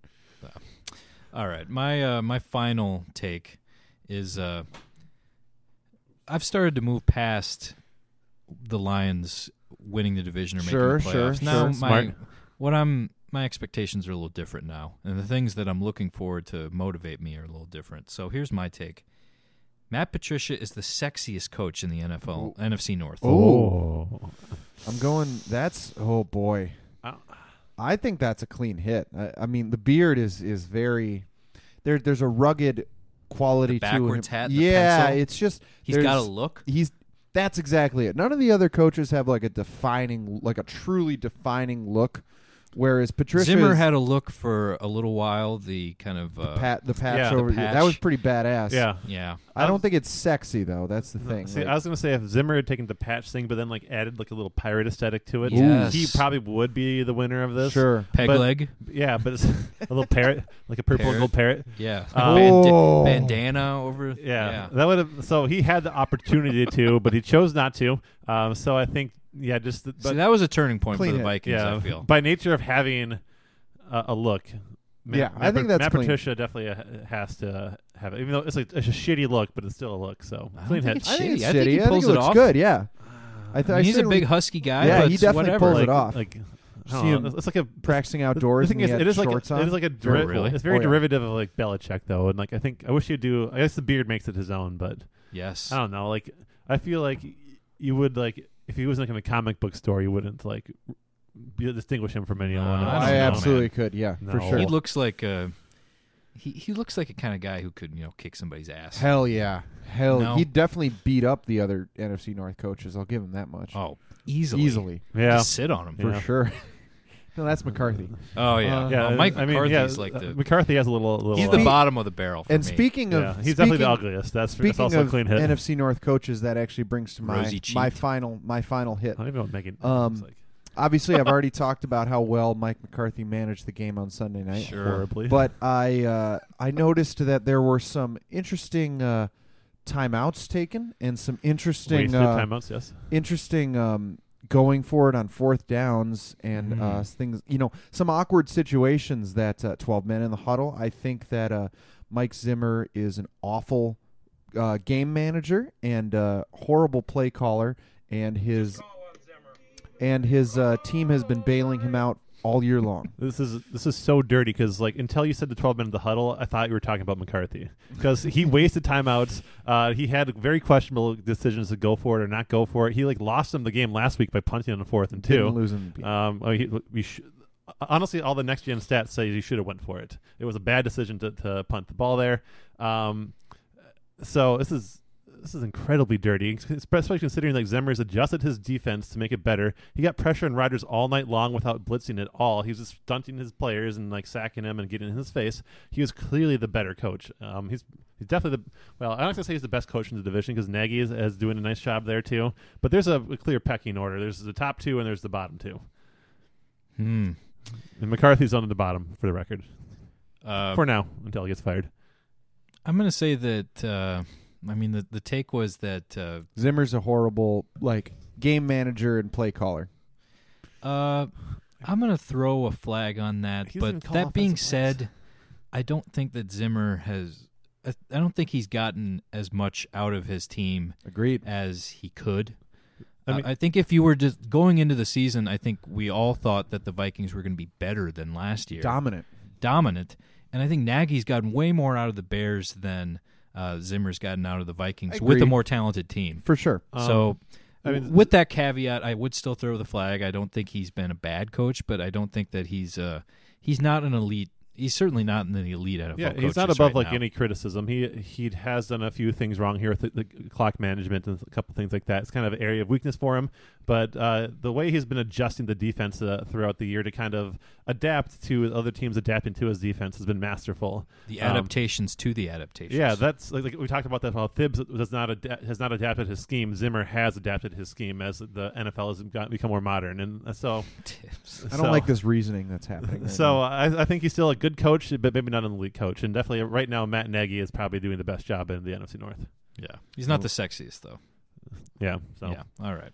Speaker 1: All right, my uh, my final take is uh, I've started to move past the Lions winning the division or
Speaker 3: Sure,
Speaker 1: making the
Speaker 3: sure,
Speaker 1: playoffs. now
Speaker 3: sure.
Speaker 1: my
Speaker 2: Smart.
Speaker 1: what I'm my expectations are a little different now, and the things that I'm looking forward to motivate me are a little different. So here's my take: Matt Patricia is the sexiest coach in the NFL NFC North.
Speaker 2: Oh,
Speaker 3: I'm going. That's oh boy.
Speaker 1: Uh,
Speaker 2: I-
Speaker 3: I think that's a clean hit. I, I mean, the beard is is very there. There's a rugged
Speaker 1: The
Speaker 3: quality to
Speaker 1: backwards
Speaker 3: it.
Speaker 1: hat and the
Speaker 3: yeah,
Speaker 1: pencil.
Speaker 3: it's just
Speaker 1: He's
Speaker 3: there's-
Speaker 1: got a look.
Speaker 3: He's that's exactly it. None of the other coaches have like a defining, like a truly defining look. Whereas Patricia
Speaker 1: Zimmer
Speaker 3: is
Speaker 1: had a look for a little while. The kind of uh,
Speaker 3: pat, the patch
Speaker 2: Yeah. The
Speaker 3: over that
Speaker 1: patch.
Speaker 3: was pretty badass.
Speaker 2: yeah.
Speaker 1: yeah.
Speaker 3: I don't think it's sexy though. That's the thing.
Speaker 2: See,
Speaker 3: Like,
Speaker 2: I was gonna say if Zimmer had taken the patch thing, but then like added like a little pirate aesthetic to it,
Speaker 1: Yes.
Speaker 2: he probably would be the winner of this.
Speaker 3: sure.
Speaker 1: Peg
Speaker 2: But-
Speaker 1: leg.
Speaker 2: Yeah, but it's a little parrot, like a purple
Speaker 1: Parrot.
Speaker 2: and gold parrot.
Speaker 1: Yeah.
Speaker 2: Um,
Speaker 1: Banda-
Speaker 3: Oh.
Speaker 1: bandana over.
Speaker 2: Yeah, that would have. So he had the opportunity to, but he chose not to. Um, so I think, yeah, just the, but
Speaker 1: See, that was a turning point for
Speaker 3: Clean
Speaker 1: the
Speaker 3: it.
Speaker 1: Vikings,
Speaker 2: yeah,
Speaker 1: I feel.
Speaker 2: by nature of having uh, a look. Ma-
Speaker 3: Yeah,
Speaker 2: Matt,
Speaker 3: I think
Speaker 2: Pat-
Speaker 3: that's
Speaker 2: Matt
Speaker 3: clean.
Speaker 2: Patricia definitely uh, has to have it, even though it's like it's a shitty look, but it's still a look. So
Speaker 1: I don't
Speaker 2: clean
Speaker 1: think
Speaker 2: hit.
Speaker 1: it's
Speaker 3: I think
Speaker 1: shitty.
Speaker 3: it's
Speaker 1: I think he
Speaker 3: shitty. I think
Speaker 1: pulls
Speaker 3: it
Speaker 1: it
Speaker 3: looks
Speaker 1: off.
Speaker 3: good. Yeah. I, th-
Speaker 1: I
Speaker 3: I
Speaker 1: mean, he's a
Speaker 3: certainly-
Speaker 1: big husky guy.
Speaker 3: Yeah,
Speaker 1: but
Speaker 3: he definitely
Speaker 1: whatever.
Speaker 3: pulls
Speaker 2: like,
Speaker 3: it off.
Speaker 2: Like, I
Speaker 3: See
Speaker 2: don't know,
Speaker 3: him
Speaker 2: it's like a
Speaker 3: practicing
Speaker 2: The-
Speaker 3: outdoors.
Speaker 2: The thing
Speaker 3: and
Speaker 2: is,
Speaker 3: he had
Speaker 2: it is like
Speaker 3: shorts
Speaker 2: a,
Speaker 3: on.
Speaker 2: it is like a deri-
Speaker 1: Oh, really?
Speaker 2: It's very
Speaker 3: Oh, yeah.
Speaker 2: derivative of like Belichick though, and like I think I wish you do. I guess the beard makes it his own, but
Speaker 1: Yes.
Speaker 2: I don't know. Like I feel like y- you would like if he was like in a comic book store, you wouldn't like be, distinguish him from anyone.
Speaker 1: No, I
Speaker 3: I,
Speaker 1: don't
Speaker 2: know.
Speaker 1: know,
Speaker 3: absolutely could. Yeah, for
Speaker 2: No.
Speaker 3: sure.
Speaker 1: He looks like a. He, he looks like a kind of guy who could you know kick somebody's ass.
Speaker 3: Hell yeah. Hell,
Speaker 1: No.
Speaker 3: he definitely beat up the other NFC North coaches. I'll give him that much.
Speaker 1: oh, easily,
Speaker 2: Yeah.
Speaker 1: Just sit on him.
Speaker 3: for
Speaker 2: Yeah.
Speaker 3: sure. no, that's McCarthy.
Speaker 1: Oh yeah,
Speaker 3: Uh,
Speaker 2: Yeah,
Speaker 1: Oh, Mike
Speaker 2: I
Speaker 1: McCarthy's
Speaker 2: mean, yeah,
Speaker 1: like
Speaker 2: uh,
Speaker 1: the
Speaker 2: McCarthy has a little. little
Speaker 1: he's the
Speaker 2: uh,
Speaker 1: bottom of the barrel. For
Speaker 3: And
Speaker 1: me.
Speaker 3: speaking of,
Speaker 2: Yeah, he's definitely the
Speaker 3: speaking-
Speaker 2: ugliest. That's, that's
Speaker 3: Speaking
Speaker 2: also
Speaker 3: of
Speaker 2: a clean hit.
Speaker 3: NFC North coaches, that actually brings to my
Speaker 1: Rosy cheeked.
Speaker 3: my final my final hit.
Speaker 2: I don't even know what Megan.
Speaker 3: Um,
Speaker 2: it's like
Speaker 3: Obviously, I've already talked about how well Mike McCarthy managed the game on Sunday night.
Speaker 1: sure,
Speaker 2: horribly.
Speaker 3: but I uh, I noticed that there were some interesting uh, timeouts taken and some interesting
Speaker 2: wasted
Speaker 3: uh,
Speaker 2: timeouts. Yes.
Speaker 3: interesting um, going for it on fourth downs and uh, things. You know, some awkward situations that uh, twelve men in the huddle. I think that uh, Mike Zimmer is an awful uh, game manager and uh, horrible play caller, and his and his uh, team has been bailing him out all year long.
Speaker 2: This is this is so dirty because like until you said the twelve men in the huddle, I thought you were talking about McCarthy because he wasted timeouts. Uh, he had very questionable decisions to go for it or not go for it. He like lost them the game last week by punting on the fourth and two.
Speaker 3: Didn't lose him.
Speaker 2: Um, oh, he, we sh- honestly, all the next gen stats say you should have went for it. It was a bad decision to, to punt the ball there. Um, so this is this is incredibly dirty, especially considering like Zimmer's adjusted his defense to make it better. He got pressure on Rodgers all night long without blitzing at all. He was just stunting his players and like sacking him and getting in his face. He was clearly the better coach. Um, he's he's definitely the well. I don't to say he's the best coach in the division because Nagy is, is doing a nice job there too. But there's a, a clear pecking order. There's the top two and there's the bottom two.
Speaker 1: Hmm.
Speaker 2: And McCarthy's on the bottom for the record
Speaker 1: Uh,
Speaker 2: for now until he gets fired.
Speaker 1: I'm going to say that. Uh, I mean, the the take was that. Uh,
Speaker 3: Zimmer's a horrible like game manager and play caller.
Speaker 1: uh, I'm going to throw a flag on that.
Speaker 2: He doesn't even
Speaker 1: But
Speaker 2: call
Speaker 1: that being
Speaker 2: offensive lines.
Speaker 1: said, I don't think that Zimmer has. I, I don't think he's gotten as much out of his team
Speaker 3: Agreed.
Speaker 1: as he could.
Speaker 2: I
Speaker 1: I,
Speaker 2: mean-
Speaker 1: I think if you were just going into the season, I think we all thought that the Vikings were going to be better than last year,
Speaker 3: Dominant.
Speaker 1: dominant. And I think Nagy's gotten way more out of the Bears than uh, Zimmer's gotten out of the Vikings with a
Speaker 3: agree.
Speaker 1: more talented team.
Speaker 3: For sure.
Speaker 1: so,
Speaker 2: Um, I mean-
Speaker 1: with that caveat, I would still throw the flag. I don't think he's been a bad coach, but I don't think that he's uh, he's not an elite. He's certainly not an elite NFL.
Speaker 2: Yeah, he's not
Speaker 1: coaches
Speaker 2: above
Speaker 1: right
Speaker 2: like
Speaker 1: now.
Speaker 2: any criticism. He he has done a few things wrong here with the, the clock management and a couple things like that. It's kind of an area of weakness for him. But uh, the way he's been adjusting the defense uh, throughout the year to kind of adapt to other teams adapting to his defense has been masterful.
Speaker 1: the
Speaker 2: Um,
Speaker 1: adaptations to the adaptations.
Speaker 2: yeah, that's like, like we talked about that. How Thibs does not ada- has not adapted his scheme. Zimmer has adapted his scheme as the NFL has got, become more modern, and uh, so
Speaker 1: Tips.
Speaker 3: I don't
Speaker 2: so-
Speaker 3: like this reasoning that's happening. right
Speaker 2: so uh,
Speaker 1: uh,
Speaker 3: now.
Speaker 2: I, I think he's still a good coach, but maybe not an elite coach. And definitely uh, right now, Matt Nagy is probably doing the best job in the NFC North.
Speaker 1: Yeah, he's not the sexiest though.
Speaker 2: Yeah. So
Speaker 1: Yeah. All right.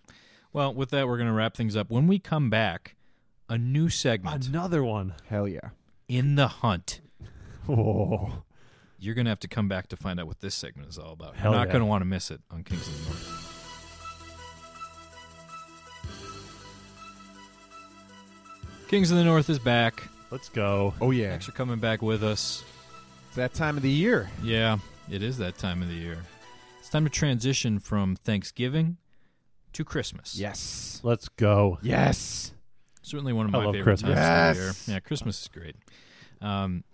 Speaker 1: Well, with that, we're going to wrap things up. When we come back, a new segment
Speaker 2: another one.
Speaker 3: hell yeah.
Speaker 1: in the hunt.
Speaker 2: Oh,
Speaker 1: You're going to have to come back to find out what this segment is all about.
Speaker 2: Hell
Speaker 1: You're not
Speaker 2: yeah.
Speaker 1: going to want to miss it on Kings of the North. Kings of the North is back.
Speaker 2: let's go.
Speaker 3: Oh yeah.
Speaker 1: Thanks for coming back with us.
Speaker 3: It's that time of the year.
Speaker 1: Yeah, it is that time of the year. It's time to transition from Thanksgiving to Christmas.
Speaker 3: Yes.
Speaker 2: Let's go.
Speaker 3: Yes.
Speaker 1: Certainly one of
Speaker 2: I
Speaker 1: my
Speaker 2: love
Speaker 1: favorite
Speaker 2: Christmas.
Speaker 1: times of
Speaker 3: Yes.
Speaker 1: the year. Yeah, Christmas is great. Um,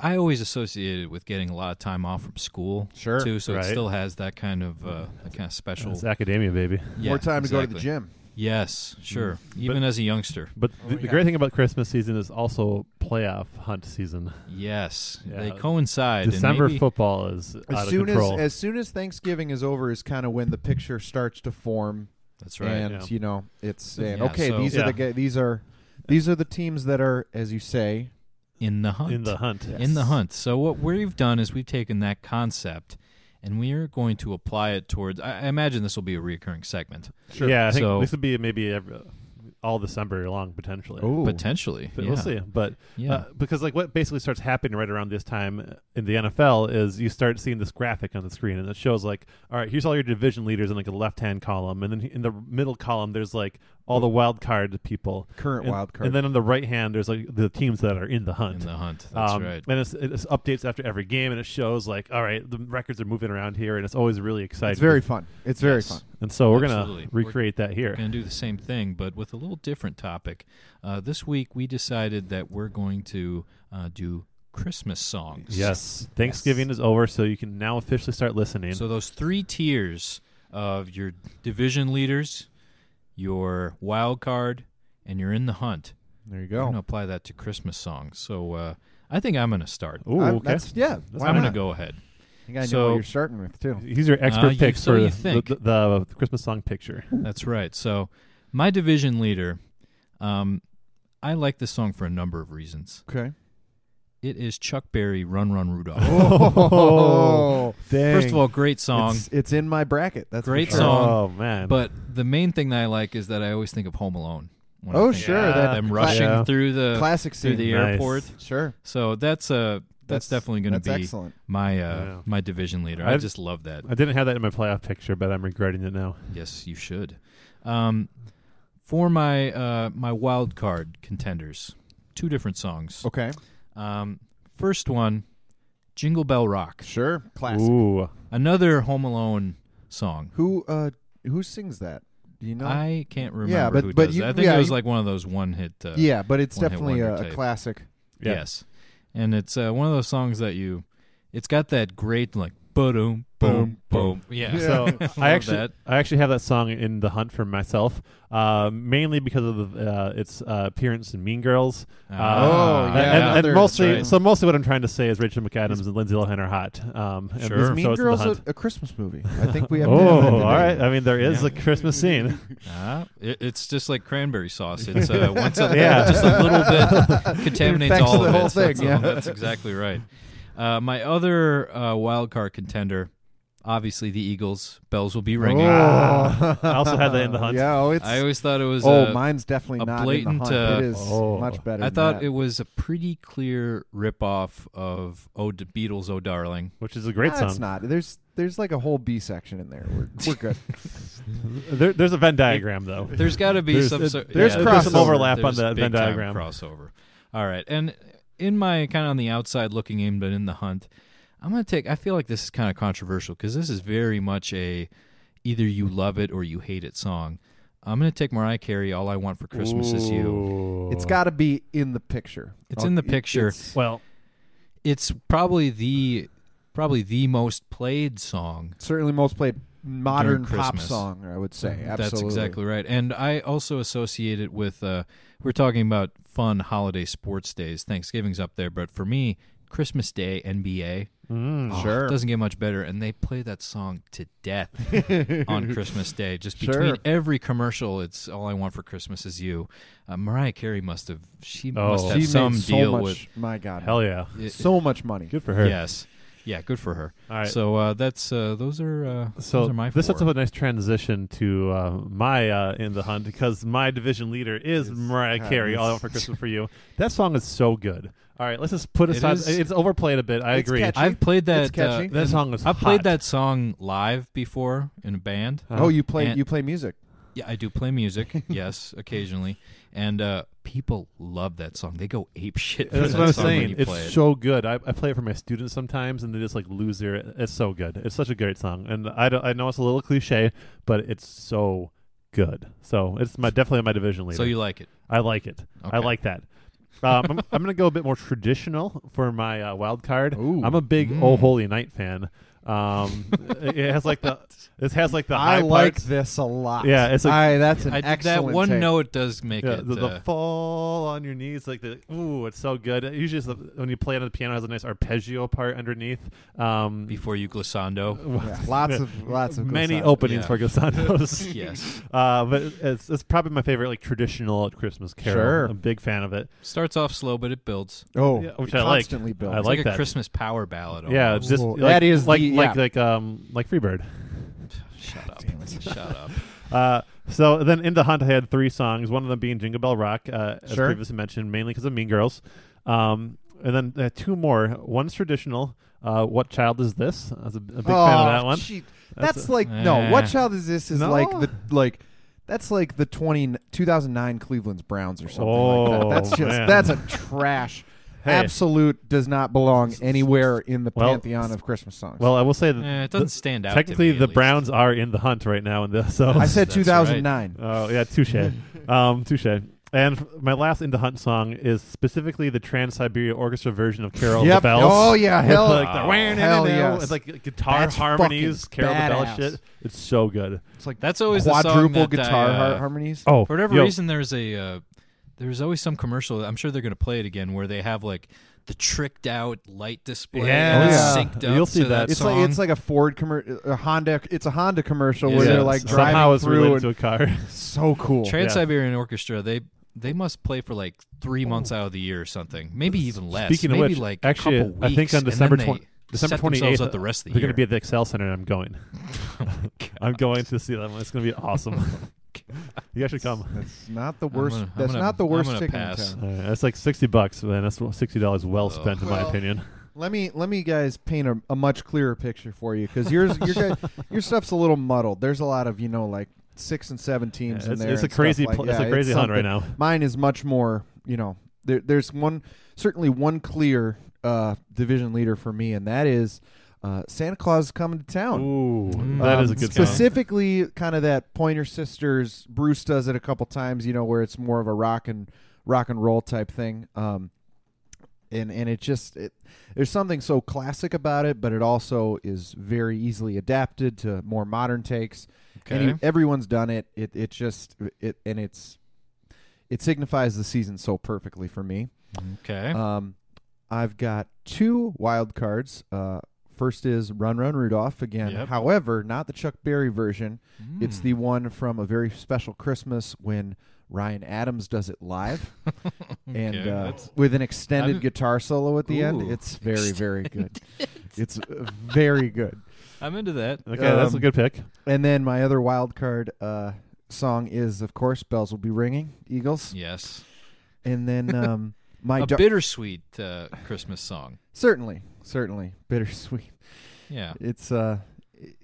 Speaker 1: I always associate it with getting a lot of time off from school,
Speaker 3: Sure,
Speaker 1: too. So
Speaker 2: right.
Speaker 1: it still has that kind of uh, that kind of special.
Speaker 2: It's academia, baby.
Speaker 1: Yeah,
Speaker 3: More time to go to the
Speaker 1: exactly.
Speaker 3: gym.
Speaker 1: Yes, sure.
Speaker 2: Mm.
Speaker 1: Even as a youngster,
Speaker 2: But the, the great thing about Christmas season is also playoff hunt season.
Speaker 1: yes,
Speaker 2: Yeah.
Speaker 1: they coincide. and
Speaker 2: December
Speaker 1: maybe-
Speaker 2: football is out
Speaker 3: As
Speaker 2: of
Speaker 3: soon as
Speaker 2: control.
Speaker 3: as soon as Thanksgiving is over is kind of when the picture starts to form
Speaker 1: That's right.
Speaker 3: and
Speaker 2: yeah.
Speaker 3: you know it's and,
Speaker 1: Yeah,
Speaker 3: okay
Speaker 1: so-
Speaker 3: these are
Speaker 2: Yeah.
Speaker 3: the ga- these are these are the teams that are as you say
Speaker 1: in the hunt.
Speaker 2: in the hunt.
Speaker 1: in the hunt. So what we've done is we've taken that concept and we are going to apply it towards. I, I imagine this will be a recurring segment,
Speaker 2: Yeah, I think
Speaker 1: So-
Speaker 2: this would be maybe every, all December long potentially.
Speaker 1: potentially.
Speaker 2: But
Speaker 1: yeah.
Speaker 2: We'll see. But
Speaker 1: Yeah.
Speaker 2: uh, because like what basically starts happening right around this time uh, in the NFL is you start seeing this graphic on the screen and it shows like, all right, here's all your division leaders in like a left hand column, and then in the middle column there's like all the wild card people,
Speaker 3: Current
Speaker 2: and,
Speaker 3: wild card.
Speaker 2: and then on the right hand there's like the teams that are in the hunt.
Speaker 1: In the hunt. That's
Speaker 2: Um,
Speaker 1: right.
Speaker 2: And it's, it's updates after every game, and it shows like, all right, the records are moving around here, and it's always really exciting.
Speaker 3: it's very fun it's very
Speaker 1: Yes.
Speaker 3: fun
Speaker 2: And so we're
Speaker 1: Absolutely.
Speaker 2: gonna recreate that here.
Speaker 1: going to do the same thing, but with a little different topic. Uh, this week, we decided that we're going to uh, do Christmas songs.
Speaker 2: Yes, Thanksgiving is over, so you can now officially start listening.
Speaker 1: So those three tiers of your division leaders, your wild card, and you're in the hunt.
Speaker 3: there you
Speaker 1: We're
Speaker 3: go
Speaker 1: going to apply that to Christmas songs. So uh, I think I'm going to start.
Speaker 2: Ooh,
Speaker 3: I-
Speaker 2: okay.
Speaker 3: that's yeah why
Speaker 1: I'm going to
Speaker 3: not?
Speaker 1: go ahead.
Speaker 3: i think i know
Speaker 1: so-
Speaker 3: what you're starting with too
Speaker 2: He's your expert
Speaker 1: Uh, you-
Speaker 2: pick
Speaker 1: so
Speaker 2: for
Speaker 1: you
Speaker 2: the-
Speaker 1: think.
Speaker 2: The, the, Christmas song picture.
Speaker 1: That's right. So my division leader, um, I like this song for a number of reasons.
Speaker 3: okay
Speaker 1: It is Chuck Berry, Run Run Rudolph.
Speaker 3: oh dang.
Speaker 1: First of all, great song.
Speaker 3: it's, it's in my bracket that's for
Speaker 1: Great
Speaker 3: sure.
Speaker 1: song.
Speaker 2: Oh man!
Speaker 1: But the main thing that I like is that I always think of Home Alone. when I
Speaker 3: oh
Speaker 1: think
Speaker 3: sure
Speaker 2: Yeah.
Speaker 1: of
Speaker 3: that
Speaker 1: them
Speaker 3: cla-
Speaker 1: rushing
Speaker 2: Yeah.
Speaker 1: through the
Speaker 3: classic
Speaker 1: through
Speaker 3: scene
Speaker 1: the
Speaker 2: Nice.
Speaker 1: airport.
Speaker 3: sure
Speaker 1: So that's uh that's,
Speaker 3: That's-
Speaker 1: definitely going to
Speaker 3: that's
Speaker 1: be
Speaker 3: excellent.
Speaker 1: my uh
Speaker 2: Yeah.
Speaker 1: my division leader. i
Speaker 2: I've-
Speaker 1: just love that.
Speaker 2: I didn't have that in my playoff picture, but I'm regretting it now.
Speaker 1: yes, you should. Um, for my uh my wild card contenders, two different songs.
Speaker 3: okay
Speaker 1: Um, first one, Jingle Bell Rock,
Speaker 3: sure classic
Speaker 2: Ooh,
Speaker 1: another Home Alone song.
Speaker 3: who uh who sings that do you know
Speaker 1: I can't remember
Speaker 3: but-
Speaker 1: who
Speaker 3: but
Speaker 1: does
Speaker 3: you-
Speaker 1: it. I think
Speaker 3: yeah,
Speaker 1: it was
Speaker 3: you-
Speaker 1: like one of those one hit. Uh,
Speaker 3: yeah but it's
Speaker 1: One Hit
Speaker 3: definitely
Speaker 1: Wonder
Speaker 3: a, a
Speaker 1: type.
Speaker 3: classic
Speaker 2: Yeah.
Speaker 1: Yes. And it's uh, one of those songs that you, it's got that great like boom, boom, boom, boom. Yeah.
Speaker 2: So
Speaker 1: love
Speaker 2: I actually,
Speaker 1: that.
Speaker 2: I actually have that song in the hunt for myself, uh, mainly because of the, uh, its uh, appearance in Mean Girls.
Speaker 1: Ah,
Speaker 2: Uh, and-
Speaker 3: Oh, yeah,
Speaker 2: and, and
Speaker 3: that's
Speaker 2: mostly,
Speaker 1: right.
Speaker 2: so mostly what I'm trying to say is Rachel McAdams and Lindsay Lohan are hot. Um, and
Speaker 1: Sure.
Speaker 2: so
Speaker 1: Is
Speaker 3: Mean
Speaker 2: it's The
Speaker 3: Girls a,
Speaker 2: Hunt.
Speaker 3: a Christmas movie. I think we have. to have that
Speaker 2: Oh,
Speaker 3: debate.
Speaker 2: all right. I mean, there is
Speaker 1: Yeah.
Speaker 2: a Christmas scene.
Speaker 1: Ah, it, it's just like cranberry sauce. It's uh, once a,
Speaker 2: Yeah.
Speaker 1: just a little bit contaminates
Speaker 3: Infects
Speaker 1: all
Speaker 3: the
Speaker 1: of
Speaker 3: whole
Speaker 1: it.
Speaker 3: thing,
Speaker 1: that's,
Speaker 3: yeah.
Speaker 1: that's exactly right. Uh, my other uh, wild card contender, obviously the Eagles. Bells will be ringing.
Speaker 2: Ah. I also had that in The Hunt.
Speaker 3: Yeah, oh, it's
Speaker 1: I always thought it was.
Speaker 3: oh,
Speaker 1: uh,
Speaker 3: mine's definitely
Speaker 1: a
Speaker 3: not in
Speaker 1: blatant,
Speaker 3: the hunt.
Speaker 1: uh,
Speaker 3: it is
Speaker 2: Oh.
Speaker 3: much better.
Speaker 1: I
Speaker 3: than
Speaker 1: thought
Speaker 3: that.
Speaker 1: it was a pretty clear ripoff of "Oh, the Beatles, Oh Darling."
Speaker 2: Which is a great
Speaker 3: Nah,
Speaker 2: song.
Speaker 3: It's not. There's there's like a whole B section in there. We're, we're good.
Speaker 2: There, there's a Venn diagram, though.
Speaker 1: There's got to be
Speaker 2: There's-
Speaker 1: some.
Speaker 2: uh,
Speaker 1: sort-
Speaker 2: there's
Speaker 1: yeah,
Speaker 3: cross-
Speaker 1: there's
Speaker 3: some
Speaker 2: overlap on
Speaker 1: there's
Speaker 2: the
Speaker 1: big
Speaker 2: Venn
Speaker 1: time
Speaker 2: diagram.
Speaker 1: Crossover. All right, and in my kind of on the outside looking in, but in the hunt, I'm gonna take. I feel like this is kind of controversial because this is very much a either you love it or you hate it song. I'm gonna take Mariah Carey. All I want for Christmas is you.
Speaker 3: It's got to be in the picture.
Speaker 1: It's in the
Speaker 3: it-
Speaker 1: picture.
Speaker 3: it's-
Speaker 2: Well,
Speaker 1: It's probably the probably the most played song
Speaker 3: certainly most played modern
Speaker 1: During
Speaker 3: pop
Speaker 1: Christmas.
Speaker 3: song. I would say absolutely.
Speaker 1: That's exactly right. And I also associate it with uh, we're talking about fun holiday sports days. Thanksgiving's up there, but for me, Christmas Day, NBA. oh,
Speaker 3: sure.
Speaker 1: Doesn't get much better. And they play that song to death on Christmas Day. Just between
Speaker 3: Sure.
Speaker 1: every commercial, it's All I Want for Christmas Is You. Uh, Mariah Carey must have, she
Speaker 2: Oh.
Speaker 1: must have
Speaker 3: She
Speaker 1: some
Speaker 3: made so
Speaker 1: deal
Speaker 3: much.
Speaker 1: with.
Speaker 3: my God,
Speaker 2: hell yeah.
Speaker 1: it-
Speaker 3: so much money.
Speaker 2: Good for her.
Speaker 1: Yes. Yeah, good for her.
Speaker 2: All right.
Speaker 1: So uh, that's uh, those are uh,
Speaker 2: So
Speaker 1: those are my
Speaker 2: this
Speaker 1: four.
Speaker 2: sets up a nice transition to uh, my uh, in the hunt because my division leader is
Speaker 3: Yes.
Speaker 2: Mariah
Speaker 3: God,
Speaker 2: Carey.
Speaker 3: this-
Speaker 2: All I want for Christmas for you. That song is so good. All right, let's just put
Speaker 1: It
Speaker 2: aside.
Speaker 1: is-
Speaker 2: it's overplayed a bit. I
Speaker 3: It's
Speaker 2: agree.
Speaker 3: catchy.
Speaker 1: I've played that.
Speaker 3: It's catchy.
Speaker 1: uh,
Speaker 2: That song is.
Speaker 1: I've played
Speaker 2: hot.
Speaker 1: that song live before in a band.
Speaker 2: Uh,
Speaker 3: oh, you play
Speaker 1: and-
Speaker 3: you play music.
Speaker 1: Yeah, I do play music, yes, occasionally, and uh, people love that song. They go ape shit. For
Speaker 2: That's
Speaker 1: that
Speaker 2: what I'm
Speaker 1: song when
Speaker 2: saying.
Speaker 1: you
Speaker 2: It's
Speaker 1: play it.
Speaker 2: so good. I, I play it for my students sometimes, and they just like lose their. It's so good. It's such a great song, and I, don't- I know it's a little cliche, but it's so good. So it's my definitely my division leader.
Speaker 1: So you like it?
Speaker 2: I like it. I
Speaker 1: Okay.
Speaker 2: like that. Um, I'm, I'm going to go a bit more traditional for my uh, wild card.
Speaker 3: Ooh.
Speaker 2: I'm a big
Speaker 1: Mm.
Speaker 2: Oh Holy Night fan. Um, it has like the it has like the high
Speaker 3: I like
Speaker 2: parts.
Speaker 3: this a lot.
Speaker 2: Yeah, it's like-
Speaker 3: I, that's an
Speaker 1: I, that
Speaker 3: excellent.
Speaker 1: one
Speaker 3: take.
Speaker 1: note does make
Speaker 2: Yeah,
Speaker 1: it.
Speaker 2: the, the
Speaker 1: uh,
Speaker 2: fall on your knees, like the ooh, it's so good. Usually, it's the, when you play it on the piano, it has a nice arpeggio part underneath. Um,
Speaker 1: before you glissando.
Speaker 3: Yeah, lots of lots of
Speaker 2: many
Speaker 3: glissando.
Speaker 2: openings
Speaker 1: Yeah.
Speaker 2: for Gusantos.
Speaker 1: yes,
Speaker 2: uh, but it's, it's probably my favorite like traditional Christmas carol.
Speaker 3: Sure.
Speaker 2: I'm a big fan of it.
Speaker 1: starts off slow, but it builds.
Speaker 3: Oh,
Speaker 2: Yeah, which
Speaker 3: it
Speaker 2: I like.
Speaker 3: constantly builds.
Speaker 2: I
Speaker 1: It's
Speaker 2: like
Speaker 1: a
Speaker 2: that.
Speaker 1: Christmas power ballad.
Speaker 2: Yeah,
Speaker 1: almost.
Speaker 2: just
Speaker 3: Ooh,
Speaker 2: like,
Speaker 3: Oh, that is
Speaker 2: like
Speaker 3: the-
Speaker 2: like
Speaker 3: yeah.
Speaker 2: like um like Freebird.
Speaker 1: shut up,
Speaker 3: Damn it.
Speaker 1: shut up.
Speaker 2: Uh, so then in the hunt, I had three songs. One of them being Jingle Bell Rock, uh, as
Speaker 3: Sure.
Speaker 2: previously mentioned, mainly because of Mean Girls. Um, and then uh, two more. One's traditional. Uh, what child is this? I was a, a big fan of
Speaker 3: Oh,
Speaker 2: that one.
Speaker 3: She,
Speaker 2: Oh, That's
Speaker 3: that's,
Speaker 2: a-
Speaker 3: like no. What
Speaker 1: Eh.
Speaker 3: child is this? Is
Speaker 2: No.
Speaker 3: like the like. That's like the 20, 2009 Cleveland Browns or something like
Speaker 2: Oh,
Speaker 3: that. That's just
Speaker 2: man.
Speaker 3: that's a trash.
Speaker 2: Hey.
Speaker 3: Absolute does not belong anywhere in the
Speaker 2: Well,
Speaker 3: pantheon of Christmas songs.
Speaker 2: Well, I will say that
Speaker 1: Eh, it
Speaker 2: the-
Speaker 1: doesn't stand out. to
Speaker 2: technically
Speaker 1: me, at
Speaker 2: the
Speaker 1: least.
Speaker 2: Browns are in the hunt right now. In the so
Speaker 3: I said
Speaker 1: that's
Speaker 3: two thousand nine.
Speaker 2: Oh yeah, touche, um, touche. And f- my last "In the Hunt" song is specifically the Trans Siberia Orchestra version of "Carol of
Speaker 3: Yep.
Speaker 2: the Bells."
Speaker 3: Oh, yeah.
Speaker 2: With,
Speaker 3: Hell-
Speaker 2: like, the
Speaker 1: Wow.
Speaker 2: wah, nah, nah,
Speaker 3: Hell
Speaker 2: nah,
Speaker 3: yes.
Speaker 2: with, like guitar
Speaker 3: That's
Speaker 2: harmonies,
Speaker 3: fucking
Speaker 2: "Carol of the Bells"
Speaker 3: badass.
Speaker 2: shit. It's so good.
Speaker 3: It's like
Speaker 1: That's always the song
Speaker 3: quadruple
Speaker 1: that I,
Speaker 3: guitar
Speaker 1: uh,
Speaker 3: har- harmonies.
Speaker 2: Oh,
Speaker 1: For whatever
Speaker 2: yo,
Speaker 1: reason, there's a uh, there's always some commercial. I'm sure they're going to play it again, where they have like the tricked out light display.
Speaker 2: Yeah.
Speaker 1: and it's
Speaker 3: Oh, yeah.
Speaker 1: synced up
Speaker 2: You'll see
Speaker 1: to that.
Speaker 2: that.
Speaker 3: it's
Speaker 1: song.
Speaker 3: like it's like a Ford commer- a Honda. It's a Honda commercial where
Speaker 1: Yeah.
Speaker 3: they're like driving
Speaker 2: somehow it's
Speaker 3: through.
Speaker 2: related
Speaker 3: And
Speaker 2: to a car.
Speaker 3: so cool.
Speaker 1: Trans Siberian Orchestra. They they must play for like three months out of the year or something, maybe even less.
Speaker 2: Speaking of
Speaker 1: maybe
Speaker 2: which,
Speaker 1: like
Speaker 2: actually,
Speaker 1: a couple
Speaker 2: I think
Speaker 1: weeks,
Speaker 2: on
Speaker 1: and then
Speaker 2: December
Speaker 1: they
Speaker 2: twenty, December
Speaker 1: set themselves
Speaker 2: twenty eighth,
Speaker 1: up the rest of the
Speaker 2: they're
Speaker 1: year.
Speaker 2: going to be at the Excel Center, and I'm going. I'm going to see them. It's going to be awesome. you guys should come.
Speaker 3: That's not the worst.
Speaker 1: gonna- I'm
Speaker 3: that's
Speaker 1: gonna-
Speaker 3: not the
Speaker 1: I'm
Speaker 3: worst
Speaker 1: gonna
Speaker 3: chicken in
Speaker 1: pass.
Speaker 3: town.
Speaker 2: All right, that's like sixty bucks, man. That's sixty dollars well spent, in my
Speaker 3: Well,
Speaker 2: opinion.
Speaker 3: Let me let me guys paint a, a much clearer picture for you because yours your guy, your stuff's a little muddled. There's a lot of you know like six and seven teams
Speaker 2: Yeah,
Speaker 3: in
Speaker 2: it's-
Speaker 3: there.
Speaker 2: it's a
Speaker 3: and stuff
Speaker 2: crazy
Speaker 3: like-
Speaker 2: pl- it's a
Speaker 3: yeah,
Speaker 2: crazy hunt right
Speaker 3: something.
Speaker 2: now.
Speaker 3: Mine is much more you know there, there's one certainly one clear uh, division leader for me and that is uh, Santa Claus coming to town.
Speaker 2: Ooh,
Speaker 1: Mm.
Speaker 2: that
Speaker 3: Um,
Speaker 2: is a good song.
Speaker 3: specifically kind of that Pointer Sisters. Bruce does it a couple times, you know, where it's more of a rock and rock and roll type thing. Um, and and it just it, there's something so classic about it, but it also is very easily adapted to more modern takes. Any-
Speaker 1: Okay.
Speaker 3: everyone's done it. It it just it and it's it signifies the season so perfectly for me.
Speaker 1: Okay.
Speaker 2: uh,
Speaker 3: Um, I've got two wild cards. Uh, first is Run Run Rudolph again.
Speaker 1: Yep. Hmm.
Speaker 3: However, not the Chuck Berry version. It's the one from a very special Christmas when Ryan Adams does it live and
Speaker 1: Okay,
Speaker 3: uh,
Speaker 1: that's-
Speaker 3: with an extended
Speaker 1: haven't-
Speaker 3: guitar solo at the end.
Speaker 1: Ooh,
Speaker 3: It's very very good. It's uh, very good.
Speaker 1: I'm into that.
Speaker 2: Okay, that's a
Speaker 3: um,
Speaker 2: good pick.
Speaker 3: And then my other wild card uh, song is of course Bells Will Be Ringing, Eagles.
Speaker 1: Yes.
Speaker 3: And then um, my
Speaker 1: a
Speaker 3: dar-
Speaker 1: bittersweet uh, Christmas song.
Speaker 3: certainly certainly bittersweet.
Speaker 1: Yeah.
Speaker 3: It's uh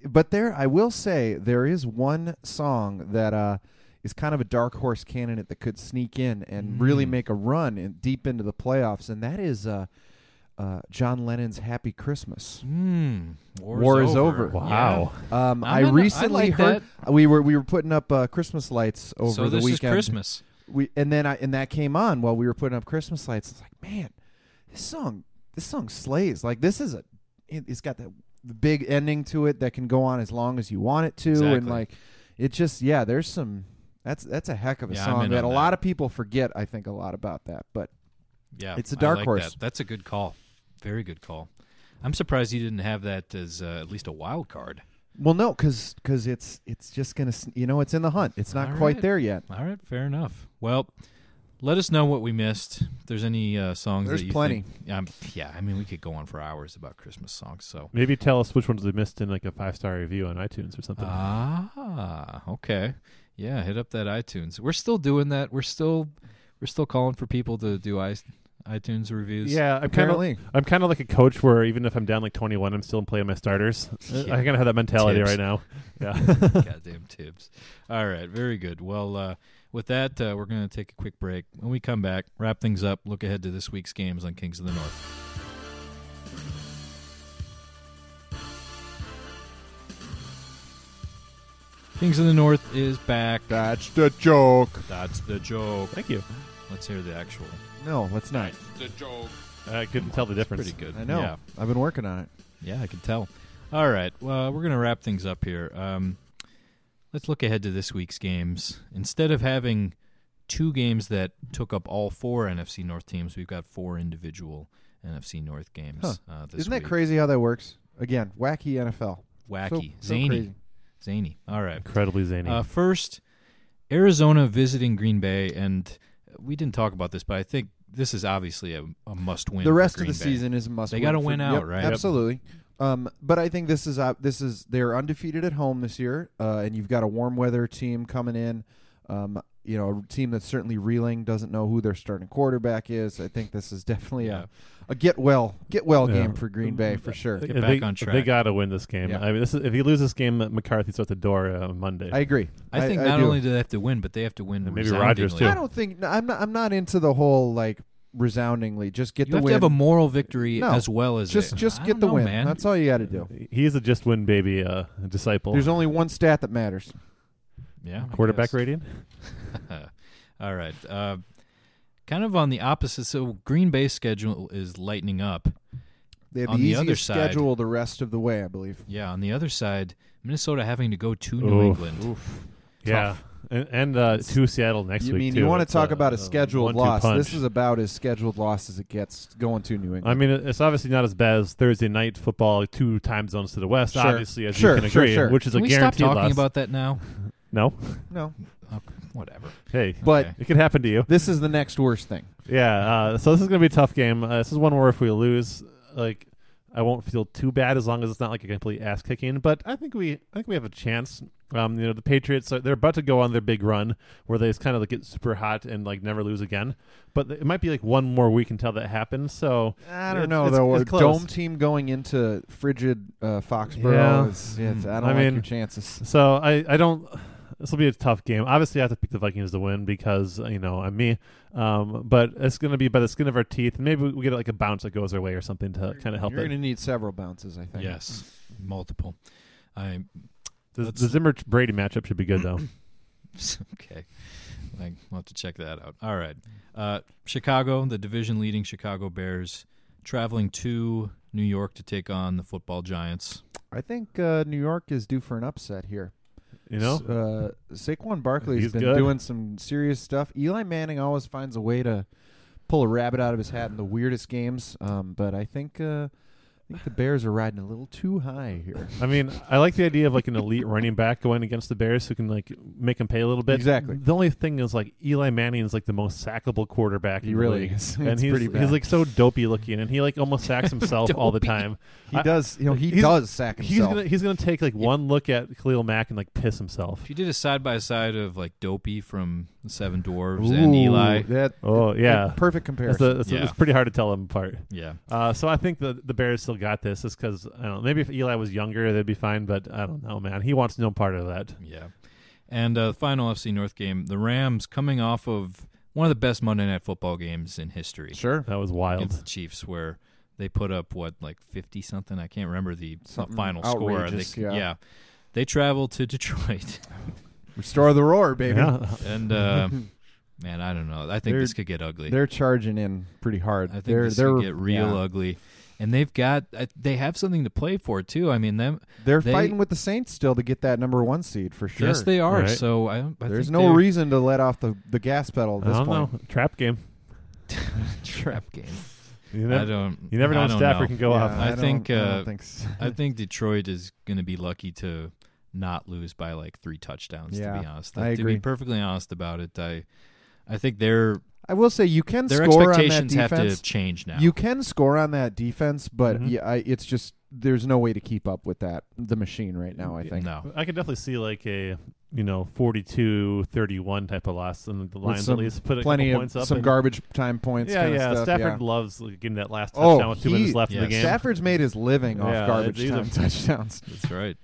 Speaker 3: but there I will say there is one song that uh is kind of a dark horse candidate that could sneak in and really
Speaker 1: Mm.
Speaker 3: make a run in, deep into the playoffs and that is uh uh John Lennon's Happy Christmas.
Speaker 1: Mm, war,
Speaker 3: War is
Speaker 1: is
Speaker 3: over.
Speaker 1: over.
Speaker 2: Wow.
Speaker 1: I'm
Speaker 3: Um I
Speaker 1: gonna- I
Speaker 3: recently
Speaker 1: like
Speaker 3: heard we were we were putting up uh Christmas lights
Speaker 1: Yeah.
Speaker 3: over
Speaker 1: so
Speaker 3: the
Speaker 1: this
Speaker 3: weekend.
Speaker 1: is Christmas.
Speaker 3: We and then I and that came on while we were putting up Christmas lights. It's like, man, this song this song slays. Like this is a it, it's got that big ending to it that can go on as long as you want it to and
Speaker 1: Exactly.
Speaker 3: like it just yeah, there's some that's that's a heck of a
Speaker 1: Yeah, I'm
Speaker 3: song
Speaker 1: in
Speaker 3: that a
Speaker 1: on that.
Speaker 3: lot of people forget I think a lot about that. But
Speaker 1: Yeah.
Speaker 3: It's a
Speaker 1: I
Speaker 3: dark
Speaker 1: like
Speaker 3: horse.
Speaker 1: that. That's a good call. Very good call. I'm surprised you didn't have that as uh, at least a wild card.
Speaker 3: well no cuz cuz it's it's just going to you know it's in the hunt. It's not
Speaker 1: All
Speaker 3: quite
Speaker 1: right.
Speaker 3: there yet.
Speaker 1: All right, fair enough. Well, let us know what we missed. If there's any uh, songs
Speaker 3: There's
Speaker 1: that you
Speaker 3: plenty.
Speaker 1: think- um, yeah, I mean we could go on for hours about Christmas songs. So
Speaker 2: Maybe tell us which ones we missed in like a five star review on iTunes or something.
Speaker 1: ah, okay, yeah, hit up that iTunes. We're still doing that. We're still we're still calling for people to do i iTunes reviews.
Speaker 2: yeah, I'm kind of
Speaker 3: Apparently.
Speaker 2: I'm kind of like a coach where even if I'm down like 21, I'm still playing my starters. I-
Speaker 1: Yeah.
Speaker 2: I kind of have that mentality
Speaker 1: Tips.
Speaker 2: right now. Yeah.
Speaker 1: Goddamn Tibbs. All right, very good. Well, uh, with that, uh, we're going to take a quick break. When we come back, wrap things up, look ahead to this week's games on Kings of the North. Kings of the North is back.
Speaker 3: That's the joke.
Speaker 1: That's the joke.
Speaker 2: Thank you.
Speaker 1: Let's hear the actual.
Speaker 3: No, let's not.
Speaker 2: I couldn't tell the difference.
Speaker 1: Pretty good.
Speaker 3: I know.
Speaker 1: Yeah.
Speaker 3: I've been working on it.
Speaker 1: Yeah, I can tell. All right, well, we're going to wrap things up here. Um, let's look ahead to this week's games. Instead of having two games that took up all four NFC North teams, we've got four individual NFC North games.
Speaker 3: Huh.
Speaker 1: Uh, this
Speaker 3: Isn't that
Speaker 1: week.
Speaker 3: crazy how that works? Again, wacky NFL. So-
Speaker 1: Wacky,
Speaker 3: so
Speaker 1: zany,
Speaker 3: crazy.
Speaker 1: zany. All right.
Speaker 2: Incredibly zany.
Speaker 1: Uh, first, Arizona visiting Green Bay, and we didn't talk about this, but I think this is obviously a, a must-win.
Speaker 3: the
Speaker 1: for
Speaker 3: rest of
Speaker 1: Green
Speaker 3: the
Speaker 1: Bay.
Speaker 3: season is a must.
Speaker 1: They gotta
Speaker 3: for-
Speaker 1: win out,
Speaker 3: yep,
Speaker 1: right? Yep.
Speaker 3: Absolutely. Um, but I think this is uh, this is they're undefeated at home this year, uh, and you've got a warm weather team coming in. Um, you know, a team that's certainly reeling, doesn't know who their starting quarterback is. I think this is definitely
Speaker 1: Yeah.
Speaker 3: a, a get well get well
Speaker 2: Yeah.
Speaker 3: game for Green Bay for sure.
Speaker 1: Get
Speaker 2: They-
Speaker 1: back
Speaker 2: they,
Speaker 1: on
Speaker 2: They
Speaker 1: track.
Speaker 2: got to win this game.
Speaker 3: Yeah.
Speaker 2: I mean, this is, if you lose this game, McCarthy's at the door uh, on Monday.
Speaker 3: I agree.
Speaker 1: I think not
Speaker 3: do.
Speaker 1: only do they have to win, but they have to win.
Speaker 2: And maybe Rodgers,
Speaker 1: resoundingly.
Speaker 2: too.
Speaker 3: I don't think I'm not I'm not into the whole like resoundingly just get
Speaker 1: you
Speaker 3: the
Speaker 1: have
Speaker 3: win.
Speaker 1: to have a moral victory
Speaker 3: No.
Speaker 1: as well as
Speaker 3: just
Speaker 1: a-
Speaker 3: just
Speaker 1: I
Speaker 3: get
Speaker 1: don't
Speaker 3: the
Speaker 1: know,
Speaker 3: win.
Speaker 1: Man.
Speaker 3: That's all you got to do.
Speaker 2: He is a just win baby uh, disciple.
Speaker 3: There's only one stat that matters.
Speaker 1: yeah, I
Speaker 2: quarterback
Speaker 1: guess.
Speaker 2: rating.
Speaker 1: all right. Uh, kind of on the opposite. So Green Bay's schedule is lightening up.
Speaker 3: They have
Speaker 1: On
Speaker 3: the
Speaker 1: the
Speaker 3: easiest
Speaker 1: other side-
Speaker 3: schedule the rest of the way, I believe.
Speaker 1: Yeah. On the other side, Minnesota having to go to New
Speaker 2: Oof.
Speaker 1: England.
Speaker 2: Yeah, and, and uh, to Seattle next
Speaker 3: you
Speaker 2: week.
Speaker 3: mean
Speaker 2: too.
Speaker 3: you want
Speaker 2: It's
Speaker 3: to talk
Speaker 2: a-
Speaker 3: about
Speaker 2: a
Speaker 3: a scheduled
Speaker 2: one-two
Speaker 3: loss?
Speaker 2: punch.
Speaker 3: This is about as scheduled loss as it gets going to New England.
Speaker 2: I mean, it's obviously not as bad as Thursday night football, two time zones to the west.
Speaker 3: Sure.
Speaker 2: Obviously, as
Speaker 3: Sure,
Speaker 2: you can
Speaker 3: sure,
Speaker 2: agree,
Speaker 3: sure.
Speaker 2: which is
Speaker 1: Can
Speaker 2: a
Speaker 1: we stop
Speaker 2: guaranteed
Speaker 1: talking
Speaker 2: loss.
Speaker 1: about that now?
Speaker 2: no,
Speaker 3: no,
Speaker 1: Oh, whatever.
Speaker 2: hey,
Speaker 3: but
Speaker 1: Okay.
Speaker 2: it could happen to you.
Speaker 3: this is the next worst thing.
Speaker 2: Yeah. Uh, so this is gonna be a tough game. Uh, this is one where if we lose, like, I won't feel too bad as long as it's not like a complete ass kicking. But I think we, I think we have a chance. Um, you know, the Patriots are, they're about to go on their big run where they just kind of like get super hot and like never lose again. But it might be like one more week until that happens. So
Speaker 3: I don't
Speaker 2: it's-
Speaker 3: know
Speaker 2: it's-
Speaker 3: though.
Speaker 2: it's
Speaker 3: a
Speaker 2: close.
Speaker 3: dome team going into frigid uh, Foxborough.
Speaker 2: Yeah. Hmm.
Speaker 3: Is, it's- I don't
Speaker 2: I
Speaker 3: like
Speaker 2: mean-
Speaker 3: your chances.
Speaker 2: So I, I don't. This will be a tough game. Obviously, I have to pick the Vikings to win because uh, you know I'm me. Um, but it's going to be by the skin of our teeth. Maybe we get like a bounce that goes our way or something to kind of help
Speaker 3: You're
Speaker 2: it.
Speaker 3: going to need several bounces, I think.
Speaker 1: Yes. Multiple. I
Speaker 2: The, the Zimmer Brady matchup should be good though.
Speaker 1: okay. I, will have to check that out. All right. Uh, Chicago, the division leading Chicago Bears, traveling to New York to take on the football giants.
Speaker 3: I think uh, New York is due for an upset here.
Speaker 2: You know,
Speaker 3: uh, Saquon Barkley's
Speaker 2: He's
Speaker 3: been
Speaker 2: good.
Speaker 3: doing some serious stuff. Eli Manning always finds a way to pull a rabbit out of his hat in the weirdest games. Um, but I think uh, I think the Bears are riding a little too high here.
Speaker 2: I mean, I like the idea of like an elite running back going against the Bears who can like make him pay a little bit.
Speaker 3: Exactly.
Speaker 2: The only thing is like Eli Manning is like the most sackable quarterback.
Speaker 3: He
Speaker 2: in the
Speaker 3: really
Speaker 2: league.
Speaker 3: is.
Speaker 2: and
Speaker 3: It's
Speaker 2: he's
Speaker 3: pretty bad.
Speaker 2: he's like so dopey looking, and he like almost sacks himself all the
Speaker 1: Dopey.
Speaker 2: time.
Speaker 3: He
Speaker 2: I-
Speaker 3: does, you know, he
Speaker 2: he's-
Speaker 3: does sack
Speaker 2: He's
Speaker 3: himself.
Speaker 2: gonna he's gonna take like one look at Khalil Mack and like piss himself.
Speaker 1: If you did a side by side of like Dopey from the Seven Dwarves
Speaker 3: Ooh,
Speaker 1: and Eli,
Speaker 3: That
Speaker 2: Oh yeah,
Speaker 3: perfect
Speaker 2: That's
Speaker 3: comparison.
Speaker 2: a, that's a-
Speaker 1: Yeah.
Speaker 2: It's pretty hard to tell them apart.
Speaker 1: yeah,
Speaker 2: Uh, so I think the the Bears still got this, just because I don't know. Maybe if Eli was younger, they'd be fine. But I don't know, man. He wants no part of that.
Speaker 1: yeah. And uh, final FC North game, the Rams coming off of one of the best Monday Night Football games in history
Speaker 3: sure.
Speaker 2: That was wild.
Speaker 1: against the Chiefs, where they put up what like fifty something. I can't remember the
Speaker 3: Something
Speaker 1: final score. They,
Speaker 3: outrageous, yeah.
Speaker 1: they traveled to Detroit,
Speaker 3: Restore the roar, baby.
Speaker 2: Yeah.
Speaker 1: and uh, man, I don't know. I think
Speaker 3: They're-
Speaker 1: this could get ugly.
Speaker 3: They're charging in pretty hard.
Speaker 1: I think
Speaker 3: they're
Speaker 1: this
Speaker 3: they're
Speaker 1: could get real uh,
Speaker 3: yeah.
Speaker 1: ugly. And they've got I- they have something to play for too. I mean, them
Speaker 3: They're
Speaker 1: They-
Speaker 3: fighting with the Saints still to get that number one seed for sure.
Speaker 1: Yes, they are.
Speaker 2: Right.
Speaker 1: So I, I
Speaker 3: There's
Speaker 1: think
Speaker 3: no
Speaker 1: they're-
Speaker 3: reason to let off the, the gas pedal at
Speaker 2: I
Speaker 3: this
Speaker 2: don't
Speaker 3: point.
Speaker 2: know. Trap game.
Speaker 1: trap game.
Speaker 2: You never,
Speaker 1: I don't.
Speaker 2: you never know
Speaker 1: I
Speaker 2: when
Speaker 1: don't
Speaker 2: Stafford
Speaker 1: know.
Speaker 2: can go
Speaker 3: Yeah,
Speaker 2: off.
Speaker 1: I think,
Speaker 3: don't- I don't
Speaker 1: uh,
Speaker 3: think so.
Speaker 1: I think Detroit is going to be lucky to not lose by like three touchdowns. To
Speaker 3: Yeah,
Speaker 1: be honest,
Speaker 3: I
Speaker 1: to
Speaker 3: agree.
Speaker 1: be perfectly honest about it, I, I think their
Speaker 3: I will say you can
Speaker 1: their
Speaker 3: score on that
Speaker 1: expectations have to
Speaker 3: defense.
Speaker 1: change now.
Speaker 3: You can score on that defense, but
Speaker 2: Mhm.
Speaker 3: yeah, I, it's just there's no way to keep up with that the machine right now. I think
Speaker 1: no.
Speaker 2: I could definitely see like a you know 42-31 type of loss, and the
Speaker 3: With
Speaker 2: Lions at
Speaker 3: some-
Speaker 2: least put a
Speaker 3: plenty
Speaker 2: couple
Speaker 3: of
Speaker 2: points up.
Speaker 3: some
Speaker 2: and-
Speaker 3: garbage time points.
Speaker 2: Yeah,
Speaker 3: kinda
Speaker 2: yeah.
Speaker 3: stuff,
Speaker 2: Stafford
Speaker 3: yeah.
Speaker 2: loves like, getting that last
Speaker 3: Oh,
Speaker 2: touchdown with two
Speaker 3: he-
Speaker 2: minutes left in
Speaker 1: yes.
Speaker 2: the game.
Speaker 3: Stafford's made his living
Speaker 2: Yeah,
Speaker 3: off garbage
Speaker 2: these
Speaker 3: time
Speaker 2: are-
Speaker 3: touchdowns.
Speaker 1: That's right.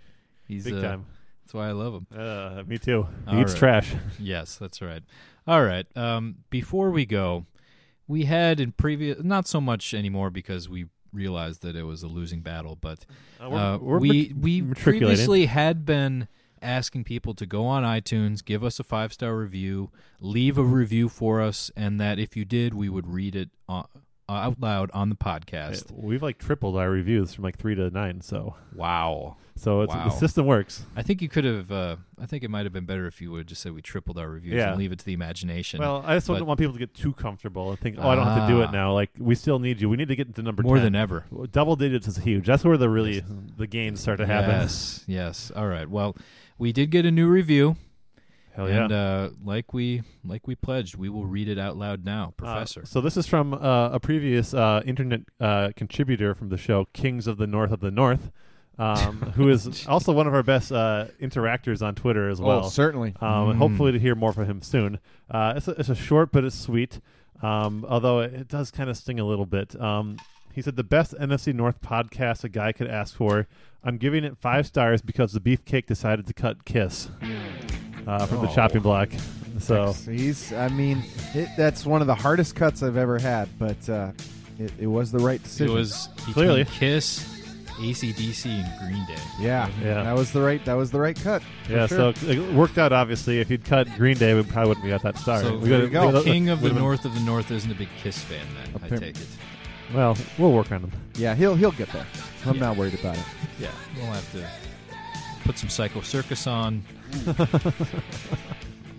Speaker 1: He's
Speaker 2: Big
Speaker 1: uh,
Speaker 2: time.
Speaker 1: That's why I love him.
Speaker 2: Uh, me too. He
Speaker 1: All
Speaker 2: eats
Speaker 1: right.
Speaker 2: trash.
Speaker 1: Yes, that's right. All right. Um, before we go, we had in previous, not so much anymore because we realized that it was a losing battle, but
Speaker 2: Uh,
Speaker 1: uh,
Speaker 2: we're
Speaker 1: we
Speaker 2: matric-
Speaker 1: we
Speaker 2: matriculating.
Speaker 1: previously had been asking people to go on iTunes, give us a five star review, leave a review for us, and that if you did, we would read it on, out loud on the
Speaker 2: Uh,
Speaker 1: podcast.
Speaker 2: We've like tripled our reviews from like three to nine, so
Speaker 1: Wow.
Speaker 2: so it's,
Speaker 1: Wow.
Speaker 2: the system works.
Speaker 1: I think you could have. Uh, I think it might have been better if you would have just said we tripled our reviews
Speaker 2: Yeah.
Speaker 1: and leave it to the imagination.
Speaker 2: Well, I just
Speaker 1: But-
Speaker 2: don't want people to get too comfortable and think, oh, I don't have to do
Speaker 1: Ah.
Speaker 2: it now. Like we still need you. We need to get to number
Speaker 1: more
Speaker 2: 10.
Speaker 1: than ever.
Speaker 2: Well, Double digits is huge. That's where the really the gains start to happen.
Speaker 1: Yes. Yes. All right. Well, we did get a new review,
Speaker 2: Hell yeah.
Speaker 1: and uh, like we like we pledged, we will read it out loud now,
Speaker 2: Uh,
Speaker 1: Professor.
Speaker 2: so this is from uh, a previous uh, internet uh, contributor from the show Kings of the North of the North, um, who is also one of our best uh, interactors on Twitter as well.
Speaker 3: oh, certainly.
Speaker 2: Um, and Hopefully, to
Speaker 3: Mm.
Speaker 2: hear more from him soon. Uh, it's, a, it's a short, but it's sweet. Um, although it, it does kind of sting a little bit. Um, he said the best NFC North podcast a guy could ask for. I'm giving it five stars because the beefcake decided to cut Kiss uh, from the
Speaker 3: Oh.
Speaker 2: chopping block. So
Speaker 3: He's, I mean, it, that's one of the hardest cuts I've ever had, but uh, it, it was the right
Speaker 1: it
Speaker 3: decision.
Speaker 1: was between
Speaker 2: Clearly.
Speaker 1: Kiss, ACDC, and Green Day.
Speaker 3: yeah,
Speaker 2: Yeah.
Speaker 3: That was the right. That was the right cut. for
Speaker 2: yeah,
Speaker 3: sure.
Speaker 2: so it worked out. Obviously, if you'd cut Green Day, we probably wouldn't be at that star.
Speaker 1: So
Speaker 2: We gotta-
Speaker 3: there you go.
Speaker 2: we gotta-
Speaker 1: King of the
Speaker 2: would've been-
Speaker 1: North of the North isn't a big Kiss fan. Then I
Speaker 3: Appar-
Speaker 1: take it.
Speaker 2: Well, we'll work on them.
Speaker 3: yeah, he'll he'll get there. I'm not worried about it.
Speaker 1: Yeah, we'll have to put some Psycho Circus on.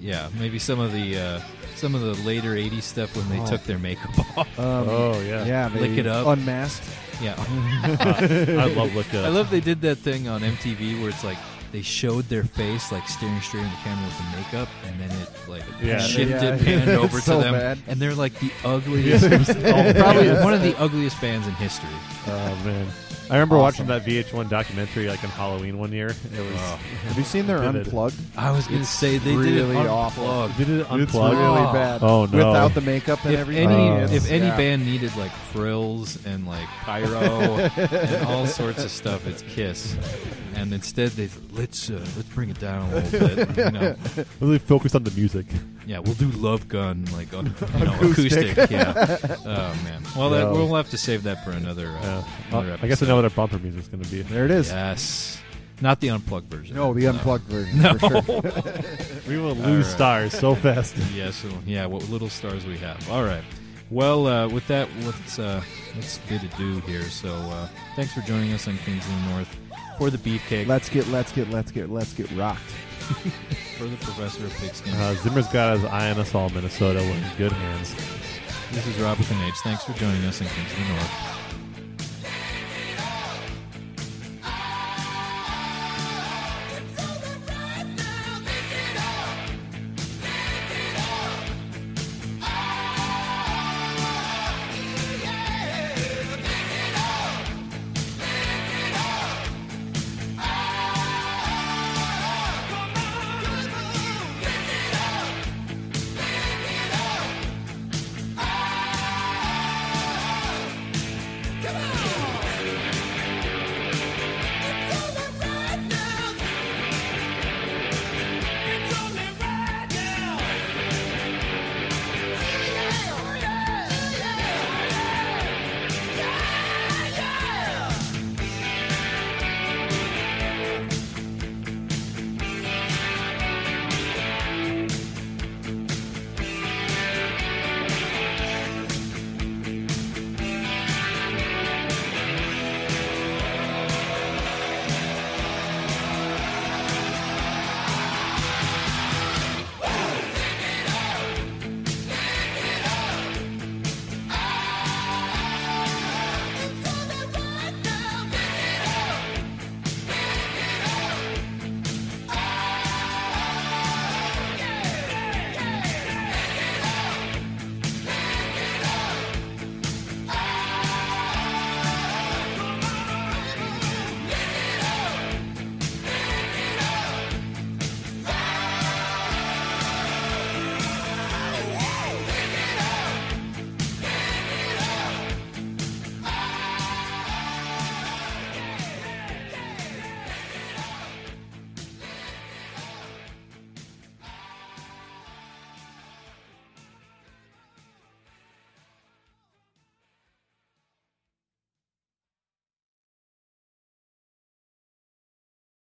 Speaker 1: yeah, maybe some of the uh, some of the later '80s stuff when they
Speaker 3: Oh.
Speaker 1: took their makeup off.
Speaker 3: Um,
Speaker 2: Oh yeah,
Speaker 3: yeah, they
Speaker 1: Lick it up.
Speaker 3: Unmasked.
Speaker 1: yeah.
Speaker 2: I love Look Up.
Speaker 1: I love they did that thing on MTV where it's like they showed their face like staring straight in the camera with the makeup, and then it like
Speaker 2: Yeah.
Speaker 1: shifted,
Speaker 3: Yeah.
Speaker 1: panned
Speaker 3: It's
Speaker 1: over
Speaker 3: so
Speaker 1: to them,
Speaker 3: bad.
Speaker 1: and they're like the ugliest, probably one of the ugliest bands in history.
Speaker 2: Oh man, I remember watching
Speaker 3: Awesome.
Speaker 2: that VH1 documentary like on Halloween one year. It was
Speaker 3: Have you seen their
Speaker 2: Vivid.
Speaker 3: unplugged?
Speaker 1: I was gonna
Speaker 3: It's
Speaker 1: say they did
Speaker 3: really
Speaker 1: it
Speaker 3: awful.
Speaker 1: unplugged.
Speaker 2: did it
Speaker 3: It's
Speaker 2: unplug?
Speaker 3: really
Speaker 1: Oh.
Speaker 3: bad.
Speaker 2: Oh, no.
Speaker 3: Without the makeup and
Speaker 1: If
Speaker 3: everything.
Speaker 1: any,
Speaker 2: Oh.
Speaker 1: if any
Speaker 3: yeah.
Speaker 1: band needed like frills and like pyro and all sorts of stuff, it's Kiss. And instead, they let's uh, let's bring it down a little bit. You know,
Speaker 2: Really focused on the music.
Speaker 1: Yeah, we'll do Love Gun, like uh, you know, acoustic. Yeah. Oh man. Well, that,
Speaker 2: No.
Speaker 1: we'll have to save that for another. Uh,
Speaker 2: Yeah.
Speaker 1: another
Speaker 2: I guess I
Speaker 1: episode.
Speaker 2: know what our bumper music is going to be.
Speaker 3: there it is.
Speaker 1: Yes. Not the unplugged version.
Speaker 3: No, the unplugged version.
Speaker 1: No.
Speaker 3: For sure.
Speaker 2: We will lose
Speaker 1: right.
Speaker 2: stars so fast.
Speaker 1: Yes, well, yeah. What little stars we have. All right. Well, uh, with that, let's uh, let's bid adieu here. So, uh, thanks for joining us on Kings of the North for the beefcake
Speaker 3: Let's get, let's get, let's get, let's get rocked.
Speaker 1: for the professor of pigskin.
Speaker 2: Uh, Zimmer's got his eye on us all, Minnesota. We're in good hands.
Speaker 1: this is Rob with an H. Thanks for joining us on Kings of the North.